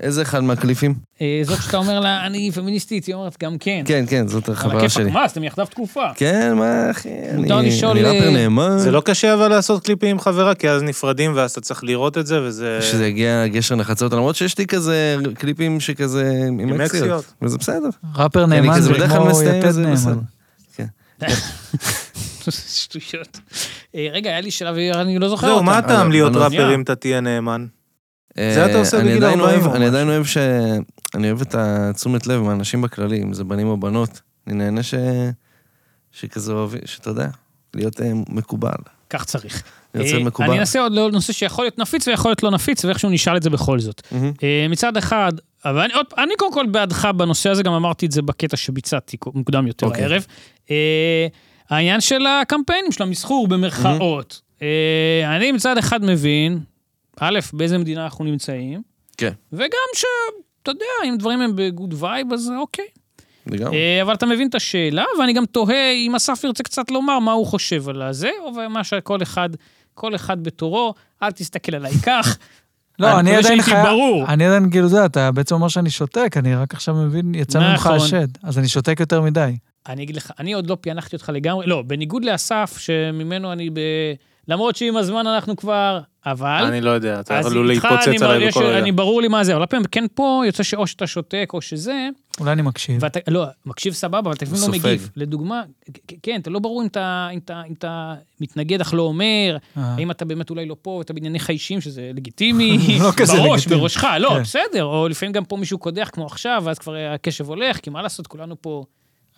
איזה אחד מהקליפים?
אה, זאת שאתה אומר לה, אני פמיניסטית, היא אומרת, גם כן.
כן, כן, זאת
על
החברה
הכיפאק,
שלי.
מה, אז אתם יחדיו תקופה.
כן, מה, אחי, אני
מותר לשאול,
אני
אה,
ראפר נאמן.
זה לא קשה אבל לעשות קליפים עם חברה, כי אז נפרדים ואז אתה צריך לראות את זה, וזה...
שזה יגיע גשר נחצות, למרות שיש לי כזה קליפים שכזה עם
עם
אקסיות.
אקסיות.
וזה בסדר.
ראפר
אני
נאמן
כזה
זה
בדרך כלל
כמו
מסתיים
יתד
וזה בסדר.
נאמן.
שטויות. אה, רגע, היה לי שאלה ואני לא זוכר
זהו,
אותה.
מה
אבל-
הטעם להיות
אבל-
ראפר
שנייה.
אם אתה תהיה נאמן?
אה,
זה אתה עושה
אני
בגיל
עדיין
40
אוהב-
או
אני עדיין אוהב ש... אני אוהב את התשומת לב מהאנשים בכללי, אם זה בנים או בנות. אני נהנה ש... שכזה אוהבים, שאתה יודע, להיות אה, מקובל.
כך צריך.
להיות צד
אה,
מקובל.
אני אנסה עוד לעוד נושא שיכול להיות נפיץ ויכול להיות לא נפיץ, ואיכשהו נשאל את זה בכל זאת.
מהמם.
אה, מצד אחד, אבל אני, עוד, אני קודם כל בעדך בנושא הזה, גם אמרתי את זה בקטע שביצעתי קו- מוקדם יותר
אוקיי.
הערב. אה, העניין של הקמפיינים, של המסחור במרכאות. אה, אני מצד אחד מבין, א', באיזה מדינה אנחנו נמצאים,
כן.
וגם ש... אתה יודע, אם דברים הם בגוד וייב, אז אוקיי.
לגמרי.
אה, אבל אתה מבין את השאלה, ואני גם תוהה אם אסף ירצה קצת לומר מה הוא חושב על הזה, או מה שכל אחד, כל אחד בתורו, אל תסתכל עליי כך.
לא, אני
מקווה
עדיין
שהייתי
חייב...
ברור.
אני עדיין, כאילו, זה, אתה בעצם אומר שאני שותק, אני רק עכשיו מבין, יצא ממך
נכון.
השד, אז אני שותק יותר מדי.
אני אגיד לך, אני עוד לא פענחתי אותך לגמרי, לא, בניגוד לאסף, שממנו אני ב... למרות שעם הזמן אנחנו כבר... אבל...
אני לא יודע, אתה
אז
עלול
איתך
להתפוצץ
אני
עליי
מרגיש
בכל
ש-
רגע.
אני ברור לי מה זה, אבל הרבה פעמים כן פה יוצא שאו שאתה שותק או שזה,
אולי אני מקשיב.
ואתה, לא, מקשיב סבבה, אבל אתה לפעמים לא
סופג.
מגיב. לדוגמה, כ- כן, אתה לא ברור אם אתה, אם אתה, אם אתה מתנגד אך לא אומר,
אה.
האם אתה באמת אולי לא פה, ואתה בענייניך אישיים, שזה לגיטימי,
לא כזה
בראש,
לגיטימי.
בראשך, לא,
כן.
בסדר, או לפעמים גם פה מישהו קודח כמו עכשיו, ואז כבר הקשב הולך, כי מה לעשות, כולנו פה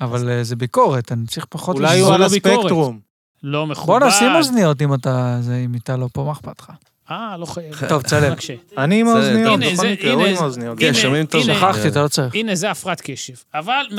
אבל אה, זה ביקורת, אני צריך פחות...
אולי
לזלזל.
הוא על
לא ביקורת.
הספקטרום.
לא מכובד.
בוא נשים אוזניות אם אתה... זה, אם איתה לא פה, מה אכפת לך?
אה, לא חייב.
טוב, צלם.
מקשה.
אני עם
זה-
האוזניות,
הנה,
בכל
זה-
מקרה, הוא
הנה,
עם האוזניות.
הנה,
כן, שומעים טוב.
הנה.
שכחתי, אתה לא צריך.
הנה, זה הפרעת קשב, אבל 100%.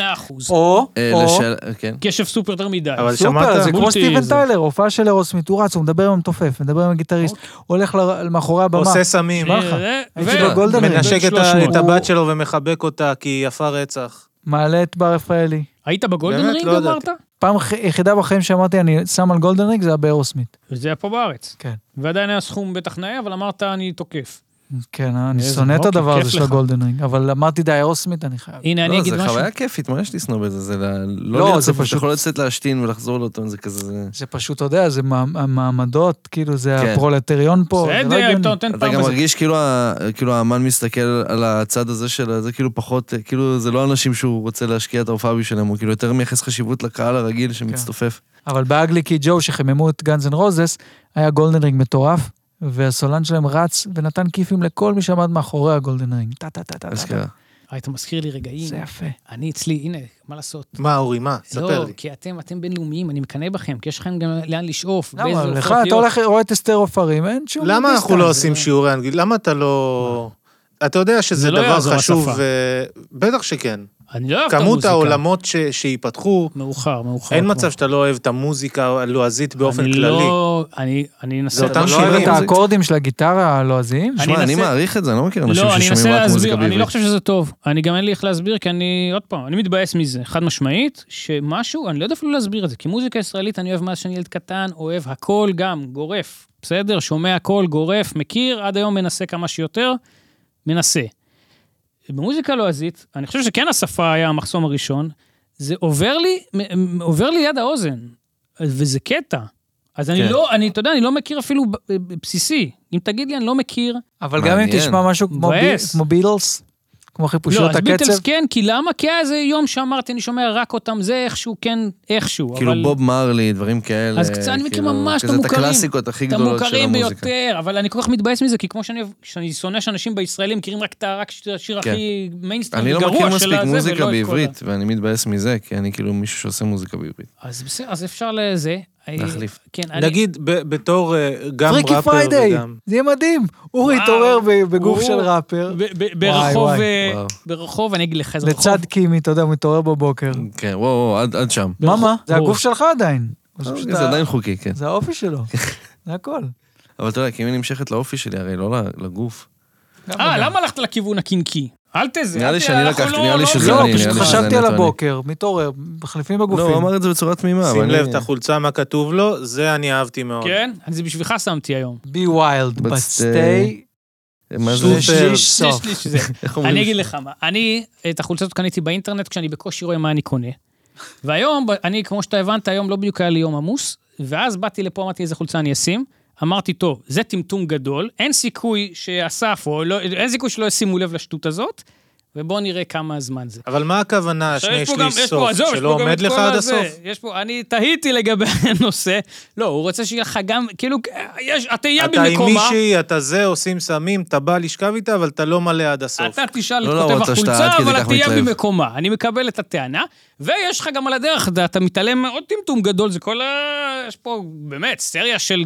או,
אה,
או,
לשאל- כן.
קשב סופר יותר מדי. אה,
אבל
סופר,
שמעת?
זה כמו
מולטי
סטיבן
זה.
טיילר, הופעה של אירוסמית, הוא רץ, הוא מדבר עם המתופף, מדבר עם הגיטריסט,
אוקיי.
הולך ל- מאחורי הבמה.
עושה סמים,
נשמע לך.
אה,
הייתי
ו-
בגולדה
בן
מנהל.
מנשק את
300.
ה- את הבת שלו ומחבק אותה כי היא יפה רצח.
מעלה את בר רפאלי.
היית בגולדן
באמת,
רינג,
לא
אמרת?
ידעתי.
פעם אח- יחידה בחיים שאמרתי, אני שם על גולדן רינג, זה היה באירוסמית.
זה היה פה בארץ.
כן.
ועדיין היה סכום בטח נאה, אבל אמרת, אני תוקף.
כן, אה, אני
איזה
שונא את
אוקיי,
הדבר
כיף
הזה של
לך.
הגולדן רינג, אבל אמרתי, די, אירוסמית, אני חייב.
הנה, אני
לא,
אגיד
זה
משהו.
חוויה כיפית, מה יש לשנוא בזה? זה ל-
לא,
לא
זה
לרצות,
פשוט-
אתה יכול לצאת להשתין ולחזור לאותו, זה כזה... זה-
זה פשוט, אתה יודע, זה מעמ- המעמדות, כאילו, זה
כן.
הפרולטריון פה. זה לא
בסדר, אם
הגיוני.
אתה נותן
אתה
פעם
גם
בזה.
מרגיש כאילו ה- כאילו האמן מסתכל על הצד הזה של זה, כאילו פחות, כאילו זה לא אנשים שהוא רוצה להשקיע את ההופעה בשבילם, הוא כאילו יותר מייחס חשיבות לקהל הרגיל שמצטופף.
אבל באגליקי ג'ו, שחיממו את גאנז אנד רוזס, היה גולדן רינג מטורף, והסולן שלהם רץ ונתן כיפים לכל מי שעמד מאחורי הגולדן רינג. טה טה טה טה טה.
כן.
אשכרה.
טה.
אה, אתה מזכיר לי רגעים.
זה יפה.
אני אצלי, הנה, מה לעשות?
מה, אורי, מה? ספר
לא,
לי.
כי אתם, אתם בינלאומיים, אני מקנא בכם, כי יש לכם גם לאן לשאוף. באיזה
למה? לך,
הופעות
אתה
להיות.
הולך, רואה את אסתר עופרים, אין שום...
למה
דיסטנס.
אנחנו לא עושים שיעורי אנגלית? למה אתה לא... אתה יודע
זה
שזה
לא
דבר
יעזור,
חשוב,
השפה.
ו- בטח שכן.
אני לא אוהב את המוזיקה.
כמות העולמות ש- שייפתחו,
מאוחר, מאוחר.
אין
כבר.
מצב שאתה לא אוהב את המוזיקה הלועזית באופן
אני
כללי.
לא... אני אני אנסה...
זה אותם
אבל
אתה
לא-
לא אוהב
שירים.
את האקורדים של הגיטרה הלועזיים?
אני
שמע, אני
אנסה-
מעריך את זה, אני לא מכיר אנשים
לא, אני
ששומעים
אנסה
רק מוזיקה
להסביר, אני לא
בעברית.
חושב שזה טוב. אני גם אין לי איך להסביר, כי אני, עוד פעם, אני מתבאס מזה, חד משמעית, שמשהו, אני לא יודע אפילו להסביר את זה, כי מוזיקה ישראלית אני אוהב מאז שאני ילד קטן, אוהב הכל גם, גורף, בסדר? שומע הכל, גורף, מכיר, עד היום מנסה כמה שיותר, מנסה. במוזיקה לועזית, אני חושב שכן השפה היה המחסום הראשון, זה עובר לי, מ- מ- עובר לי יד האוזן, וזה קטע. אז אני
כן.
לא, אני, אתה יודע, אני לא מכיר אפילו ב- ב- בסיסי. אם תגיד לי, אני לא מכיר,
אבל גם אם
מעניין.
תשמע משהו כמו בי-
מבאס.
כמו ביטלס, כמו
לא,
חיפושיות
אז ביטלס
הקצב,
כן, כי למה? כי היה איזה יום שאמרתי, אני שומע רק אותם, זה איכשהו, כן, איכשהו.
כאילו
אבל
בוב מרלי, דברים כאלה.
אז קצת, אני מכיר
כאילו,
ממש לא את
כזה
המוכרים.
את הקלאסיקות הכי
את
גדולות של
המוכרים
המוזיקה.
ביותר, אבל אני כל כך מתבאס מזה, כי כמו שאני אוהב- שאני שונא שאנשים בישראלים מכירים רק את ה- רק את השיר
כן.
הכי
אני
מיינסטרים
לא מכיר
גרוע של הזה,
מספיק
ולא את
מוזיקה
כל ה-
בעברית, ואני מתבאס מזה, כי אני כאילו מישהו שעושה מוזיקה בעברית.
אז בסדר, אז אפשר לזה.
להחליף.
כן, אני...
נגיד, ב- בתור אה, גם
פריקי
ראפר
פריידיי,
וגם...
זה יהיה מדהים. אורי
וואו.
התעורר ב- בגוף
הוא-
של ראפר,
ב- ב- ברחוב,
וואי.
אה,
וואו.
ברחוב, אני אגיד לך איזה רחוב.
לצד קימי, אתה יודע, הוא מתעורר בבוקר.
כן, וואו, וואו, עד- עד שם.
מה, מה? זה
ברור.
הגוף שלך עדיין. זה פשוט
זה
ה-
עדיין חוקי, כן.
זה האופי שלו, זה הכל.
אבל אתה יודע, כי אם היא נמשכת לאופי שלי, הרי לא לגוף.
אה, למה הלכת לכיוון הקינקי? אל תזה.
נראה
אל
לי
ת-
שאני
אנחנו
לקחתי,
לא-
נראה לי
לא-
שזה
לא,
לא,
אני,
פשוט
פשוט
נראה לי שזה
חשבתי
אני
על
טוען.
הבוקר, מתעורר, מחליפים
לא, הוא
בגופים.
אמר את זה בצורה תמימה.
שים
אבל
לב,
אני-
את החולצה מה כתוב לו, זה אני אהבתי מאוד.
כן, אז זה בשבילך שמתי היום.
בי ויילד,
But
but
stay-
stay,
מה זה?
סופר.
שליש
שליש,
סוף.
שליש, זה.
איך
אני
אומרים?
אגיד לך מה, אני את החולצות קניתי באינטרנט כשאני בקושי רואה מה אני קונה. והיום, ב- אני, כמו שאתה הבנת, היום לא בדיוק היה לי יום עמוס, ואז באתי לפה, אמרתי איזה חולצה אני אשים. אמרתי, טוב, זה טמטום גדול, אין סיכוי שאסף, או לא, אין סיכוי שלא ישימו לב לשטות הזאת, ובואו נראה כמה זמן זה.
אבל מה הכוונה,
עכשיו,
שני
יש פה גם-
שליש
יש פה-
סוף,
עזוב, יש
שלא
פה גם
עומד
את
לך
כל
עד
הזה.
הסוף?
יש פה, אני תהיתי לגבי הנושא. לא, הוא רוצה שיהיה לך גם, כאילו, יש, התהייה
אתה עם
במקומה.
מישהי, אתה זה, עושים סמים, אתה בא לשכב איתה, אבל אתה לא מלא עד הסוף.
אתה תשאל את
לא, לא,
כותב
רוצה שאתה
החולצה,
עד כדי
אבל
כך
התהייה
מתלהב.
במקומה. אני מקבל את הטענה, ויש לך גם על הדרך, אתה- אתה מתעלם מעוד טמטום גדול, זה כל ה... יש פה באמת סריה של...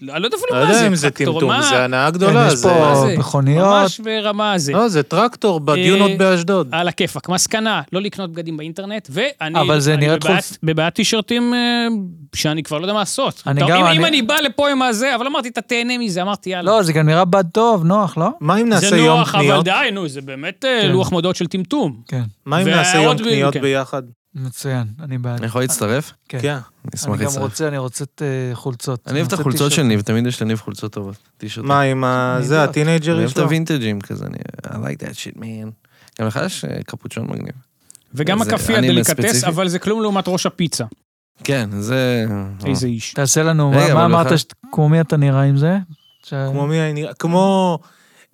לא- אני לא יודע
לא
אפילו מה זה.
יודע אם זה
טרקטור,
טמטום,
מה-
זה הנאה
כן,
גדולה,
יש
זה...
מה
פה
זה?
מכוניות,
ממש ברמה הזה.
לא, זה טרקטור בדיונות
אה,
באשדוד.
על הכיפאק. מסקנה, לא לקנות בגדים באינטרנט, ואני...
אבל זה
אני
נראה
בבעיית-
דחוף.
בבעיית טישרטים אה, שאני כבר לא יודע מה לעשות.
אני
אתה-
גם-
אם-
אני-
אם אני בא לפה עם הזה, אבל אמרתי, אתה תהנה מזה, אמרתי, יאללה.
לא, זה גם נראה בד טוב, נוח, לא?
מה אם נעשה
זה
יום
נוח, אבל
קניות?
די, נו, זה באמת אה, לוח מודעות של טמטום.
כן,
מה אם נעשה
והעוד
יום
בין-
קניות
כן.
ביחד?
מצוין, אני בעד.
אני יכול להצטרף?
כן.
כן.
אני
אני
אשמח
גם
להצטרף.
רוצה, אני רוצה את אה, חולצות.
אני אוהב את
רוצה
החולצות של
טישרט.
ניב, תמיד יש לניב חולצות טובות. טישרט.
מה עם ה- זה,
אידיוט.
הטינג'ר
אני אוהב את
שלו?
הווינטג'ים כזה, אני... I like that shit, man. גם לך יש אה, קפוצ'ון מגניב.
וגם
זה-
הכאפי
אני
הדליקטס,
בספציפי-
אבל זה כלום לעומת ראש הפיצה.
כן, זה...
איזה איש.
תעשה לנו,
רגע,
מה- מה
אבל לא
אמרת,
חייב-
ש- כמו מי אתה נראה עם זה? ש-
כמו מי אני... כמו...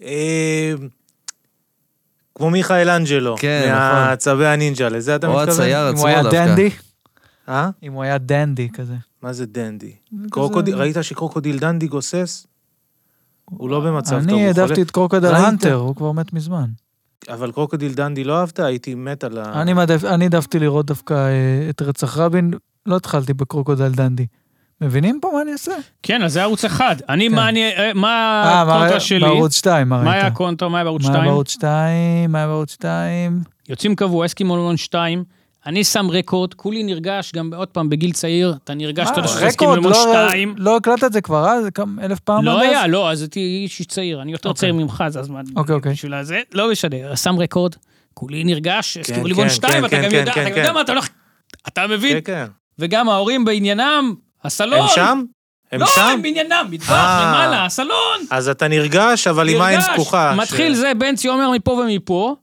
אה, כמו מיכאל אנג'לו.
כן, נכון.
מהצבי הנינג'ה, לזה אתה
או
מתכוון?
הצייר
אם הוא
עצמו
היה
דווקא.
דנדי?
אה?
אם הוא היה דנדי כזה.
מה זה דנדי? קרוקודיל, ראית שקרוקודיל דנדי גוסס? הוא לא במצב טוב,
אני
הוא
העדפתי את קרוקודל
ראית?
הנטר, הוא כבר מת מזמן.
חולה. אבל קרוקודיל דנדי לא אהבת? הייתי מת על
אה.
ה...
אני מעדיף- אני העדפתי לראות דווקא אה, את רצח רבין, לא התחלתי בקרוקודל דנדי. מבינים פה מה אני עושה?
כן, אז זה ערוץ אחד. אני, מה אני, אה, מה
אה, מה
הקונטרה
ראית?
שלי?
בערוץ 2, מה ראית?
מה היה הקונטרה, מה היה בערוץ
מה היה
2?
בערוץ 2? מה היה בערוץ 2?
יוצאים קבוע, אסקימולון 2. אני שם רקורד, כולי נרגש, גם עוד פעם, בגיל צעיר, אתה נרגש, אתה יודע שזה אסקימולון 2.
אה, לא הקלטת את זה כבר אז? כמה- אלף פעם?
לא
עד אז?
היה, לא, אז הייתי איש צעיר, אני יותר
אוקיי.
צעיר ממך, אז הזמן
אוקיי, אוקיי.
בשביל הזה, לא משנה, שם רקורד, כולי נרגש, אסקימולון
כן,
2, אתה
כן,
גם
כן,
יודע,
כן,
אתה
כן.
יודע מה, אתה הולך, אתה מבין,
כן, כן.
וגם ההורים בעניינם, הסלון,
הם שם? הם
לא,
שם?
הם בעניינם, מטבח,
אה.
למעלה, הסלון,
אז אתה נרגש, אבל עם עין
נרגש.
זקוחה.
מתחיל
ש-
זה, בנצי אומר מפה ומפה,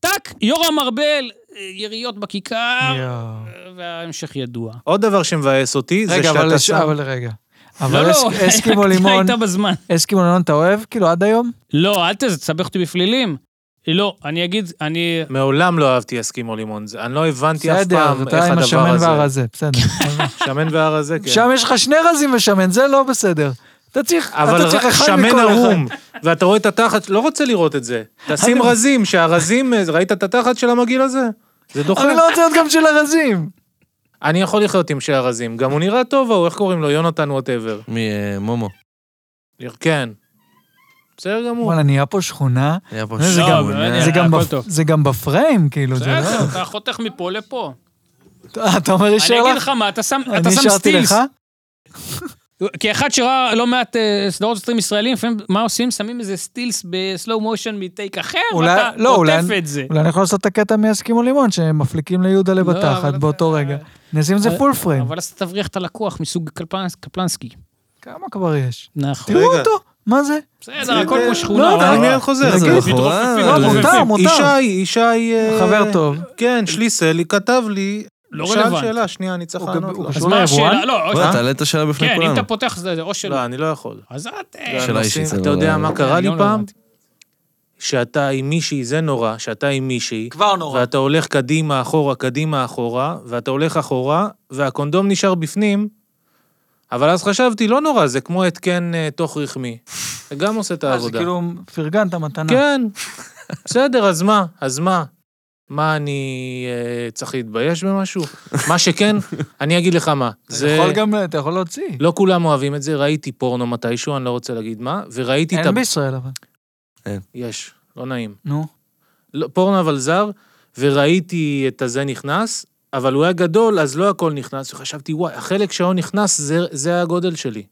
טאק, יורם ארבל, אה, יריות בכיכר,
יואו.
וההמשך ידוע.
עוד דבר שמבאס אותי, זה
רגע, אבל
שאתה
לש-
שם...
אבל רגע.
לא,
אבל
לא,
אס- אסקימו לימון,
הייתה בזמן.
אסקימו לימון אתה אוהב? כאילו עד היום?
לא, אל תזה, תסבך אותי בפלילים. לא, אני אגיד, אני...
מעולם לא אהבתי אסקימו לימון, זה- אני לא הבנתי אף
בסדר,
פעם איך
אתה עם
הדבר
השמן
הזה.
והרזה, בסדר.
שמן והרזה, כן.
שם יש לך שני רזים ושמן, זה לא בסדר. אתה צריך,
אבל
אתה צריך
ר-
אחד
שמן
מכל
ערום,
אחד.
ואתה רואה את התחת, לא רוצה לראות את זה. תשים רזים, שהרזים, אה, ראית את התחת של המגעיל הזה? זה דוחה.
אני לא רוצה להיות גם של הרזים.
אני יכול לחיות עם שערזים, גם הוא נראה טוב ההוא, איך קוראים לו? יונתן ווטאבר.
ממומו.
כן. בסדר גמור.
וואלה, נהיה פה שכונה.
היה פה אה.
זה
שם,
גם-
הוא
לא,
היה-
אני-
זה גם
הכל
בפ-
טוב.
זה גם בפריים, כאילו, זה
בסדר,
לא...
אתה חותך מפה לפה.
אה, אתה אומר,
אני
יישאר
אגיד
לך?
לך מה, אתה שם אתה
אני
שם
השארתי
סטילס.
לך?
כאחד שראה לא מעט אה, סדרות סטרים ישראלים, לפעמים מה עושים? שמים איזה סטילס בסלואו מושן מטייק אחר,
אולי-
ואתה
לא, אולי-
עוטף את זה.
אולי אני יכול לעשות את הקטע מאסקימו לימון, שמפליקים ליהודה
לא, אבל
לבתחת
אתה-
באותו רגע. נשים את זה
אבל-
פול פריים.
אבל אז אתה תבריח את הלקוח מסוג קלפנס- קפלנסקי.
כמה כבר יש?
נכון.
רגע.
תראו אותו, מה זה?
בסדר, הכל פה שכונה.
לא,
אבל-
אה, אני מיד חוזר.
איזה
זה-
בחורה,
בחורה.
לא,
זה-
מותר, מותר.
ישי, ישי... אה,
חבר טוב.
כן, שליסלי כתב לי.
לא
שאל
רלוונטי.
שאלה, שנייה, אני צריך
הוא
לענות לו.
גם- הוא
אז
שהוא
מה
לא
השאלה?
יבואן?
לא, או-
בואי, תעלה את השאלה בפני
כן, אם
כולנו.
אתה פותח זה זה או שלא.
לא, אני לא יכול.
אז את... אה,
זה הנושאים-
שאלה אישית, זה
אתה
לא-
יודע מה קרה
אוקיי,
אני
לי
לא
פעם?
רלוונטי.
שאתה עם מישהי, זה נורא, שאתה עם מישהי,
כבר
ואתה הולך קדימה, אחורה, קדימה, אחורה, ואתה הולך אחורה, והקונדום נשאר בפנים, אבל אז חשבתי, לא נורא, זה כמו התקן אה, תוך רחמי. זה גם עושה את
אז
העבודה.
כאילו, פרגנת מתנה.
כן, בסדר, אז מה? אז מה? מה, אני אה, צריך להתבייש במשהו? מה שכן, אני אגיד לך מה.
אתה
זה...
יכול גם, אתה יכול להוציא.
לא כולם אוהבים את זה, ראיתי פורנו מתישהו, אני לא רוצה להגיד מה, וראיתי את ה...
אין בישראל אבל.
יש, לא נעים.
נו.
לא, פורנו אבל זר, וראיתי את הזה נכנס, אבל הוא היה גדול, אז לא הכל נכנס, וחשבתי, וואי, החלק שההוא נכנס, זה, זה הגודל שלי.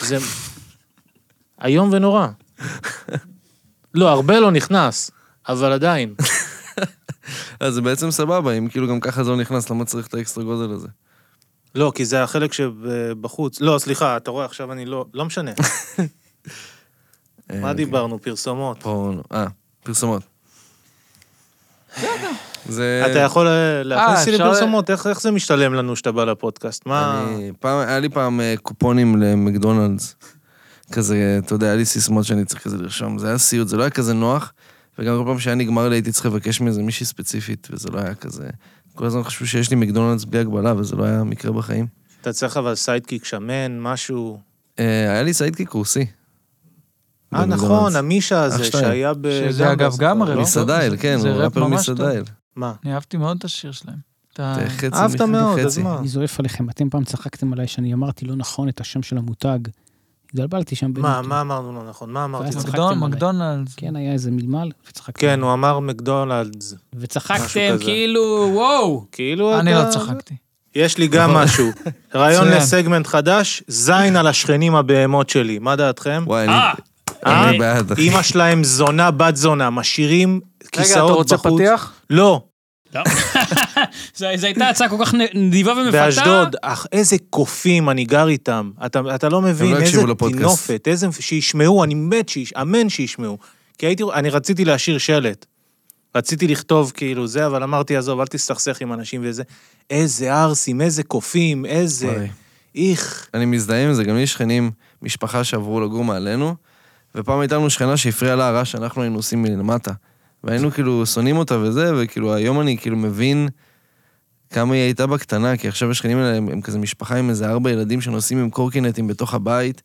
זה איום ונורא. לא, הרבה לא נכנס, אבל עדיין.
אז זה בעצם סבבה, אם כאילו גם ככה זה לא נכנס, למה צריך את האקסטרה גודל הזה?
לא, כי זה החלק שבחוץ. לא, סליחה, אתה רואה, עכשיו אני לא... לא משנה. מה
אה,
דיברנו? פרסומות.
פורנו. אה, פרסומות. זה...
אתה יכול אה,
אה,
להכניס לי
אפשר-
לפרסומות, איך איך זה משתלם לנו שאתה בא לפודקאסט? מה...
אני, פעם, היה לי פעם אה, קופונים למקדונלדס. כזה, אתה יודע, היה לי סיסמות שאני צריך כזה לרשום. זה היה סיוט, זה לא היה כזה נוח, וגם כל פעם שהיה נגמר לי הייתי צריך לבקש מאיזה מישהי ספציפית, וזה לא היה כזה... כל הזמן חשבו שיש לי מקדונלדס בלי הגבלה, וזה לא היה מקרה בחיים.
אתה צריך אבל סיידקיק שמן, משהו...
אה, היה לי סיידקיק רוסי.
אה,
במקדונלדס.
נכון, המישה הזה
אח שתיים.
שהיה ב...
שזה אגב
בספר,
גם
לא?
הרי-
מסעדאל,
זה-
כן,
זה
הוא
ראפ
ראפר
ממש
מסעדאל.
מה?
אני אהבתי מאוד את השיר שלהם. אתה...
זה חצי
אהבת
מחצי
מאוד, אז
חצי.
מה?
אני זועף עליכם, אתם פעם צחקתם עליי שאני אמרתי לא נכון את השם של המותג. התבלבלתי שם בין...
מה, מה אמרנו לא נכון? מה אמרתי?
ואז
לא?
צחקתם
מקדונ-
עליי.
מקדונלדס.
כן, היה איזה מלמל, וצחקתם.
כן, הוא אמר מקדונלדס. משהו
וצחקתם
כזה.
כאילו, וואו.
כאילו
אני
אתה-
לא צחקתי.
יש לי גם
נכון.
משהו. רעיון
מצוין.
לסגמנט חדש, זין על השכנים הבהמות שלי. מה דעתכם?
וואי, אני-
אה,
אה?
אני בעד. אחי.
אימא שלהם זונה, בת זונה, משאירים כיסאות בחוץ.
רגע, אתה רוצה פתיח?
לא,
לא. זה- זה הייתה הצעה כל כך נדיבה ומפתה.
באשדוד. אך איזה קופים אני גר איתם. אתה, אתה לא מבין
לא
איזה
יקשיבו לפודקאסט.
טינופת, איזה... שישמעו, אני מת, שיש, אמן שישמעו. כי הייתי, אני רציתי להשאיר שלט. רציתי לכתוב כאילו זה, אבל אמרתי, עזוב, אל תסתכסך עם אנשים וזה. איזה ערסים, איזה קופים, איזה...
וואי.
איך.
אני מזדהה עם זה, גם לי יש שכנים, משפחה שעברו לגור מעלינו, ופעם הייתה לנו שכנה שהפריעה לה הרעש שאנחנו היינו עושים מלמטה. והיינו כאילו שונאים אותה וזה, וכאילו היום אני כאילו מבין כמה היא הייתה בקטנה, כי עכשיו השכנים האלה הם, הם כזה משפחה עם איזה ארבע ילדים שנוסעים עם קורקינטים בתוך הבית,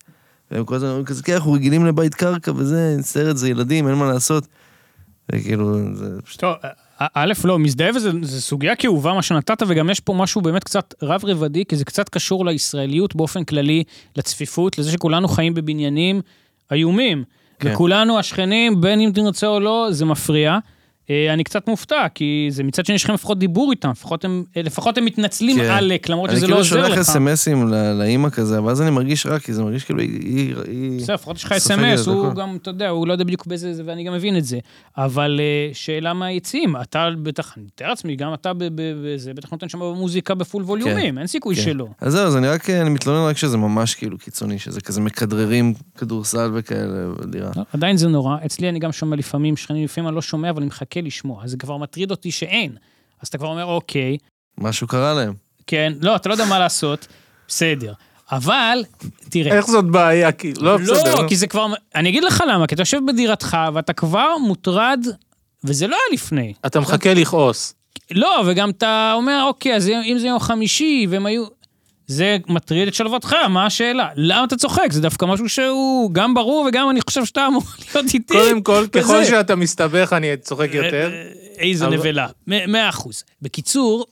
והם כל הזמן אומרים כזה, כן, אנחנו רגילים לבית קרקע וזה, סרט זה ילדים, אין מה לעשות. וכאילו, זה פשוט...
טוב, א- א', לא, מזדהה וזה זה סוגיה כאובה מה שנתת, וגם יש פה משהו באמת קצת רב-רבדי, כי זה קצת קשור לישראליות באופן כללי, לצפיפות, לזה שכולנו חיים בבניינים איומים.
כן.
כן. וכולנו השכנים, בין אם תרצה או לא, זה מפריע. אה, אני קצת מופתע, כי זה מצד שני יש לכם לפחות דיבור איתם, לפחות הם, אה, לפחות הם מתנצלים
כן.
עלק, למרות
אני
שזה לא
כאילו
עוזר
שולח
לך.
אסמסים ל- לאימא כזה, ואז אני מרגיש רע, כי זה מרגיש כאילו היא... היא- היא...
בסדר, לפחות יש לך
סופג את
אס.אם.אס,
זה
הוא
הכל.
גם, אתה יודע, הוא לא יודע בדיוק באיזה זה, ואני גם מבין את זה. אבל אה, שאלה מהיציעים, אתה בטח, אני מתאר לעצמי, גם אתה ב- ב- בזה, בטח נותן שם מוזיקה בפול ווליומים, אין סיכוי
כן.
שלא.
אז זהו, אז אני רק, אה, אני מתלונן רק שזה ממש כאילו קיצוני, שזה כזה מכדררים כדורסל וכאלה בדירה.
לא, עדיין זה נורא, אצלי אני גם שומע לפעמים, שכנים לפעמים אני לא שומע, אבל אני מחכה לשמוע, אז זה כבר מטריד אותי שאין. אז אתה כבר אומר, אוקיי,
משהו קרה להם.
כן, לא, אתה לא יודע מה לעשות, בסדר. אבל, תראה,
איך זאת בעיה, כאילו? לא, בסדר.
לא, כי זה כבר, אני אגיד לך למה, כי אתה יושב בדירתך ואתה כבר מוטרד, וזה לא היה לפני.
אתה מחכה לכעוס.
לא, וגם אתה אומר, אוקיי, אז אם זה יום חמישי, והם היו... זה מטריד את שלוותך, מה השאלה? למה אתה צוחק? זה דווקא משהו שהוא גם ברור וגם אני חושב שאתה אמור להיות איתי.
קודם כל, ככל
כזה.
שאתה מסתבך, אני צוחק יותר.
איזו
אבל-
נבלה. מ- מאה אחוז. בקיצור,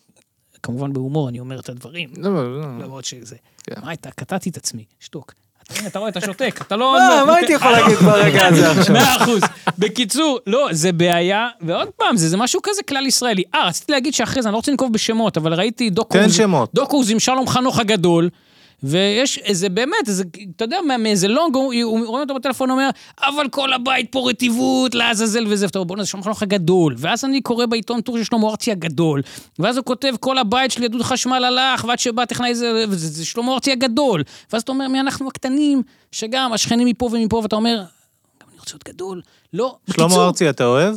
כמובן בהומור אני אומר את הדברים,
לא, לא, לא.
Mm.
למרות שזה...
כן.
מה הייתה? קטעתי את עצמי, שתוק. אתה הנה, אתה רואה, אתה שותק, אתה לא...
מה, מה הייתי יכול להגיד ברגע הזה עכשיו?
מאה אחוז. בקיצור, לא, זה בעיה, ועוד פעם, זה, זה משהו כזה כלל ישראלי. אה, רציתי להגיד שאחרי זה, אני לא רוצה לנקוב בשמות, אבל ראיתי דוקו...
תן שמות.
דוקוז עם שלום חנוך הגדול. ויש איזה באמת, איזה, אתה יודע, מה- מאיזה לונג, הוא, הוא רואה אותו בטלפון, אומר, אבל כל הבית פה רטיבות, לעזאזל וזה, ואתה אומר, בוא'נה, זה שלום חנוך הגדול. ואז אני קורא בעיתון טור של שלמה ארצי הגדול, ואז הוא כותב, כל הבית של ידוד חשמל הלך, ועד שבא טכנאי זה, וזה זה שלמה ארצי הגדול. ואז אתה אומר, מי אנחנו הקטנים, שגם השכנים מפה ומפה, ואתה אומר, גם אני רוצה להיות גדול. לא,
שלמה ארצי, אתה אוהב?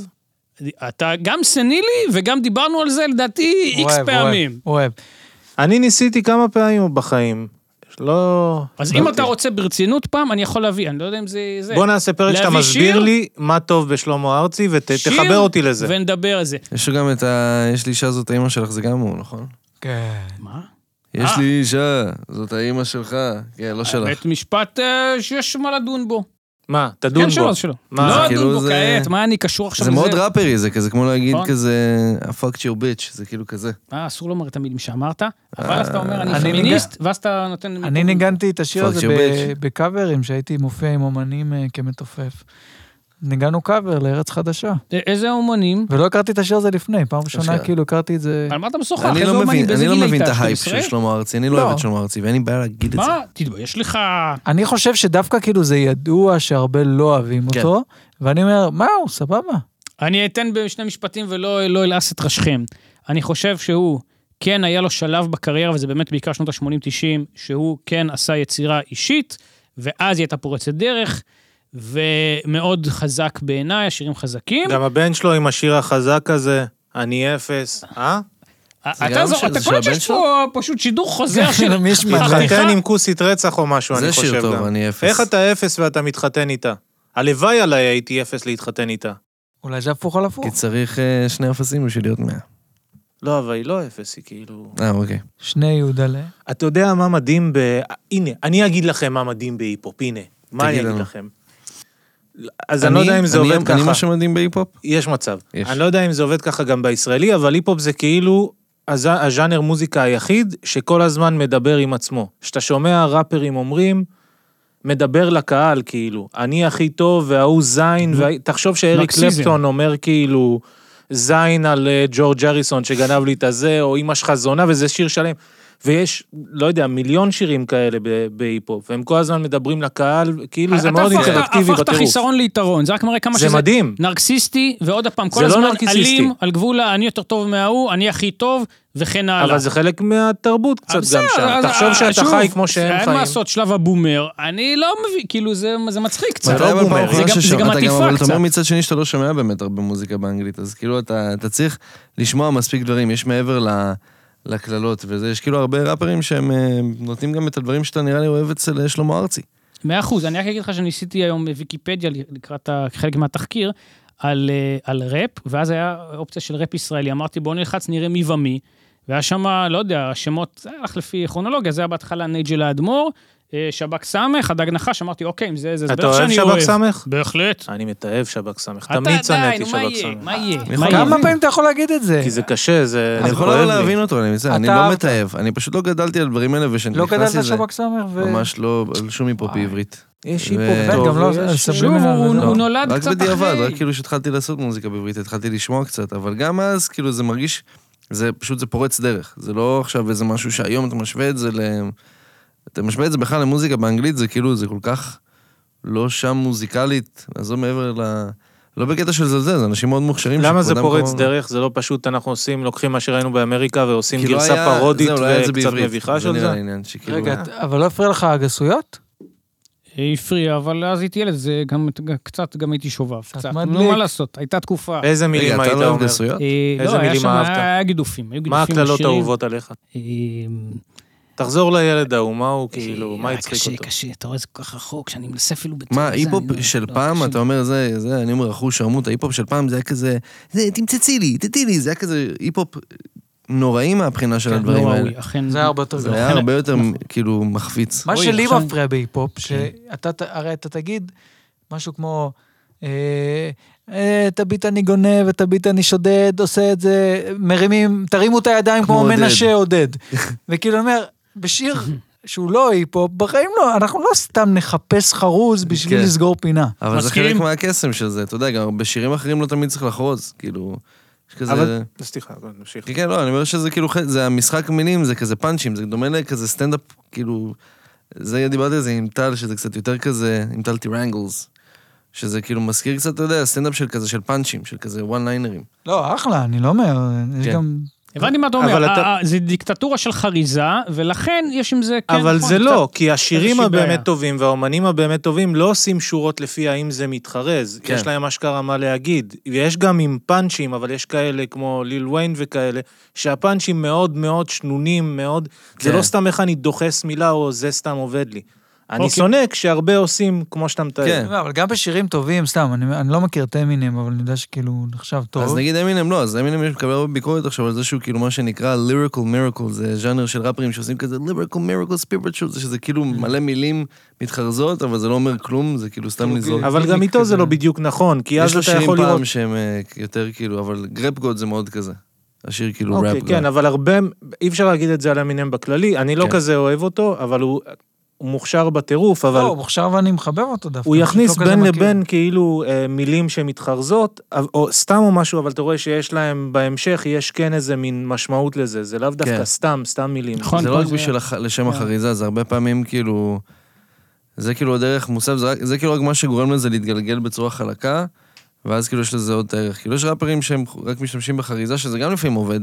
אתה גם סנילי, וגם דיברנו על זה, לדעתי, איקס
אוהב,
פעמים.
אוהב.
אני ניסיתי כמה פעמים בחיים. לא...
אז
לא
אם
אותי.
אתה רוצה ברצינות פעם, אני יכול להביא, אני לא יודע אם זה... זה.
בוא נעשה פרק שאתה
להביא שיר?
מסביר לי מה טוב בשלמה ארצי,
שיר,
ותחבר אותי לזה.
ונדבר על זה.
יש גם את ה... יש לי אישה זאת האימא שלך, זה גם הוא, נכון?
כן.
מה?
יש
אה.
לי אישה, זאת האימא שלך. כן, לא שלך.
בית משפט אה, שיש מה לדון בו.
מה, תדון
כן,
בו.
שלו, שלו.
מה?
לא
זה כאילו
לדון בו
זה-
כעת, מה אני קשור עכשיו
זה
לזה?
מאוד ראפרי, זה כזה כמו להגיד
נכון.
כזה, I fucked your bitch, זה כאילו כזה.
אה, אסור לומר את המילים שאמרת, אבל
אה,
אז אתה אומר, אני
אני
פמיניסט, ואז אתה נותן...
אני ניגנתי את השיר
Fuck
הזה
your
ב-
bitch.
בקאברים, שהייתי מופיע עם אומנים אה, כמתופף. ניגענו קאבר לארץ חדשה.
א- אה, איזה אומנים?
ולא הכרתי את השיר הזה לפני, פעם ראשונה
השיר.
כאילו הכרתי את זה...
על מה אתה
נכון,
משוחח?
אני
איזה
לא
אומנים?
מבין,
באיזה
אני לא
גיל
מבין את
היית?
ההייפ
12?
של שלמה ארצי, אני לא אוהב
לא.
את שלמה ארצי, ואין לי בעיה להגיד את זה.
מה? תתבייש לך.
אני חושב שדווקא כאילו זה ידוע שהרבה לא אוהבים
כן.
אותו, ואני אומר, מה הוא, סבבה.
אני אתן בשני משפטים ולא לא אלעס את ראשכם. אני חושב שהוא, כן היה לו שלב בקריירה, וזה באמת בעיקר שנות ה-80-90, שהוא כן עשה יצירה אישית, ואז היא הייתה פורצת דרך, ומאוד חזק בעיניי, השירים חזקים.
גם הבן שלו עם השיר החזק הזה, אני אפס, אה?
אתה
גם
זו-
של-
אתה
של
קולט
הבן
שיש
שלו?
פה פשוט שידור חוזר של...
כאילו, מי ישמע?
חתיכה?
מתחתן עם כוסית רצח או משהו,
זה
לא, אני חושב גם.
שיר טוב, אני אפס.
איך אתה אפס ואתה מתחתן איתה? הלוואי עליי הייתי אפס להתחתן איתה.
אולי זה הפוך על הפוך.
כי צריך אה, שני אפסים בשביל להיות מאה.
לא, אבל היא לא אפס, היא כאילו...
אה, אוקיי.
שני יהודלה.
אתה יודע מה מדהים ב... הנה, אני אגיד לכם מה מדהים בהיפ-הופ, הנה. מה אני
תגיד
אגיד
לנו.
לכם? אז אני לא יודע אם זה
אני-
עובד
אני
ככה.
מה שמדהים בהיפ-הופ?
יש מצב.
יש.
אני לא יודע אם זה עובד ככה גם בישראלי, אבל היפ-הופ זה כאילו הז- הז'אנר מוזיקה היחיד שכל הזמן מדבר עם עצמו. כשאתה שומע ראפרים אומרים, מדבר לקהל, כאילו, אני הכי טוב וההוא זין, וה- תחשוב שאריק
מרקסיזם.
קלפטון אומר כאילו, זין על אה, ג'ורג' אריסון שגנב לי את הזה, או אמא שלך זונה, וזה שיר שלם. ויש, לא יודע, מיליון שירים כאלה ב- בהיפ-הופ, והם כל הזמן מדברים לקהל, כאילו זה
אתה
מאוד
הפכת-
אינטראקטיבי
הפכת
בטירוף.
חיסרון ליתרון, זה רק מראה כמה
זה
שזה...
מדהים.
נרקסיסטי, ועוד פעם, כל
זה לא
הזמן
נרקסיסטי.
אלים, על גבול ה- אני יותר טוב מההוא, אני הכי טוב, וכן הלאה.
אבל זה חלק מהתרבות קצת
בסדר,
גם שם.
אז-
תחשוב
אה,
שאתה
שוב,
חי כמו שהם
אין מה
חיים.
לעשות, שלב הבומר, אני לא מבין, כאילו זה זה מצחיק קצת.
אתה לא
אבל פעם
בומר,
אחרונה
זה גם- זה
ששמעת
גם
גם,
עטיפה
אבל אתה
קצת.
אומר מצד שני שאתה לא שומע באמת הרבה מוזיקה באנגלית, אז כאילו אתה אתה צריך לשמוע מספיק דברים, יש מעבר ל- לקללות וזה, יש כאילו הרבה ראפרים שהם אה, נותנים גם את הדברים שאתה נראה לי אוהב אצל אה, שלמה ארצי.
מאה אחוז, אני רק אגיד לך שניסיתי היום ויקיפדיה לקראת ה- חלק מהתחקיר על, אה, על ראפ, ואז היה אופציה של ראפ ישראלי. אמרתי, בואו נלחץ, נראה מי ומי. והיה שם, לא יודע, שמות, זה הלך לפי כרונולוגיה, זה היה בהתחלה נייג'ל האדמו"ר, אה, שב"כ סמך, הדג נחש, אמרתי, אוקיי, אם זה, זה, זה
אתה אוהב שב"כ סמך?
בהחלט.
אני מתאהב שב"כ סמך,
אתה
תמיד
די,
שנאתי
נו, מה
שב"כ
יהיה?
סמך.
מה יהיה?
אני
מה
יכול
יהיה?
כמה פעמים אתה יכול להגיד את זה?
כי זה קשה, זה
אני
זה
יכול
כואב
אבל
לי.
להבין אותו, אני מצטער, אני
אתה-
לא מתאהב, אני פשוט לא גדלתי על הדברים האלה, וכשאני
לא
נכנס
גדלת
לזה,
שב"כ סמר ו...
ממש לא, על שום היפ-הופ
וואי.
בעברית.
יש
ו-
היפ-הופ
כן,
טוב,
גם לא-
ויש-
סבלנות.
שוב, הוא
לא.
הוא נולד
רק
קצת
בדיעבד,
אחרי.
רק כאילו כשהתחלתי לעשות מוזיקה בעברית, התחלתי לשמוע קצת, אבל גם אז, כאילו, זה מרגיש, זה פשוט, זה פורץ דרך. זה לא עכשיו איזה משהו שהיום אתה משווה את זה ל... אתה משווה את זה בכלל למוזיקה באנגלית, זה כאילו, זה כל כך לא שם מוזיקלית, עזוב מעבר ל... לא בקטע של זלזל, זה אנשים מאוד מוכשרים.
למה זה
שכבודם
פורץ
כמובן-
דרך? זה לא פשוט, אנחנו עושים, לוקחים מה שראינו באמריקה ועושים
כי לא
גרסה
היה-
פרודית
זהו, לא היה את זה
וקצת
בעברית.
מביכה של
זה נראה
זה?
לי עניין שכאילו...
רגע, את- אבל לא הפריע לך הגסויות?
היא הפריעה, אבל אז הייתי ילד, זה גם קצת, גם הייתי שובב, קצת. נו,
מדליק.
מה לעשות, הייתה תקופה.
איזה
רגע,
מילים
אתה
היית
לא אוהב
אומר?
גסויות?
אה,
איזה
לא, היה
מילים
שם-
אהבת?
היה גידופים, היו גידופים.
מה הקללות
בשירים.
האהובות עליך?
אה,
תחזור לילד ההוא, מה הוא כאילו,
אה,
מה הצחיק
קשה,
אותו?
קשה, אתה רואה, זה כל כך רחוק, שאני מנסה אפילו בטוח.
מה, היפ-הופ
לא-
של פעם, אתה אומר, זה, זה, אני אומר, אחוז שרמוט, ההיפ-הופ של פעם זה היה כזה, זה, תמצצי לי, תתי לי, זה היה כזה היפ-הופ נוראי מהבחינה
כן,
של הדברים האלה.
לא אכן.
זה היה הרבה יותר
זה
גרוע.
היה
אכן,
הרבה יותר, כאילו, מחפיץ.
מה
אוי,
שלי
עכשיו-
מפריע בהיפ-הופ, שאתה, ת- הרי אתה תגיד משהו כמו, אה, אה, את הביט אני גונב, את הביט אני שודד, עושה את זה, מרימים, תרימו את הידיים
כמו
כמו
עודד.
מנשה עודד. וכאילו אני אומר, בשיר שהוא לא היפ-הופ, בחיים לא, אנחנו לא סתם נחפש חרוז בשביל
כן.
לסגור פינה.
אבל זה
מסכים?
חלק מהקסם של זה, אתה יודע, גם בשירים אחרים לא תמיד צריך לחרוז, כאילו, יש כזה...
אבל, סליחה, בוא נמשיך.
כן, כן, לא, אני אומר שזה כאילו, ח- זה המשחק מילים, זה כזה פאנצ'ים, זה דומה לכזה סטנדאפ, כאילו... זה, דיברתי על זה עם טל, שזה קצת יותר כזה, עם טל טירנגלס, שזה כאילו מזכיר קצת, אתה יודע, סטנדאפ של כזה, של פאנצ'ים, של כזה וואן ליינרים.
לא, אחלה, אני לא אומר, יש
כן.
גם...
הבנתי מה אתה
אבל
אומר,
אתה-
אה, אה, זה דיקטטורה של חריזה, ולכן יש עם זה... כן,
אבל
נכון,
זה לא,
קצת-
כי השירים
איזושהי
הבאמת
בעיה.
טובים והאומנים הבאמת טובים לא עושים שורות לפי האם זה מתחרז.
כן.
יש להם אשכרה מה להגיד. ויש גם עם פאנצ'ים, אבל יש כאלה כמו ליל ויין וכאלה, שהפאנצ'ים מאוד מאוד שנונים, מאוד... זה
כן.
לא סתם איך אני דוחס מילה או זה סתם עובד לי. אני
אוקיי.
שונא כשהרבה עושים כמו שאתה מתאר.
כן.
לא, אבל גם בשירים טובים, סתם, אני, אני לא מכיר את אמינם, אבל אני יודע שכאילו נחשב טוב.
אז נגיד אמינם לא, אז אמינם יש מקבל הרבה ביקורת עכשיו על זה שהוא כאילו מה שנקרא lyrical miracle, זה ז'אנר של ראפרים שעושים כזה lyrical miracle spiritual, זה שזה
כן.
כאילו מלא מילים מתחרזות, אבל זה לא אומר כלום, זה כאילו סתם לזרוק.
אוקיי. אבל גם איתו זה לא בדיוק נכון, כי
יש
אז
לו
אתה
שירים
יכול לראות...
פעם שהם אה, יותר כאילו, אבל גרפ גוד זה מאוד כזה. השיר כאילו ראפ.
אוקיי, כן, אבל הרבה, אי אפשר להגיד את זה על אמינם בכללי, אני לא
כן.
כזה אוהב אותו, אבל הוא הוא מוכשר בטירוף, אבל...
לא, הוא מוכשר ואני מחבב אותו דווקא.
הוא
פשוט לא
יכניס
כזה
בין
מכיר.
לבין כאילו אה, מילים שמתחרזות, אה, או סתם או משהו, אבל אתה רואה שיש להם בהמשך, יש כן איזה מין משמעות לזה, זה לאו דווקא
כן.
סתם, סתם מילים.
נכון.
זה
פה
לא רק
זה- כן.
בשביל הח- לשם החריזה, זה הרבה פעמים כאילו... זה כאילו הדרך מוסף, זה, רק- זה כאילו רק מה שגורם לזה להתגלגל בצורה חלקה, ואז כאילו יש לזה עוד ערך. כאילו יש ראפרים שהם רק משתמשים בחריזה, שזה גם לפעמים עובד.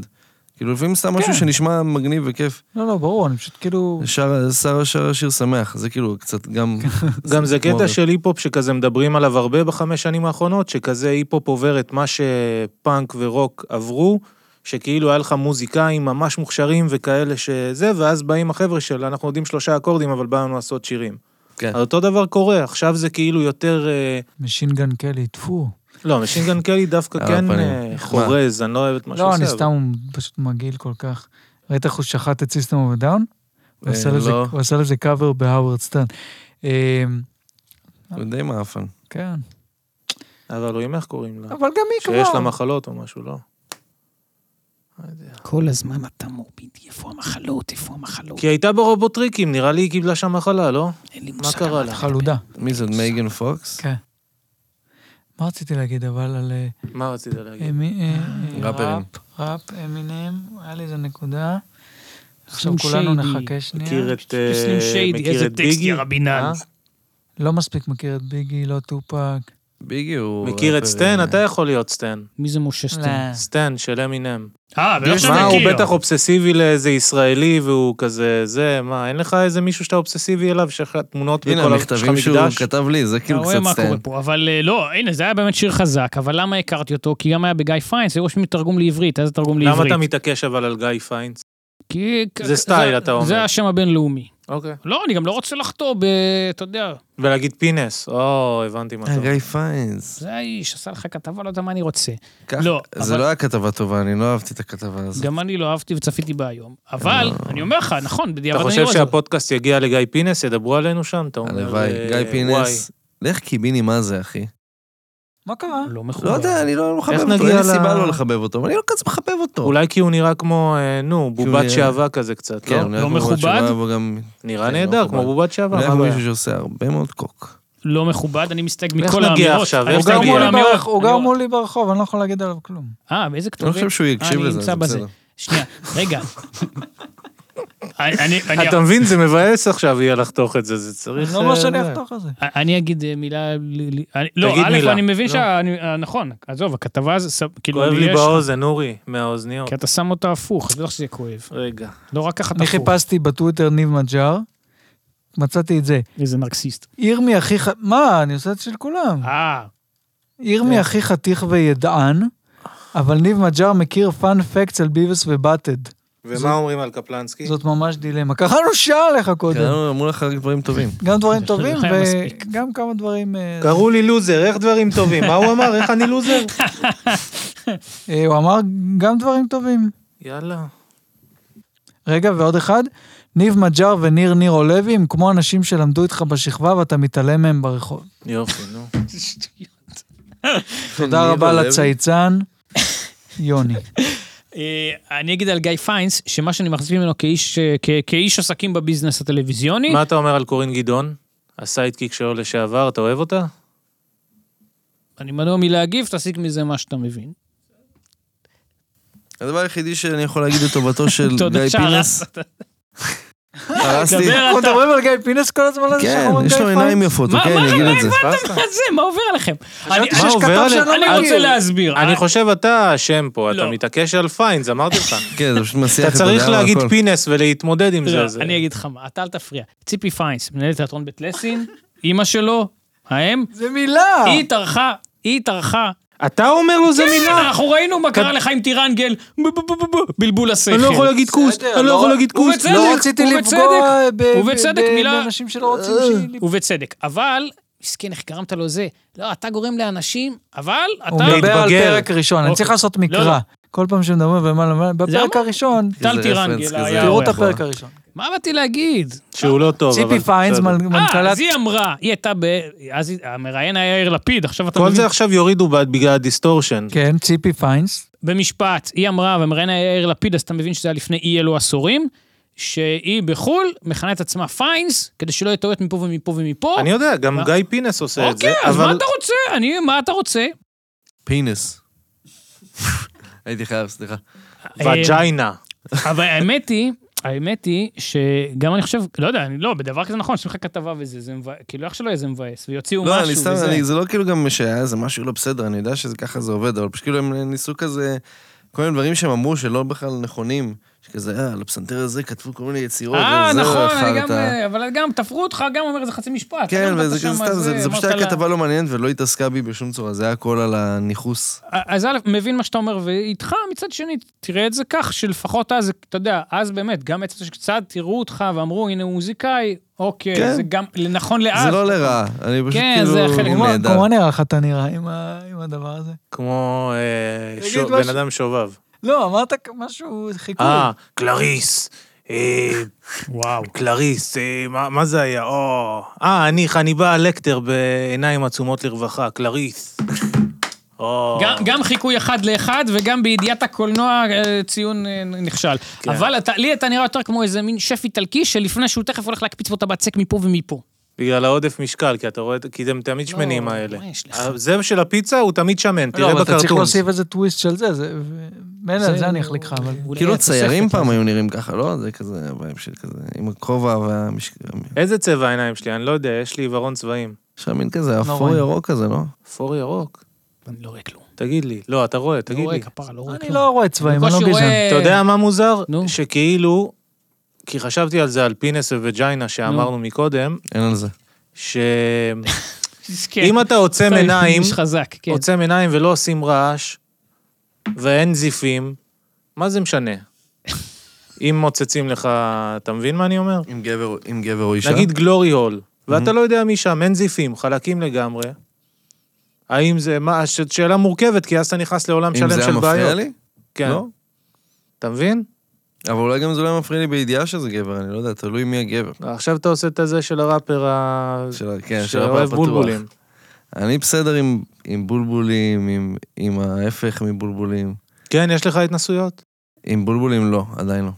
כאילו לפעמים סתם
כן.
משהו שנשמע מגניב וכיף.
לא, לא, ברור, אני פשוט כאילו...
שר, שר, שר השיר שמח, זה כאילו קצת גם...
כן.
גם זה
כמו
קטע
רב.
של היפ-הופ שכזה מדברים עליו הרבה בחמש שנים האחרונות, שכזה היפ-הופ עובר את מה שפאנק ורוק עברו, שכאילו היה לך מוזיקאים ממש מוכשרים וכאלה שזה, ואז באים החבר'ה של אנחנו יודעים שלושה אקורדים, אבל בא לנו לעשות שירים.
כן.
אז אותו דבר קורה, עכשיו זה כאילו יותר... אה,
משינגן קלי, טפו.
לא, משינגן קלי דווקא
על
כן
הפנים.
אה, חורז, אני לא אוהב את מה שהוא
לא,
עושה.
אני
אבל-
סתם, הוא פשוט מגעיל כל כך. ראית איך הוא שחט את סיסטם אוף דאון?
אה, לא.
הוא עשה לזה קאבר בהאוורד סטאן. אה,
הוא די מעפן.
כן,
אבל רואים איך קוראים לה.
אבל גם היא כבר...
שיש לה מחלות או משהו, לא?
כל הזמן אתה מורבידי, איפה המחלות, איפה המחלות,
כי היא הייתה ברובוטריקים, נראה לי היא קיבלה שם מחלה, לא?
אין לי
כן. מה
מושג.
קרה
אתה
לה?
חלודה.
מי זאת, מייגן פוקס?
כן. מה רציתי להגיד, אבל על... אה,
מה רצית להגיד?
אמי- אה, אה,
ראפרים.
ראפ, ראפ, אמינם, היה לי איזה נקודה. עכשיו
סlim
כולנו
shady.
נחכה שנייה.
מכיר את אה,
סלים שיידי,
מכיר
איזה
את
טקסט,
ביגי?
יא רבינן.
אה?
לא מספיק מכיר את ביגי, לא טופק.
ביגי הוא...
מכיר את
ראפר,
סטן?
אה,
אתה יכול להיות סטן.
מי זה משה
לא.
סטן?
סטן של אמינם.
אה, ולא
מה,
שאתה
הוא
מכיר.
בטח אובססיבי לאיזה ישראלי והוא כזה, זה, מה, אין לך איזה מישהו שאתה אובססיבי אליו, שיש לך תמונות
הנה,
בכל ה- יש לך
המכתבים שהוא
מקדש?
כתב לי, זה
אתה
כאילו
רואה
קצת
מה
סטן.
קורה פה, אבל אה, לא, הנה, זה היה באמת שיר חזק, אבל למה הכרתי אותו? כי גם היה בגיא פיינס, היו רושמים תרגום לעברית, אז תרגום לעברית.
למה אתה מתעקש אבל על גיא פיינס?
כי...
זה סטייל, אתה אומר.
זה השם הבינלאומי.
אוקיי.
לא, אני גם לא רוצה לחטוא ב... אתה יודע,
ולהגיד פינס, או, הבנתי מה
אה,
אתה אומר.
גיא פיינס.
זה האיש, עשה לך כתבה, לא יודע מה אני רוצה.
ככה-
לא,
זה
אבל-
לא היה כתבה טובה, אני לא אהבתי את הכתבה הזאת.
גם אני לא אהבתי וצפיתי בה היום. אבל, אני אומר לך, נכון, בדיעבד
לא. אתה
אני לא...
חושב
זה.
שהפודקאסט יגיע לגיא פינס, ידברו עלינו שם? אתה אומר,
הלוואי.
אה,
גיא פינס, לך קיביני מה זה, אחי.
מה קרה?
לא
לא
מכובד.
יודע, אני לא מחבב אותו,
נגיע
אין לי
ל-
סיבה לא לחבב אותו, אבל אני לא כזה מחבב אותו.
וואי. אולי כי הוא נראה כמו, אה, נו, בובת
נראה-
שעווה כזה קצת, לא?
כן, אולי
לא
אנחנו נראה
מכובד?
שהוא אוהב גם...
נראה
כן,
נהדר,
לא
כמו
מקובל.
בובת שעווה,
אולי
מה
הוא
הבעיה?
מישהו שעושה הרבה מאוד קוק.
לא מכובד, אני מסתייג
איך
מכל
נגיע
האמירות.
עכשיו?
לא אני
איך
מסתייג
נגיע?
מכל
הוא גר
האמירות.
הוא
אני
גר
אומר-
מולי ברחוב, אני לא יכול להגיד עליו כלום.
אה, באיזה
אני לא
כתובים?
חושב שהוא יקשיב
אני
לזה,
אמצא
זה
בזה.
בסדר.
שנייה, רגע. אני- אני- אני-
אתה מבין, זה מבאס עכשיו יהיה לחתוך את זה, זה צריך...
אני לא אומר
אה,
שאני
זה.
אחתוך על זה.
אני אגיד אה, מילה... ל- ל- אני- לא,
תגיד
א',
מילה.
אני מבין
לא.
שה... אני- אה, נכון, עזוב, הכתבה זה... סב- כאילו,
כואב
אני-
לי
יש- כן.
באוזן, אורי, מהאוזניות.
כי אתה שם אותה הפוך, אז בטח שזה יהיה כואב.
רגע.
לא רק ככה
אני
תפור.
חיפשתי בטוויטר ניב מג'אר, מצאתי את זה.
איזה נרקסיסט.
ירמי הכי ח... מה, אני עושה את של כולם.
אה,
ירמי הכי חתיך וידען, אבל ניב מג'אר מכיר פאן פקטס על ביבס ובטד.
ומה אומרים על קפלנסקי?
זאת ממש דילמה. קראנו שעה עליך קודם.
קראנו, כן, אמרו לך רק דברים טובים.
גם דברים טובים
לכם מספיק.
וגם כמה דברים... אה,
קראו לי לוזר, איך דברים טובים? מה הוא אמר? איך אני לוזר?
אה, הוא אמר גם דברים טובים.
יאללה.
רגע, ועוד אחד. ניב מג'אר וניר נירו לוי הם כמו אנשים שלמדו איתך בשכבה ואתה מתעלם מהם ברחוב.
יופי, נו.
תודה
נירו
רבה
לוי?
לצייצן, יוני.
אה, אני אגיד על גיא פיינס, שמה שאני מחזיק ממנו כאיש, אה, כ- כאיש עסקים בביזנס הטלוויזיוני,
מה אתה אומר על קורין גדעון? הסיידקיק שלו לשעבר, אתה אוהב אותה?
אני מנוע מלהגיב, תסיק מזה מה שאתה מבין.
הדבר היחידי שאני יכול להגיד לטובתו של
תודה
גיא פינס,
שהרסת.
הרסתי.
דבר
אנחנו
אתה.
מדברים על גיא פינס כל הזמן הזה
כן,
שאנחנו אומרים
יש
גיא
לו עיניים
פיינס?
יפות,
מה-
אוקיי,
מה-
אני אגיד את זה.
מה זה? מה עובר עליכם? אני-
מה
שיש
עובר
כתב
עליך?
שאני לא
אני רוצה
מכיר.
להסביר.
אני
אה,
חושב אתה אשם פה, אתה
לא.
מתעקש על פיינס, אמרתי לך.
כן, זה פשוט מסיח
אתה
את
צריך
הדעה על
להגיד
הכל.
פינס ולהתמודד עם
לא,
זה. זה-
אני אגיד לך מה, אתה אל תפריע. ציפי פיינס, מנהלת תיאטרון בית לסין, אימא שלו, האם,
זה מילה!
היא התארחה, היא התארחה.
אתה אומר לו זה
כן,
מילה?
אנחנו ראינו מה קרה לך עם טירנגל, ב- ב- ב- ב- ב- בלבול השכל.
אני לא יכול להגיד כוס,
בסדר,
אני לא
לא-
יכול להגיד כוס.
ובצדק,
לא רציתי
ובצדק,
לפגוע ב- ב-
ובצדק,
ב-
מילה- אה,
באנשים שלא רוצים ש...
ובצדק. אבל, מסכן, איך גרמת לו זה? לא, אתה גורם לאנשים, אבל
הוא
אתה...
מדבר על
להתבגר.
פרק ראשון, אני
אוקיי.
צריך לעשות
לא,
מקרא. כל פעם שמדברים ומעלה ומעלה, בפרק
אמרתי.
הראשון,
טל
איזה רפרנס
טירנגל
כזה.
היה...
תראו את
אורח.
הפרק הראשון.
מה באתי להגיד?
שהוא לא טוב, אבל...
ציפי פיינס,
בסדר.
מנ-
אה,
מנכ"לת...
אז היא אמרה, היא הייתה ב... אז היא- המראיין היה יאיר לפיד, עכשיו אתה
כל
מבין.
זה עכשיו יורידו בעד- בגלל הדיסטורשן.
כן, ציפי פיינס.
במשפט, היא אמרה, והמראיין היה יאיר לפיד, אז אתה מבין שזה היה לפני אי אלו עשורים, שהיא בחו"ל מכנה את עצמה פיינס, כדי שלא יהיו טעויות מפה ומפה ומפה.
אני יודע, גם
מה?
גיא פינס עושה את זה,
אה. אוקיי, אז מה
אבל...
אתה רוצה? אני, מה אתה רוצה?
פינס. הייתי חייב, סליחה.
אה,
וג'יינה.
אבל האמת היא, האמת היא שגם אני חושב, לא יודע, אני לא, בדבר כזה נכון, עושים לך כתבה וזה, זה מבאס, כאילו איך שלא יהיה זה מבאס, ויוציאו
לא, אני
משהו
סתם,
וזה.
אני- זה לא כאילו גם שהיה איזה משהו לא בסדר, אני יודע שזה ככה זה עובד, אבל פשוט כאילו הם ניסו כזה, כל מיני דברים שהם אמרו שלא בכלל נכונים, שכזה, אה, על הפסנתר הזה כתבו כל מיני יצירות,
אה,
וזה
נכון, אני גם,
חרטא.
אה, אבל גם, תפרו אותך, גם אומר איזה חצי משפט.
כן,
גם
וזה
נתת
כזה
שם
סתם, זה-
זה,
זה פשוט
אמרת
היה
לה-
כתבה לא מעניינת ולא התעסקה בי בשום צורה, זה היה הכל על הניכוס.
אז א', מבין מה שאתה אומר, ואיתך מצד שני, תראה את זה כך, שלפחות אז, אתה יודע, אז באמת, גם עצם זה שקצת תראו אותך ואמרו, הנה הוא מוזיקאי, אוקיי,
כן.
זה גם נכון לאז.
זה לא לרעה, אני פשוט
כן,
כאילו...
זה חלק-
כמו
נהדר.
כמו נראה לך אה, אתה נראה עם ה- עם הדבר הזה?
כמו אה,
תגיד
שו-
משהו.
בן אדם שובב.
לא, אמרת כ- משהו, חיקוי.
אה, קלריס. אה,
וואו.
קלריס, אה, מה מה זה היה? או, אה, אני חניבה לקטר בעיניים עצומות לרווחה, קלריס. או.
גם, גם חיקוי אחד לאחד, וגם בידיעת הקולנוע אה, ציון אה, נכשל.
כן.
אבל אתה, לי אתה נראה יותר כמו איזה מין שף איטלקי, שלפני שהוא תכף הולך להקפיץ פה את הבצק מפה ומפה.
בגלל העודף משקל, כי אתה רואה, כי הם תמיד שמנים האלה.
לא, מה יש לך?
זה של הפיצה הוא תמיד שמן,
לא,
תראה
אבל אתה צריך
בקרטון.
להוסיף איזה טוויסט של זה, זה... ו- מילא, כן, על זה אני אחליק לך, אבל...
אולי
כאילו
התוספת
ציירים פעם
לזה.
היו נראים ככה, לא? זה כזה, וייב של כזה, עם הכובע והמשקל.
איזה צבע העיניים שלי? אני לא יודע, יש לי עיוורון צבעים.
יש לך מין כזה אפור
רואים.
ירוק כזה, לא?
אפור ירוק?
אני לא רואה כלום.
תגיד לי. לא, אתה רואה,
לא
תגיד
רואה
לי.
כפרה, לא רואה
אני
כלום.
לא רואה צבעים, אני לא
בקושי
גזען.
רואה-
אתה יודע מה מוזר?
נו.
שכאילו, כי חשבתי על זה על פינס וג'יינה שאמרנו מקודם,
אין על זה.
שאם
מסכן.
אתה עוצם
אתה
עיניים,
איש חזק, כן.
עוצם עיניים ולא עושים רעש, ואין זיפים, מה זה משנה? אם מוצצים לך, אתה מבין מה אני אומר?
עם גבר, עם גבר או אישה?
נגיד גלורי הול, ואתה לא יודע מי שם, אין זיפים, חלקים לגמרי. האם זה, מה, ש- שאלה מורכבת, כי אז אתה נכנס לעולם
אם
שלם
זה היה
של
מפריע
בעיות.
לי?
כן.
לא?
אתה מבין?
אבל אולי גם זה לא היה מפריע לי בידיעה שזה גבר, אני לא יודע, תלוי מי הגבר.
עכשיו אתה עושה את הזה של הראפר ה...
של ה- כן, של הפעם
שאוהב
הפתוח.
בולבולים.
אני בסדר עם, עם בולבולים, עם, עם ההפך מבולבולים.
כן, יש לך התנסויות?
עם בולבולים לא, עדיין לא.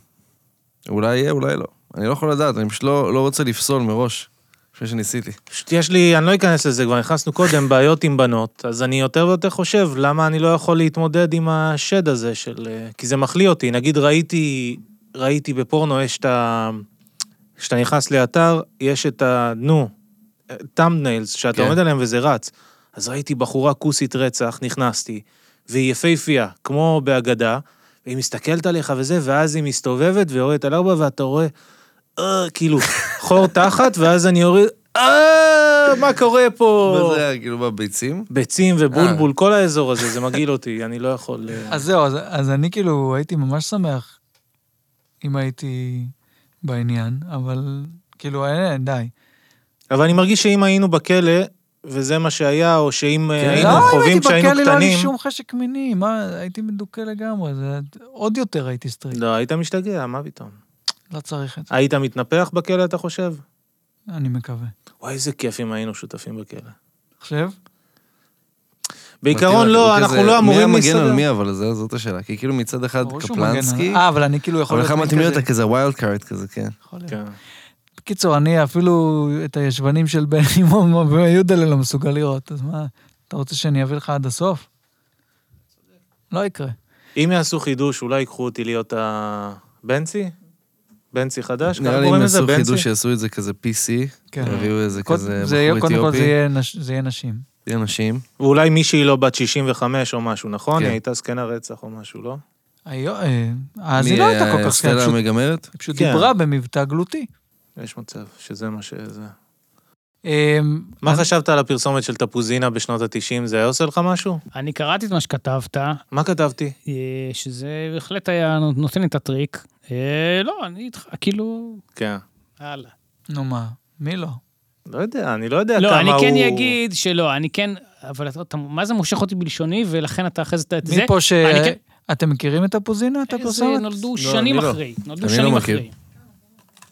אולי יהיה, אולי לא. אני לא יכול לדעת, אני פשוט לא, לא רוצה לפסול מראש. לפני שניסיתי.
פשוט יש לי, אני לא אכנס לזה, כבר נכנסנו קודם, בעיות עם בנות, אז אני יותר ויותר חושב, למה אני לא יכול להתמודד עם השד הזה של... אה, כי זה מחליא אותי. נגיד ראיתי, ראיתי בפורנו, יש את ה... כשאתה נכנס לאתר, יש את ה... נו, טאמבניילס, שאתה
כן.
עומד עליהם וזה רץ. אז ראיתי בחורה כוסית רצח, נכנסתי, והיא יפהפייה, כמו בהגדה, והיא מסתכלת עליך וזה, ואז היא מסתובבת ויורדת על ארבע, ואתה רואה, אה, כאילו, חור תחת, ואז אני יורד, אה, מה קורה
מה
פה?
זה אה. היה, כאילו, בביצים?
ביצים ובולבול, כל האזור הזה, זה מגעיל אותי, אני לא יכול... אה,
אז זהו, אז, אז אני כאילו הייתי ממש שמח אם הייתי בעניין, אבל כאילו, אין, אין, די.
אבל אני מרגיש שאם היינו בכלא, וזה מה שהיה, או שאם אה,
כן.
היינו
לא, אם
חווים
הייתי
כשהיינו
בכלא, לא היה לי
קטנים...
שום חשק מיני, מה, הייתי מדוכא לגמרי, זה עוד יותר הייתי סטריט.
לא, היית משתגע, מה פתאום?
לא צריך את זה,
היית מתנפח בכלא, אתה חושב?
אני מקווה.
וואי, איזה כיף אם היינו שותפים בכלא.
חושב?
בעיקרון
אמרתי לה,
לא,
כאילו,
אנחנו
כזה,
לא אמורים
מי המגן
להסתדר.
על מי, אבל זה- זאת השאלה. כי כאילו מצד אחד
ברור שהוא מגן
קפלנסקי,
עליי. אה, אבל אני כאילו יכול
אבל לך
להיות
מתאים
מין
להיות
כזה.
כזה ווילד קארט כזה, כן.
יכול להיות.
כן.
בקיצור, אני אפילו את הישבנים של בן אימון ויודלה לא מסוגל לראות, אז מה, אתה רוצה שאני אביא לך עד הסוף? לא יקרה.
אם יעשו חידוש, אולי ייקחו אותי להיות ה... בנצי? בנצי חדש? ככה
נראה לי אם
קוראים לזה?
יעשו
בנצי?
חידוש, יעשו את זה כזה PC,
כן.
יביאו איזה
קוד-
כזה
זה יהיה-
בחור
קודם כל זה
אתיופי,
יהיה נש- זה יהיה נשים.
יהיה נשים.
ואולי מישהי לא בת 65 או משהו, נכון?
כן.
היא הייתה זקנה רצח או משהו, לא?
היו- אה, אז היא לא הייתה כל כך, כן,
סטלה
פשוט-
המגמרת?
היא פשוט
כן.
דיברה במבטא גלותי.
יש מצב שזה מה שזה.
אה,
מה
אז-
חשבת על הפרסומת של תפוזינה בשנות ה-90? זה היה עושה לך משהו?
אני קראתי את מה שכתבת,
מה כתבתי?
אה, שזה בהחלט היה נותן לי את הטריק. אה, לא, אני איתך, כאילו,
כן.
הלאה.
נו מה, מי לא?
לא יודע, אני לא יודע
לא,
כמה
אני
הוא...
כן אגיד שלא, אני כן, אבל אתה- אתה- מה זה מושך אותי בלשוני, ולכן אתה אחרי זה... אתה-
מי
זה-
פה ש...
אני כן- אה,
אתם מכירים את הפוזינה, את
זה
הפרסומת?
נולדו
לא,
שנים
אני לא.
אחרי. נולדו
אני לא
שנים
מכיר.
אחרי.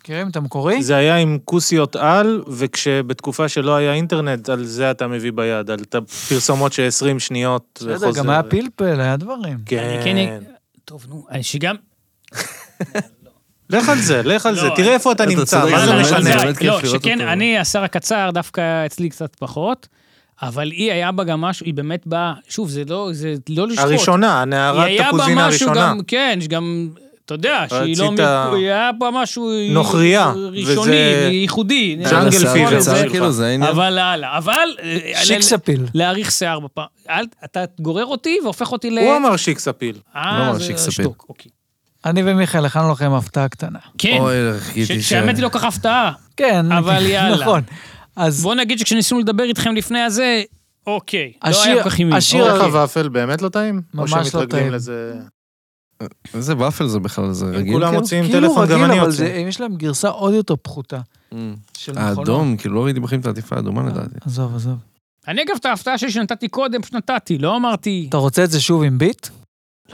מכירים את המקורי?
זה היה עם כוסיות על, וכשבתקופה שלא היה אינטרנט, על זה אתה מביא ביד, על את הפרסומות של 20 שניות
בסדר, לא גם היה פלפל, היה דברים.
אני כן...
כן.
טוב, נו, אה, שגם...
לך על זה, לך על
לא,
זה,
אני-
תראה איפה אתה
אתה
נמצא,
צודק,
מה זה
אני-
משנה?
זה באמת כיף
לא,
לראות
שכן,
אותו.
אני, השר הקצר, דווקא אצלי קצת פחות, אבל היא היה בה גם משהו, היא באמת באה, שוב, זה לא, זה לא לשפוט.
הראשונה,
היא
הנערת
היה בה
תפוזינה
משהו
הראשונה.
גם, כן, שגם, אתה יודע, שהיא
רצית-
לא... מ- היא היה בה משהו...
נוכריה,
ראשוני,
וזה-
ייחודי.
ג'אנגל
נכון,
פיבר,
אבל-
זה
אה, זה
שלך.
כאילו זה העניין.
אבל הלאה, אבל...
שיקס אפיל.
להאריך שיער בפעם. אל- אתה גורר אותי והופך אותי ל...
הוא אמר שיקס אפיל.
אה,
לא,
זה
שיקס
שתוק,
אפיל.
אוקיי.
אני ומיכאל הכנו לכם הפתעה קטנה.
כן,
אוי, אה.
ש-
חיכיתי ש...
שהאמת היא לא כל כך הפתעה.
כן,
אבל יאללה.
נכון. אז
בוא נגיד שכשניסינו לדבר איתכם לפני הזה, אוקיי, לא
השיר-
היה כל כך עם מי.
השיר-
אורך
אוקיי.
הוואפל באמת לא טעים?
ממש
או
לא
שמתרגלים
טעים.
לזה...
איזה ופל זה בכלל, זה רגיל?
כולם
כאילו?
מוציאים
כאילו
טלפון, גם אני
רגיל, אבל זה-
יוצא.
יש להם גרסה עוד יותר פחותה של מכונות.
האדום, כן. כאילו לא ראיתי בכלל את העטיפה האדומה
אה.
לדעתי.
עזוב, עזוב.
אני אגב, את ההפתעה שלי שנתתי קודם, פשוט נתתי, לא אמרתי...
אתה רוצה את זה שוב עם ביט?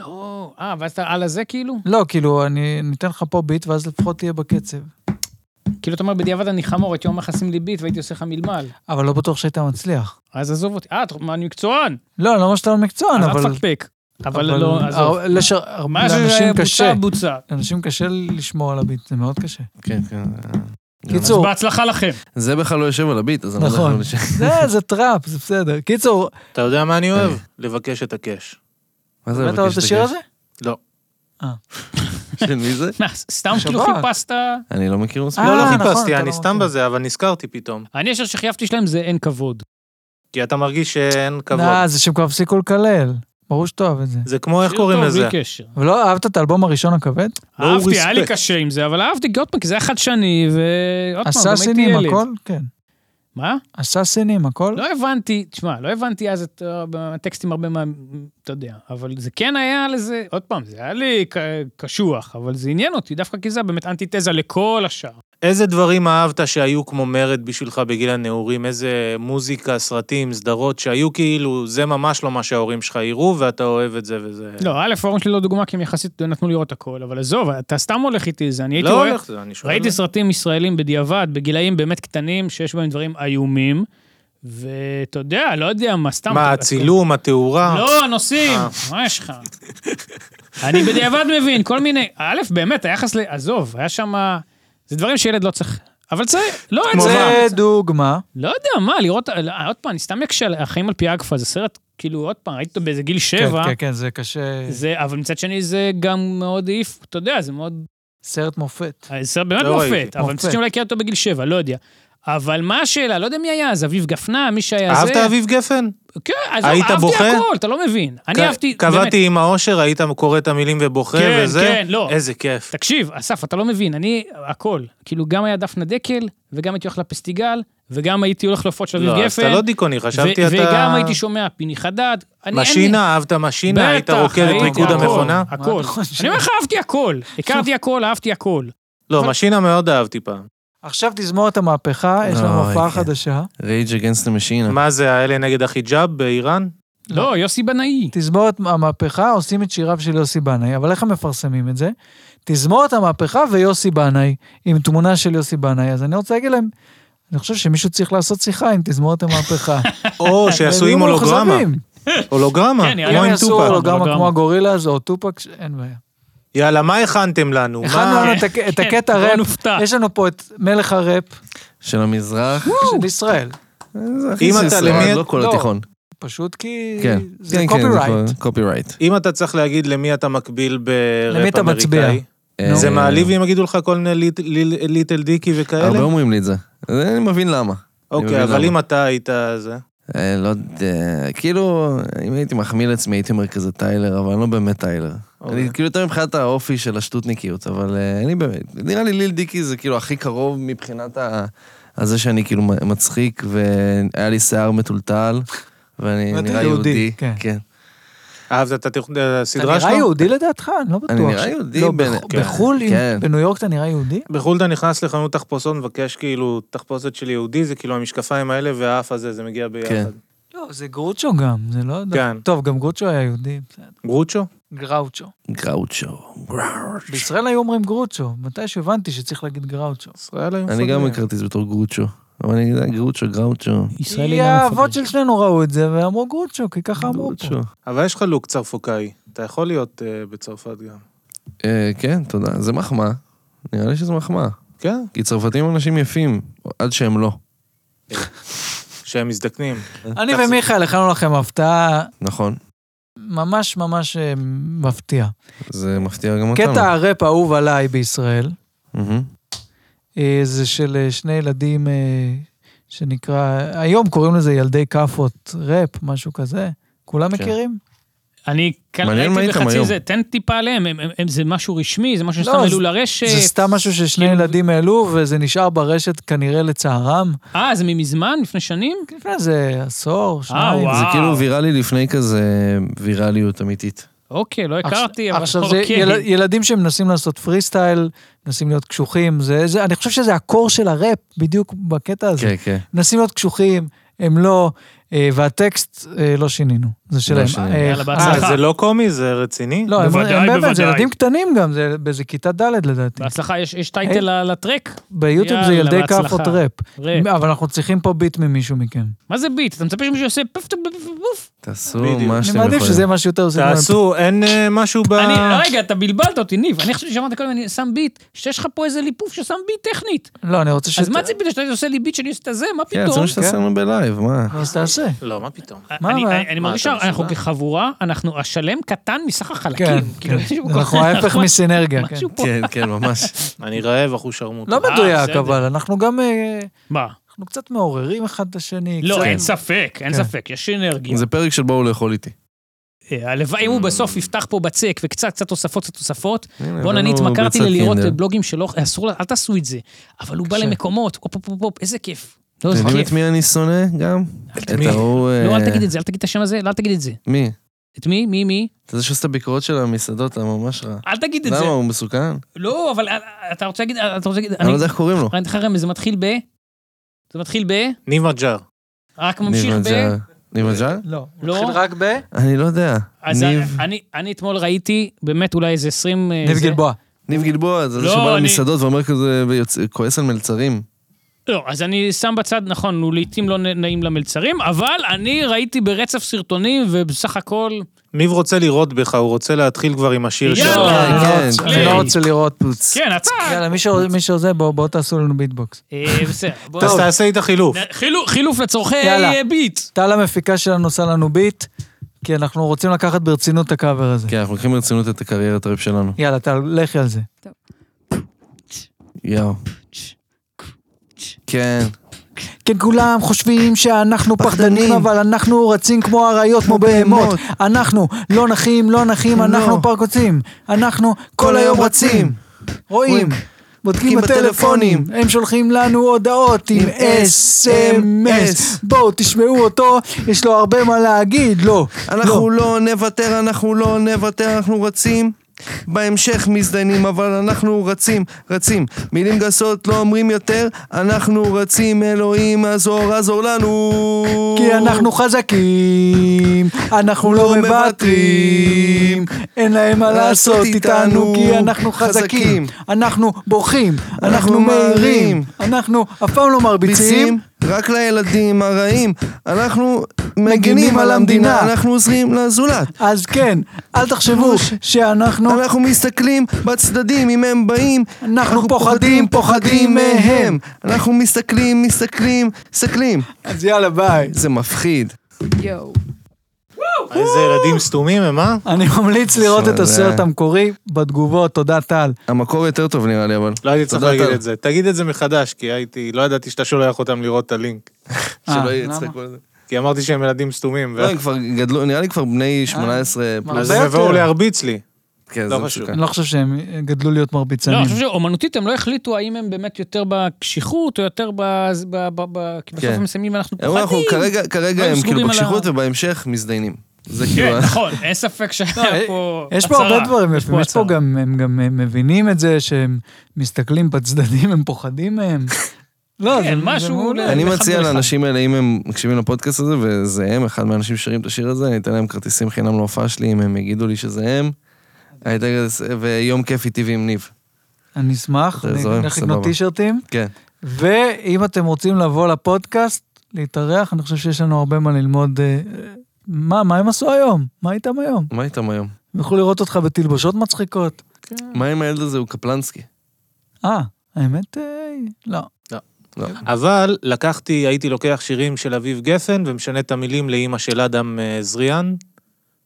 לא, אה, ואז אתה על הזה כאילו?
לא, כאילו, אני ניתן לך פה ביט, ואז לפחות תהיה בקצב.
כאילו, אתה אומר, בדיעבד אני חמור, הייתי אומר לך שים לי ביט והייתי עושה לך מלמל.
אבל לא בטוח שהיית מצליח.
אז עזוב אותי. אה, אתה- מה, אני מקצוען?
לא, לא אומר שאתה לא מקצוען,
אל
אבל...
תפקפק. אבל לא, עזוב.
הר- לש- הר-
מה אה, שהיה
לאנשים
בוצע,
קשה.
בוצע.
לאנשים קשה לשמור על הביט, זה מאוד קשה.
כן, כן.
אז
קיצור,
בהצלחה לכם.
זה בכלל לא יושב על הביט, אז אני לא יודע
נכון.
איך הוא יושב.
זה, זה טראפ, זה בסדר. קיצור,
אתה יודע מה אני אוהב? לבקש את הקש.
מה זה
באמת אוהב את השיר הזה?
לא.
של מי זה?
מה, סתם כאילו
שב"כ.
חיפשת...
אני לא מכיר מספיק.
אה,
לא, לא
נכון,
חיפשתי,
אתה לא
אני סתם
מכיר.
בזה, אבל נזכרתי פתאום.
אני ישר שחייבתי שלהם זה אין כבוד.
כי אתה מרגיש שאין כבוד.
אה, זה שהם כבר הפסיקו לקלל. ברור שאתה אוהב את זה.
זה כמו איך
שיר
קוראים
טוב,
לזה.
בלי קשר.
אבל לא אהבת את האלבום הראשון הכבד?
No
אהבתי, היה לי
respect.
קשה עם זה, אבל אהבתי עוד פעם, כי זה היה חדשני, ועוד פעם, גם הייתי
הסאסינים,
ילד.
הכל? כן.
מה?
הסאסינים, הכל?
לא הבנתי, תשמע, לא הבנתי אז את אה, הטקסטים הרבה מה... אתה יודע, אבל זה כן היה לזה, עוד פעם, זה היה לי ק- קשוח, אבל זה עניין אותי, דווקא כי זה היה באמת אנטיתזה לכל השאר.
איזה דברים אהבת שהיו כמו מרד בשבילך בגיל הנעורים? איזה מוזיקה, סרטים, סדרות שהיו כאילו, זה ממש לא מה שההורים שלך יראו, ואתה אוהב את זה וזה...
לא, א', ההורים שלי לא דוגמה, כי הם יחסית נתנו לי לראות הכל, אבל עזוב, אתה סתם הולך איתי לזה, אני הייתי
לא
רואה...
הולך לזה, אני שואל.
ראיתי סרטים ישראלים בדיעבד, בגילאים באמת קטנים, שיש בהם דברים איומים, ואתה יודע, לא יודע מה, סתם...
מה, הצילום, התאורה?
לא, נוסעים,
אה.
מה יש לך? אני בדיעבד מבין, כל מיני... א', באמת, היחס ל... עזוב, היה שם... זה דברים שילד לא צריך... אבל זה... לא, אין
כמו
זה...
זה דוגמה.
לא יודע, מה, לראות... לא, עוד פעם, אני סתם יקשה על החיים על פי אגפה, זה סרט, כאילו, עוד פעם, ראיתי אותו באיזה גיל שבע,
כן, כן, כן, זה קשה.
זה- אבל מצד שני זה גם מאוד העיף, אתה יודע, זה מאוד אה,
סרט מופת.
זה באמת
לא
מופת,
ראיתי.
אבל
מופת.
מצד שני אולי הכרתי אותו בגיל שבע, לא יודע. אבל מה השאלה? לא יודע מי היה אז, אביב גפנה, מי שהיה זה.
אהבת אביב גפן?
כן, אז
היית
אהבתי
בוכה?
הכל, אתה לא מבין. אני אהבתי, באמת.
קבעתי עם האושר, היית קורא את המילים ובוכה
כן,
וזה?
כן, לא.
איזה כיף.
תקשיב, אסף, אתה לא מבין, אני, הכל. כאילו, גם היה דפנה דקל, וגם הייתי הולך לפסטיגל, וגם הייתי הולך להופעות של אביב
לא, אז
גפן.
אתה לא דיכאוני, חשבתי
ו-
אתה...
וגם הייתי שומע פיני חדד. אני- אין לי-
משינה, אהבת משינה? היית
בטח,
רוקד את
הייתי,
ריקוד
הכל,
המכונה?
מה
הכל.
אתה חושב?
אני אומר לך, אהבתי הכל. הכרתי הכל, אהבתי הכל.
לא, משינה מאוד אהבתי פעם.
עכשיו תזמור את המהפכה, יש לנו
אוי, כן.
הופעה חדשה.
Rage Against the Machine.
מה זה, האלה נגד החיג'אב באיראן?
לא, יוסי בנאי.
תזמורת המהפכה, עושים את שיריו של יוסי בנאי, אבל איך הם מפרסמים את זה? תזמורת המהפכה ויוסי בנאי, עם תמונה של יוסי בנאי. אז אני רוצה להגיד להם, אני חושב שמישהו צריך לעשות שיחה עם תזמורת המהפכה.
או שיעשו עם
והם יהיו
הולוגרמה.
מאוכזבים.
הולוגרמה,
כן, נראה לי
כמו
הם
עם
יעשו
טופק.
הולוגרמה
הולוגרמה.
כמו הגורילה הזו, או טופק, ש- אין בעיה.
יאללה, מה הכנתם לנו?
הכנו
מה?
לנו את הק- את
כן,
הקטע
בוא
ראפ,
לא נופתע.
יש לנו פה את מלך הראפ
של המזרח.
של ישראל.
זה
אם
הכי
אתה-
סיסרא,
למי-
לא כל
לא.
התיכון.
פשוט כי
כן.
זה קופירייט.
קופירייט.
אם אתה צריך להגיד למי אתה מקביל
למי
בראפ
אתה מצביע?
אמריקאי,
נו.
אה,
זה מעליב אם יגידו לך כל מיני ליט- ליל- ליטל דיקי
הרבה
וכאלה?
אומרים לי את זה. זה אני מבין למה. אני מבין
אוקיי, אבל
למה.
אם אתה היית זה...
אה, לא יודע, כאילו, אם הייתי מחמיא לעצמי, הייתי אומר כזה טיילר, אבל אני לא באמת טיילר.
אוקיי.
אני כאילו יותר מבחינת האופי של השטותניקיות, אבל אה, אני באמת, נראה לי ליל דיקי זה כאילו הכי קרוב מבחינת ה... הזה שאני כאילו מ- מצחיק, והיה לי שיער מטולטל, ואני
ואתה
נראה
יהודי,
יהודי.
כן.
כן.
אהבת את התיכ-
אתה
הסדרה שלו?
נראה יהודי לדעתך? אני לא בטוח.
אני נראה
ש-
יהודי
לא,
בין-
בח-
כן.
בחו"ל, אם-
כן.
בניו יורק אתה נראה יהודי?
בחו"ל אתה נכנס לחנות תחפושות, מבקש כאילו תחפושת של יהודי, זה כאילו המשקפיים האלה והאף הזה, זה מגיע
כן.
ביחד.
לא, זה גרוצ'ו גם, זה לא...
כן.
טוב, גם גרוצ'ו היה יהודי. בסדר.
גרוצ'ו?
גראוצ'ו. לא
גראוצ'ו. גראוצ'ו.
בישראל היו אומרים גרוצ'ו, מתי שהבנתי שצריך להגיד גראוצ'ו.
ישראל היום
אני
מפגר.
גם הכרתי את זה בתור גרוצ'ו. אבל אני יודע, גרוצ'ו, גראוצ'ו.
ישראלי
כי
לא
גם
האבות
מפגר.
של שנינו ראו את זה ואמרו גרוצ'ו, כי ככה אמרו פה.
גרוצ'ו.
אבל יש לך לוק צרפוקאי, אתה יכול להיות אה, בצרפת גם.
אה, כן, תודה. זה מחמאה. נראה לי שזה מחמאה.
כן,
כי צרפתים הם אנשים יפים, עד שהם לא.
שהם מזדקנים.
אני ומיכאל הכנו לכם הפתעה
נכון.
ממש ממש אה, מפתיעה.
זה מפתיע גם אותנו.
קטע הראפ האהוב עליי בישראל,
מהמם.
אה, זה של אה, שני ילדים אה, שנקרא, היום קוראים לזה ילדי כאפות ראפ, משהו כזה. כולם
כן.
מכירים?
אני כאן
מעניין מה
ראיתי
איתם
בחצי
היום.
זה, תן טיפה עליהם, הם- הם- הם- זה משהו רשמי, זה משהו
לא,
שסתם
זה-
העלו לרשת.
זה סתם משהו ששני
כאילו-
ילדים העלו, וזה נשאר ברשת כנראה לצערם.
אה, זה ממזמן? לפני שנים?
לפני איזה עשור, שניים.
אה, וואו.
זה כאילו ויראלי לפני כזה ויראליות אמיתית.
אוקיי, לא
עכשיו-
הכרתי, אבל
עכשיו זה
אוקיי.
יל, ילדים שמנסים לעשות פרי סטייל, מנסים להיות קשוחים, זה, זה, אני חושב שזה הקור של הראפ, בדיוק בקטע הזה.
כן, כן.
מנסים להיות קשוחים, הם לא, אה, והטקסט, אה, לא שינינו, זה שלהם.
שינינו.
אה,
יאללה,
אה,
בהצלחה.
זה לא קומי? זה רציני?
לא, הם
בוודאי,
הם באמת, זה
בוודאי.
ילדים קטנים גם, זה באיזה כיתה ד' לדעתי.
בהצלחה, יש יש טייטל ל- לטרק?
ביוטיוב זה
יאללה,
ילדי
בהצלחה.
כאפות ראפ.
ראפ.
אבל אנחנו צריכים פה ביט ממישהו מכם.
מה זה ביט? אתה מצפה שמישהו יעשה פפ פפ פפ פפ?
תעשו
בדיוק.
מה
אני
שאתם
מעדיף שזה
יכולים.
יהיה משהו יותר סגנון.
תעשו, אין אה, משהו ב...
אני, לא, רגע, אתה בלבלת אותי, ניב. אני חשבתי שאמרת קודם, אני שם ביט, שיש לך פה איזה ליפוף ששם ביט טכנית.
לא, אני רוצה ש...
אז מה ציפית שאתה עושה לי ביט שאני עושה את זה? מה
כן,
פתאום?
צריכים שתעשה לנו בלייב, מה?
אז תעשה.
לא, מה פתאום?
מה
אני-
הבעיה?
אני- אני
מה,
מרגיש
אתה
שאנחנו
משוגע?
כחבורה, אנחנו השלם קטן מסך
כן,
החלקים.
כן.
כאילו, יש פה
אנחנו
כל-
ההפך מסינרגיה, כן.
משהו פה.
כן, כן, ממש.
אני רעב, אחוש שרמוטה.
לא מדויק,
בסדר.
אבל אנחנו גם... אה,
מה?
אנחנו קצת מעוררים אחד את השני.
לא,
קצת-
אין ספק, אין
כן.
ספק, יש אנרגיה.
זה פרק של בואו לאכול איתי.
אה, הלוואי אם הוא בסוף יפתח פה בצק וקצת קצת תוספות, קצת תוספות.
הנה,
בואנה,
הבאנו
אני התמכרתי
ביצת
ללראות
קינדר.
בלוגים שלא, אסור, לה- אל תעשו את זה. אבל הוא בא
קשה.
למקומות, הופ הופ הופ, הופ, איזה כיף. לא,
אתם
זה
יודעים
כיף.
את מי אני שונא גם? את
מי?
ההוא...
לא, אל
אה,
תגיד את זה, אל תגיד את השם הזה, לא, אל תגיד את זה.
מי?
את מי? מי? מי?
אתה זה שעושה את הביקורות של המסעדות, אתה ממש רע.
אל תגיד את
למה,
זה.
הוא מסוכן?
לא, אבל אה, אתה רוצה להגיד, אתה רוצה להגיד,
אני לא
אני
יודע איך קוראים לו.
אני חרם, זה מתחיל ב... זה מתחיל ב...
ניב מג'אר.
רק ממשיך ב...
ניב ניבנג'ה?
לא.
לא.
מתחיל רק ב...
אני לא יודע.
אז
ניב...
אני- אני אתמול ראיתי באמת אולי איזה 20... אה,
ניב
זה-
גלבוע.
ניב גלבוע, זה זה
לא,
שבא
אני-
למסעדות ואומר כזה, ויוצא- כועס על מלצרים.
לא, אז אני שם בצד, נכון, הוא לעיתים לא נ- נעים למלצרים, אבל אני ראיתי ברצף סרטונים, ובסך הכל...
ניב רוצה לראות בך, הוא רוצה להתחיל כבר עם השיר שלו.
יאללה.
אני לא
כן,
רוצה-
כן.
אני לא רוצה לראות פוץ.
כן, אתה...
יאללה, מי שעוז- מי שעוזר, בואו בואו תעשו לנו ביטבוקס.
אה, בסדר, בוא...
אז תעשה איתה חילוף.
נ- חילוף- חילוף לצורכי
יאללה.
אה, ביט.
טל המפיקה שלנו עושה לנו ביט, כי אנחנו רוצים לקחת ברצינות את הקאבר הזה.
כן, אנחנו לוקחים ברצינות את הקריירת הראפ שלנו.
כן.
יאללה, טל, לכי על זה.
יאו. כן.
כן, כולם חושבים שאנחנו פחדנים, אבל אנחנו רצים כמו אריות, כמו בהמות. אנחנו לא נחים, לא נחים, אנחנו פרקוצים. אנחנו כל היום רצים, רואים. בודקים בטלפונים, הם שולחים לנו הודעות עם אס.אם.אס. בואו תשמעו אותו, יש לו הרבה מה להגיד, לא.
אנחנו לא נוותר, אנחנו לא נוותר, אנחנו רצים. בהמשך מזדיינים, אבל אנחנו רצים, רצים. מילים גסות לא אומרים יותר, אנחנו רצים, אלוהים, עזור, עזור לנו.
כי אנחנו חזקים, אנחנו לא
לא
מוותרים,
מוותרים.
אין להם מה
לעשות
לעשות איתנו,
איתנו.
כי אנחנו חזקים,
חזקים.
אנחנו בורחים, אנחנו מהירים,
מהירים.
אנחנו אף פעם לא מרביצים,
ביצים רק לילדים הרעים. אנחנו מגינים על המדינה, אנחנו עוזרים לזולת.
אז כן, אל תחשבו שאנחנו...
אנחנו מסתכלים בצדדים אם הם באים.
אנחנו פוחדים, פוחדים מהם.
אנחנו מסתכלים, מסתכלים, מסתכלים.
אז יאללה ביי.
זה מפחיד.
יואו.
איזה ילדים סתומים הם, אה?
אני ממליץ לראות את
זה-
הסרט המקורי בתגובות, תודה טל.
כן.
המקור יותר טוב נראה לי, אבל.
לא הייתי צריך
תודה,
להגיד
טל.
את זה. תגיד את זה מחדש, כי הייתי, לא ידעתי שאתה שולח אותם לראות את הלינק.
אה,
שלא
למה?
יצחקו על זה.
כי אמרתי שהם ילדים סתומים,
לא,
ואז
הם כבר גדלו, נראה לי כבר בני 18
אה, מה?
פלוס.
אז הם
יותר.
יבואו להרביץ לי.
כן,
לא
זה
חשוב.
מסוכן.
אני לא חושב שהם גדלו להיות
לא, אני
מרביצנים.
חושב שאומנותית הם לא החליטו האם הם באמת יותר בקשיחות או יותר ב... ב- ב- ב- כי בסוף
כן.
הם מסיימים ואנחנו
הם- אנחנו
פוחדים.
כרגע- כרגע
לא
הם
הם
סגורים
כאילו
על
בקשיחות
ה-
ובהמשך מזדיינים. זה כאילו...
כן, נכון, אין ספק
אה,
שהיה פה
יש פה הרבה דברים יפים, יש פה
הצהרה.
גם, הם גם הם מבינים את זה שהם מסתכלים בצדדים, הם פוחדים מהם. לא,
כן,
זה
משהו
מעולה.
עולה.
אני
אחד
מציע
מול אחד.
לאנשים האלה, אם הם מקשיבים לפודקאסט הזה, וזה הם, אחד מהאנשים ששרים את השיר הזה, אני אתן להם כרטיסים חינם להופעה שלי, אם הם יגידו לי שזה הם. אני אתן כזה- ויום כיף איתי ועם ניב.
אני אשמח,
זה
אני
זורם,
הולך לקנות
סבבה.
טישרטים,
כן.
ואם אתם רוצים לבוא לפודקאסט, להתארח, אני חושב שיש לנו הרבה מה ללמוד. אה, אה, מה, מה הם עשו היום? מה איתם היום?
מה איתם היום?
הם יכלו לראות אותך בתלבושות מצחיקות.
מה עם הילד הזה? הוא קפלנסקי.
אה, האמת, אה, לא.
אבל לקחתי, הייתי לוקח שירים של אביב גפן ומשנה את המילים לאימא של אדם אה, זריאן,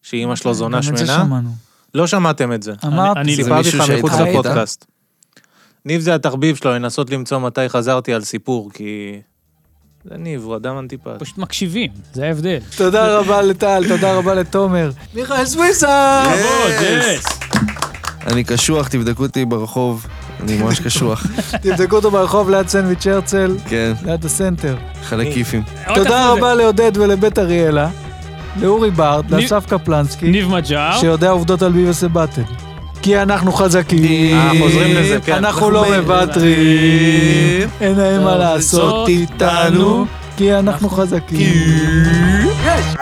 שאימא שלו זונה
גם את זה
שמנה.
שמענו.
לא שמעתם את זה.
אמרת,
אני-
זה
סיפרתי
מישהו
לך מחוץ
שהתחרה איתה?
לפודקאסט. ניב זה התחביב שלו, לנסות למצוא מתי חזרתי על סיפור, כי... זה ניב, הוא אדם אנטיפט.
פשוט מקשיבים, זה ההבדל.
תודה רבה לטל, תודה רבה לתומר. מיכאל סוויסה!
כבוד, יס.
אני קשוח, תבדקו אותי ברחוב. אני ממש קשוח.
תבדקו אותו ברחוב ליד סנדוויץ' הרצל,
כן,
ליד הסנטר.
חלק כיפים.
עוד
תודה
הפעם זה
רבה לעודד ולבית אריאלה, לאורי בארט,
ניב-
לאסף קפלנסקי,
ניב מג'אר,
שיודע עובדות על ביבס ובטן. כי אנחנו חזקים,
אה, חוזרים לזה, כן.
אנחנו לא
אנחנו
מוותרים, אין להם מה
טוב,
לעשות
זאת
איתנו, כי אנחנו חזקים.
Huh?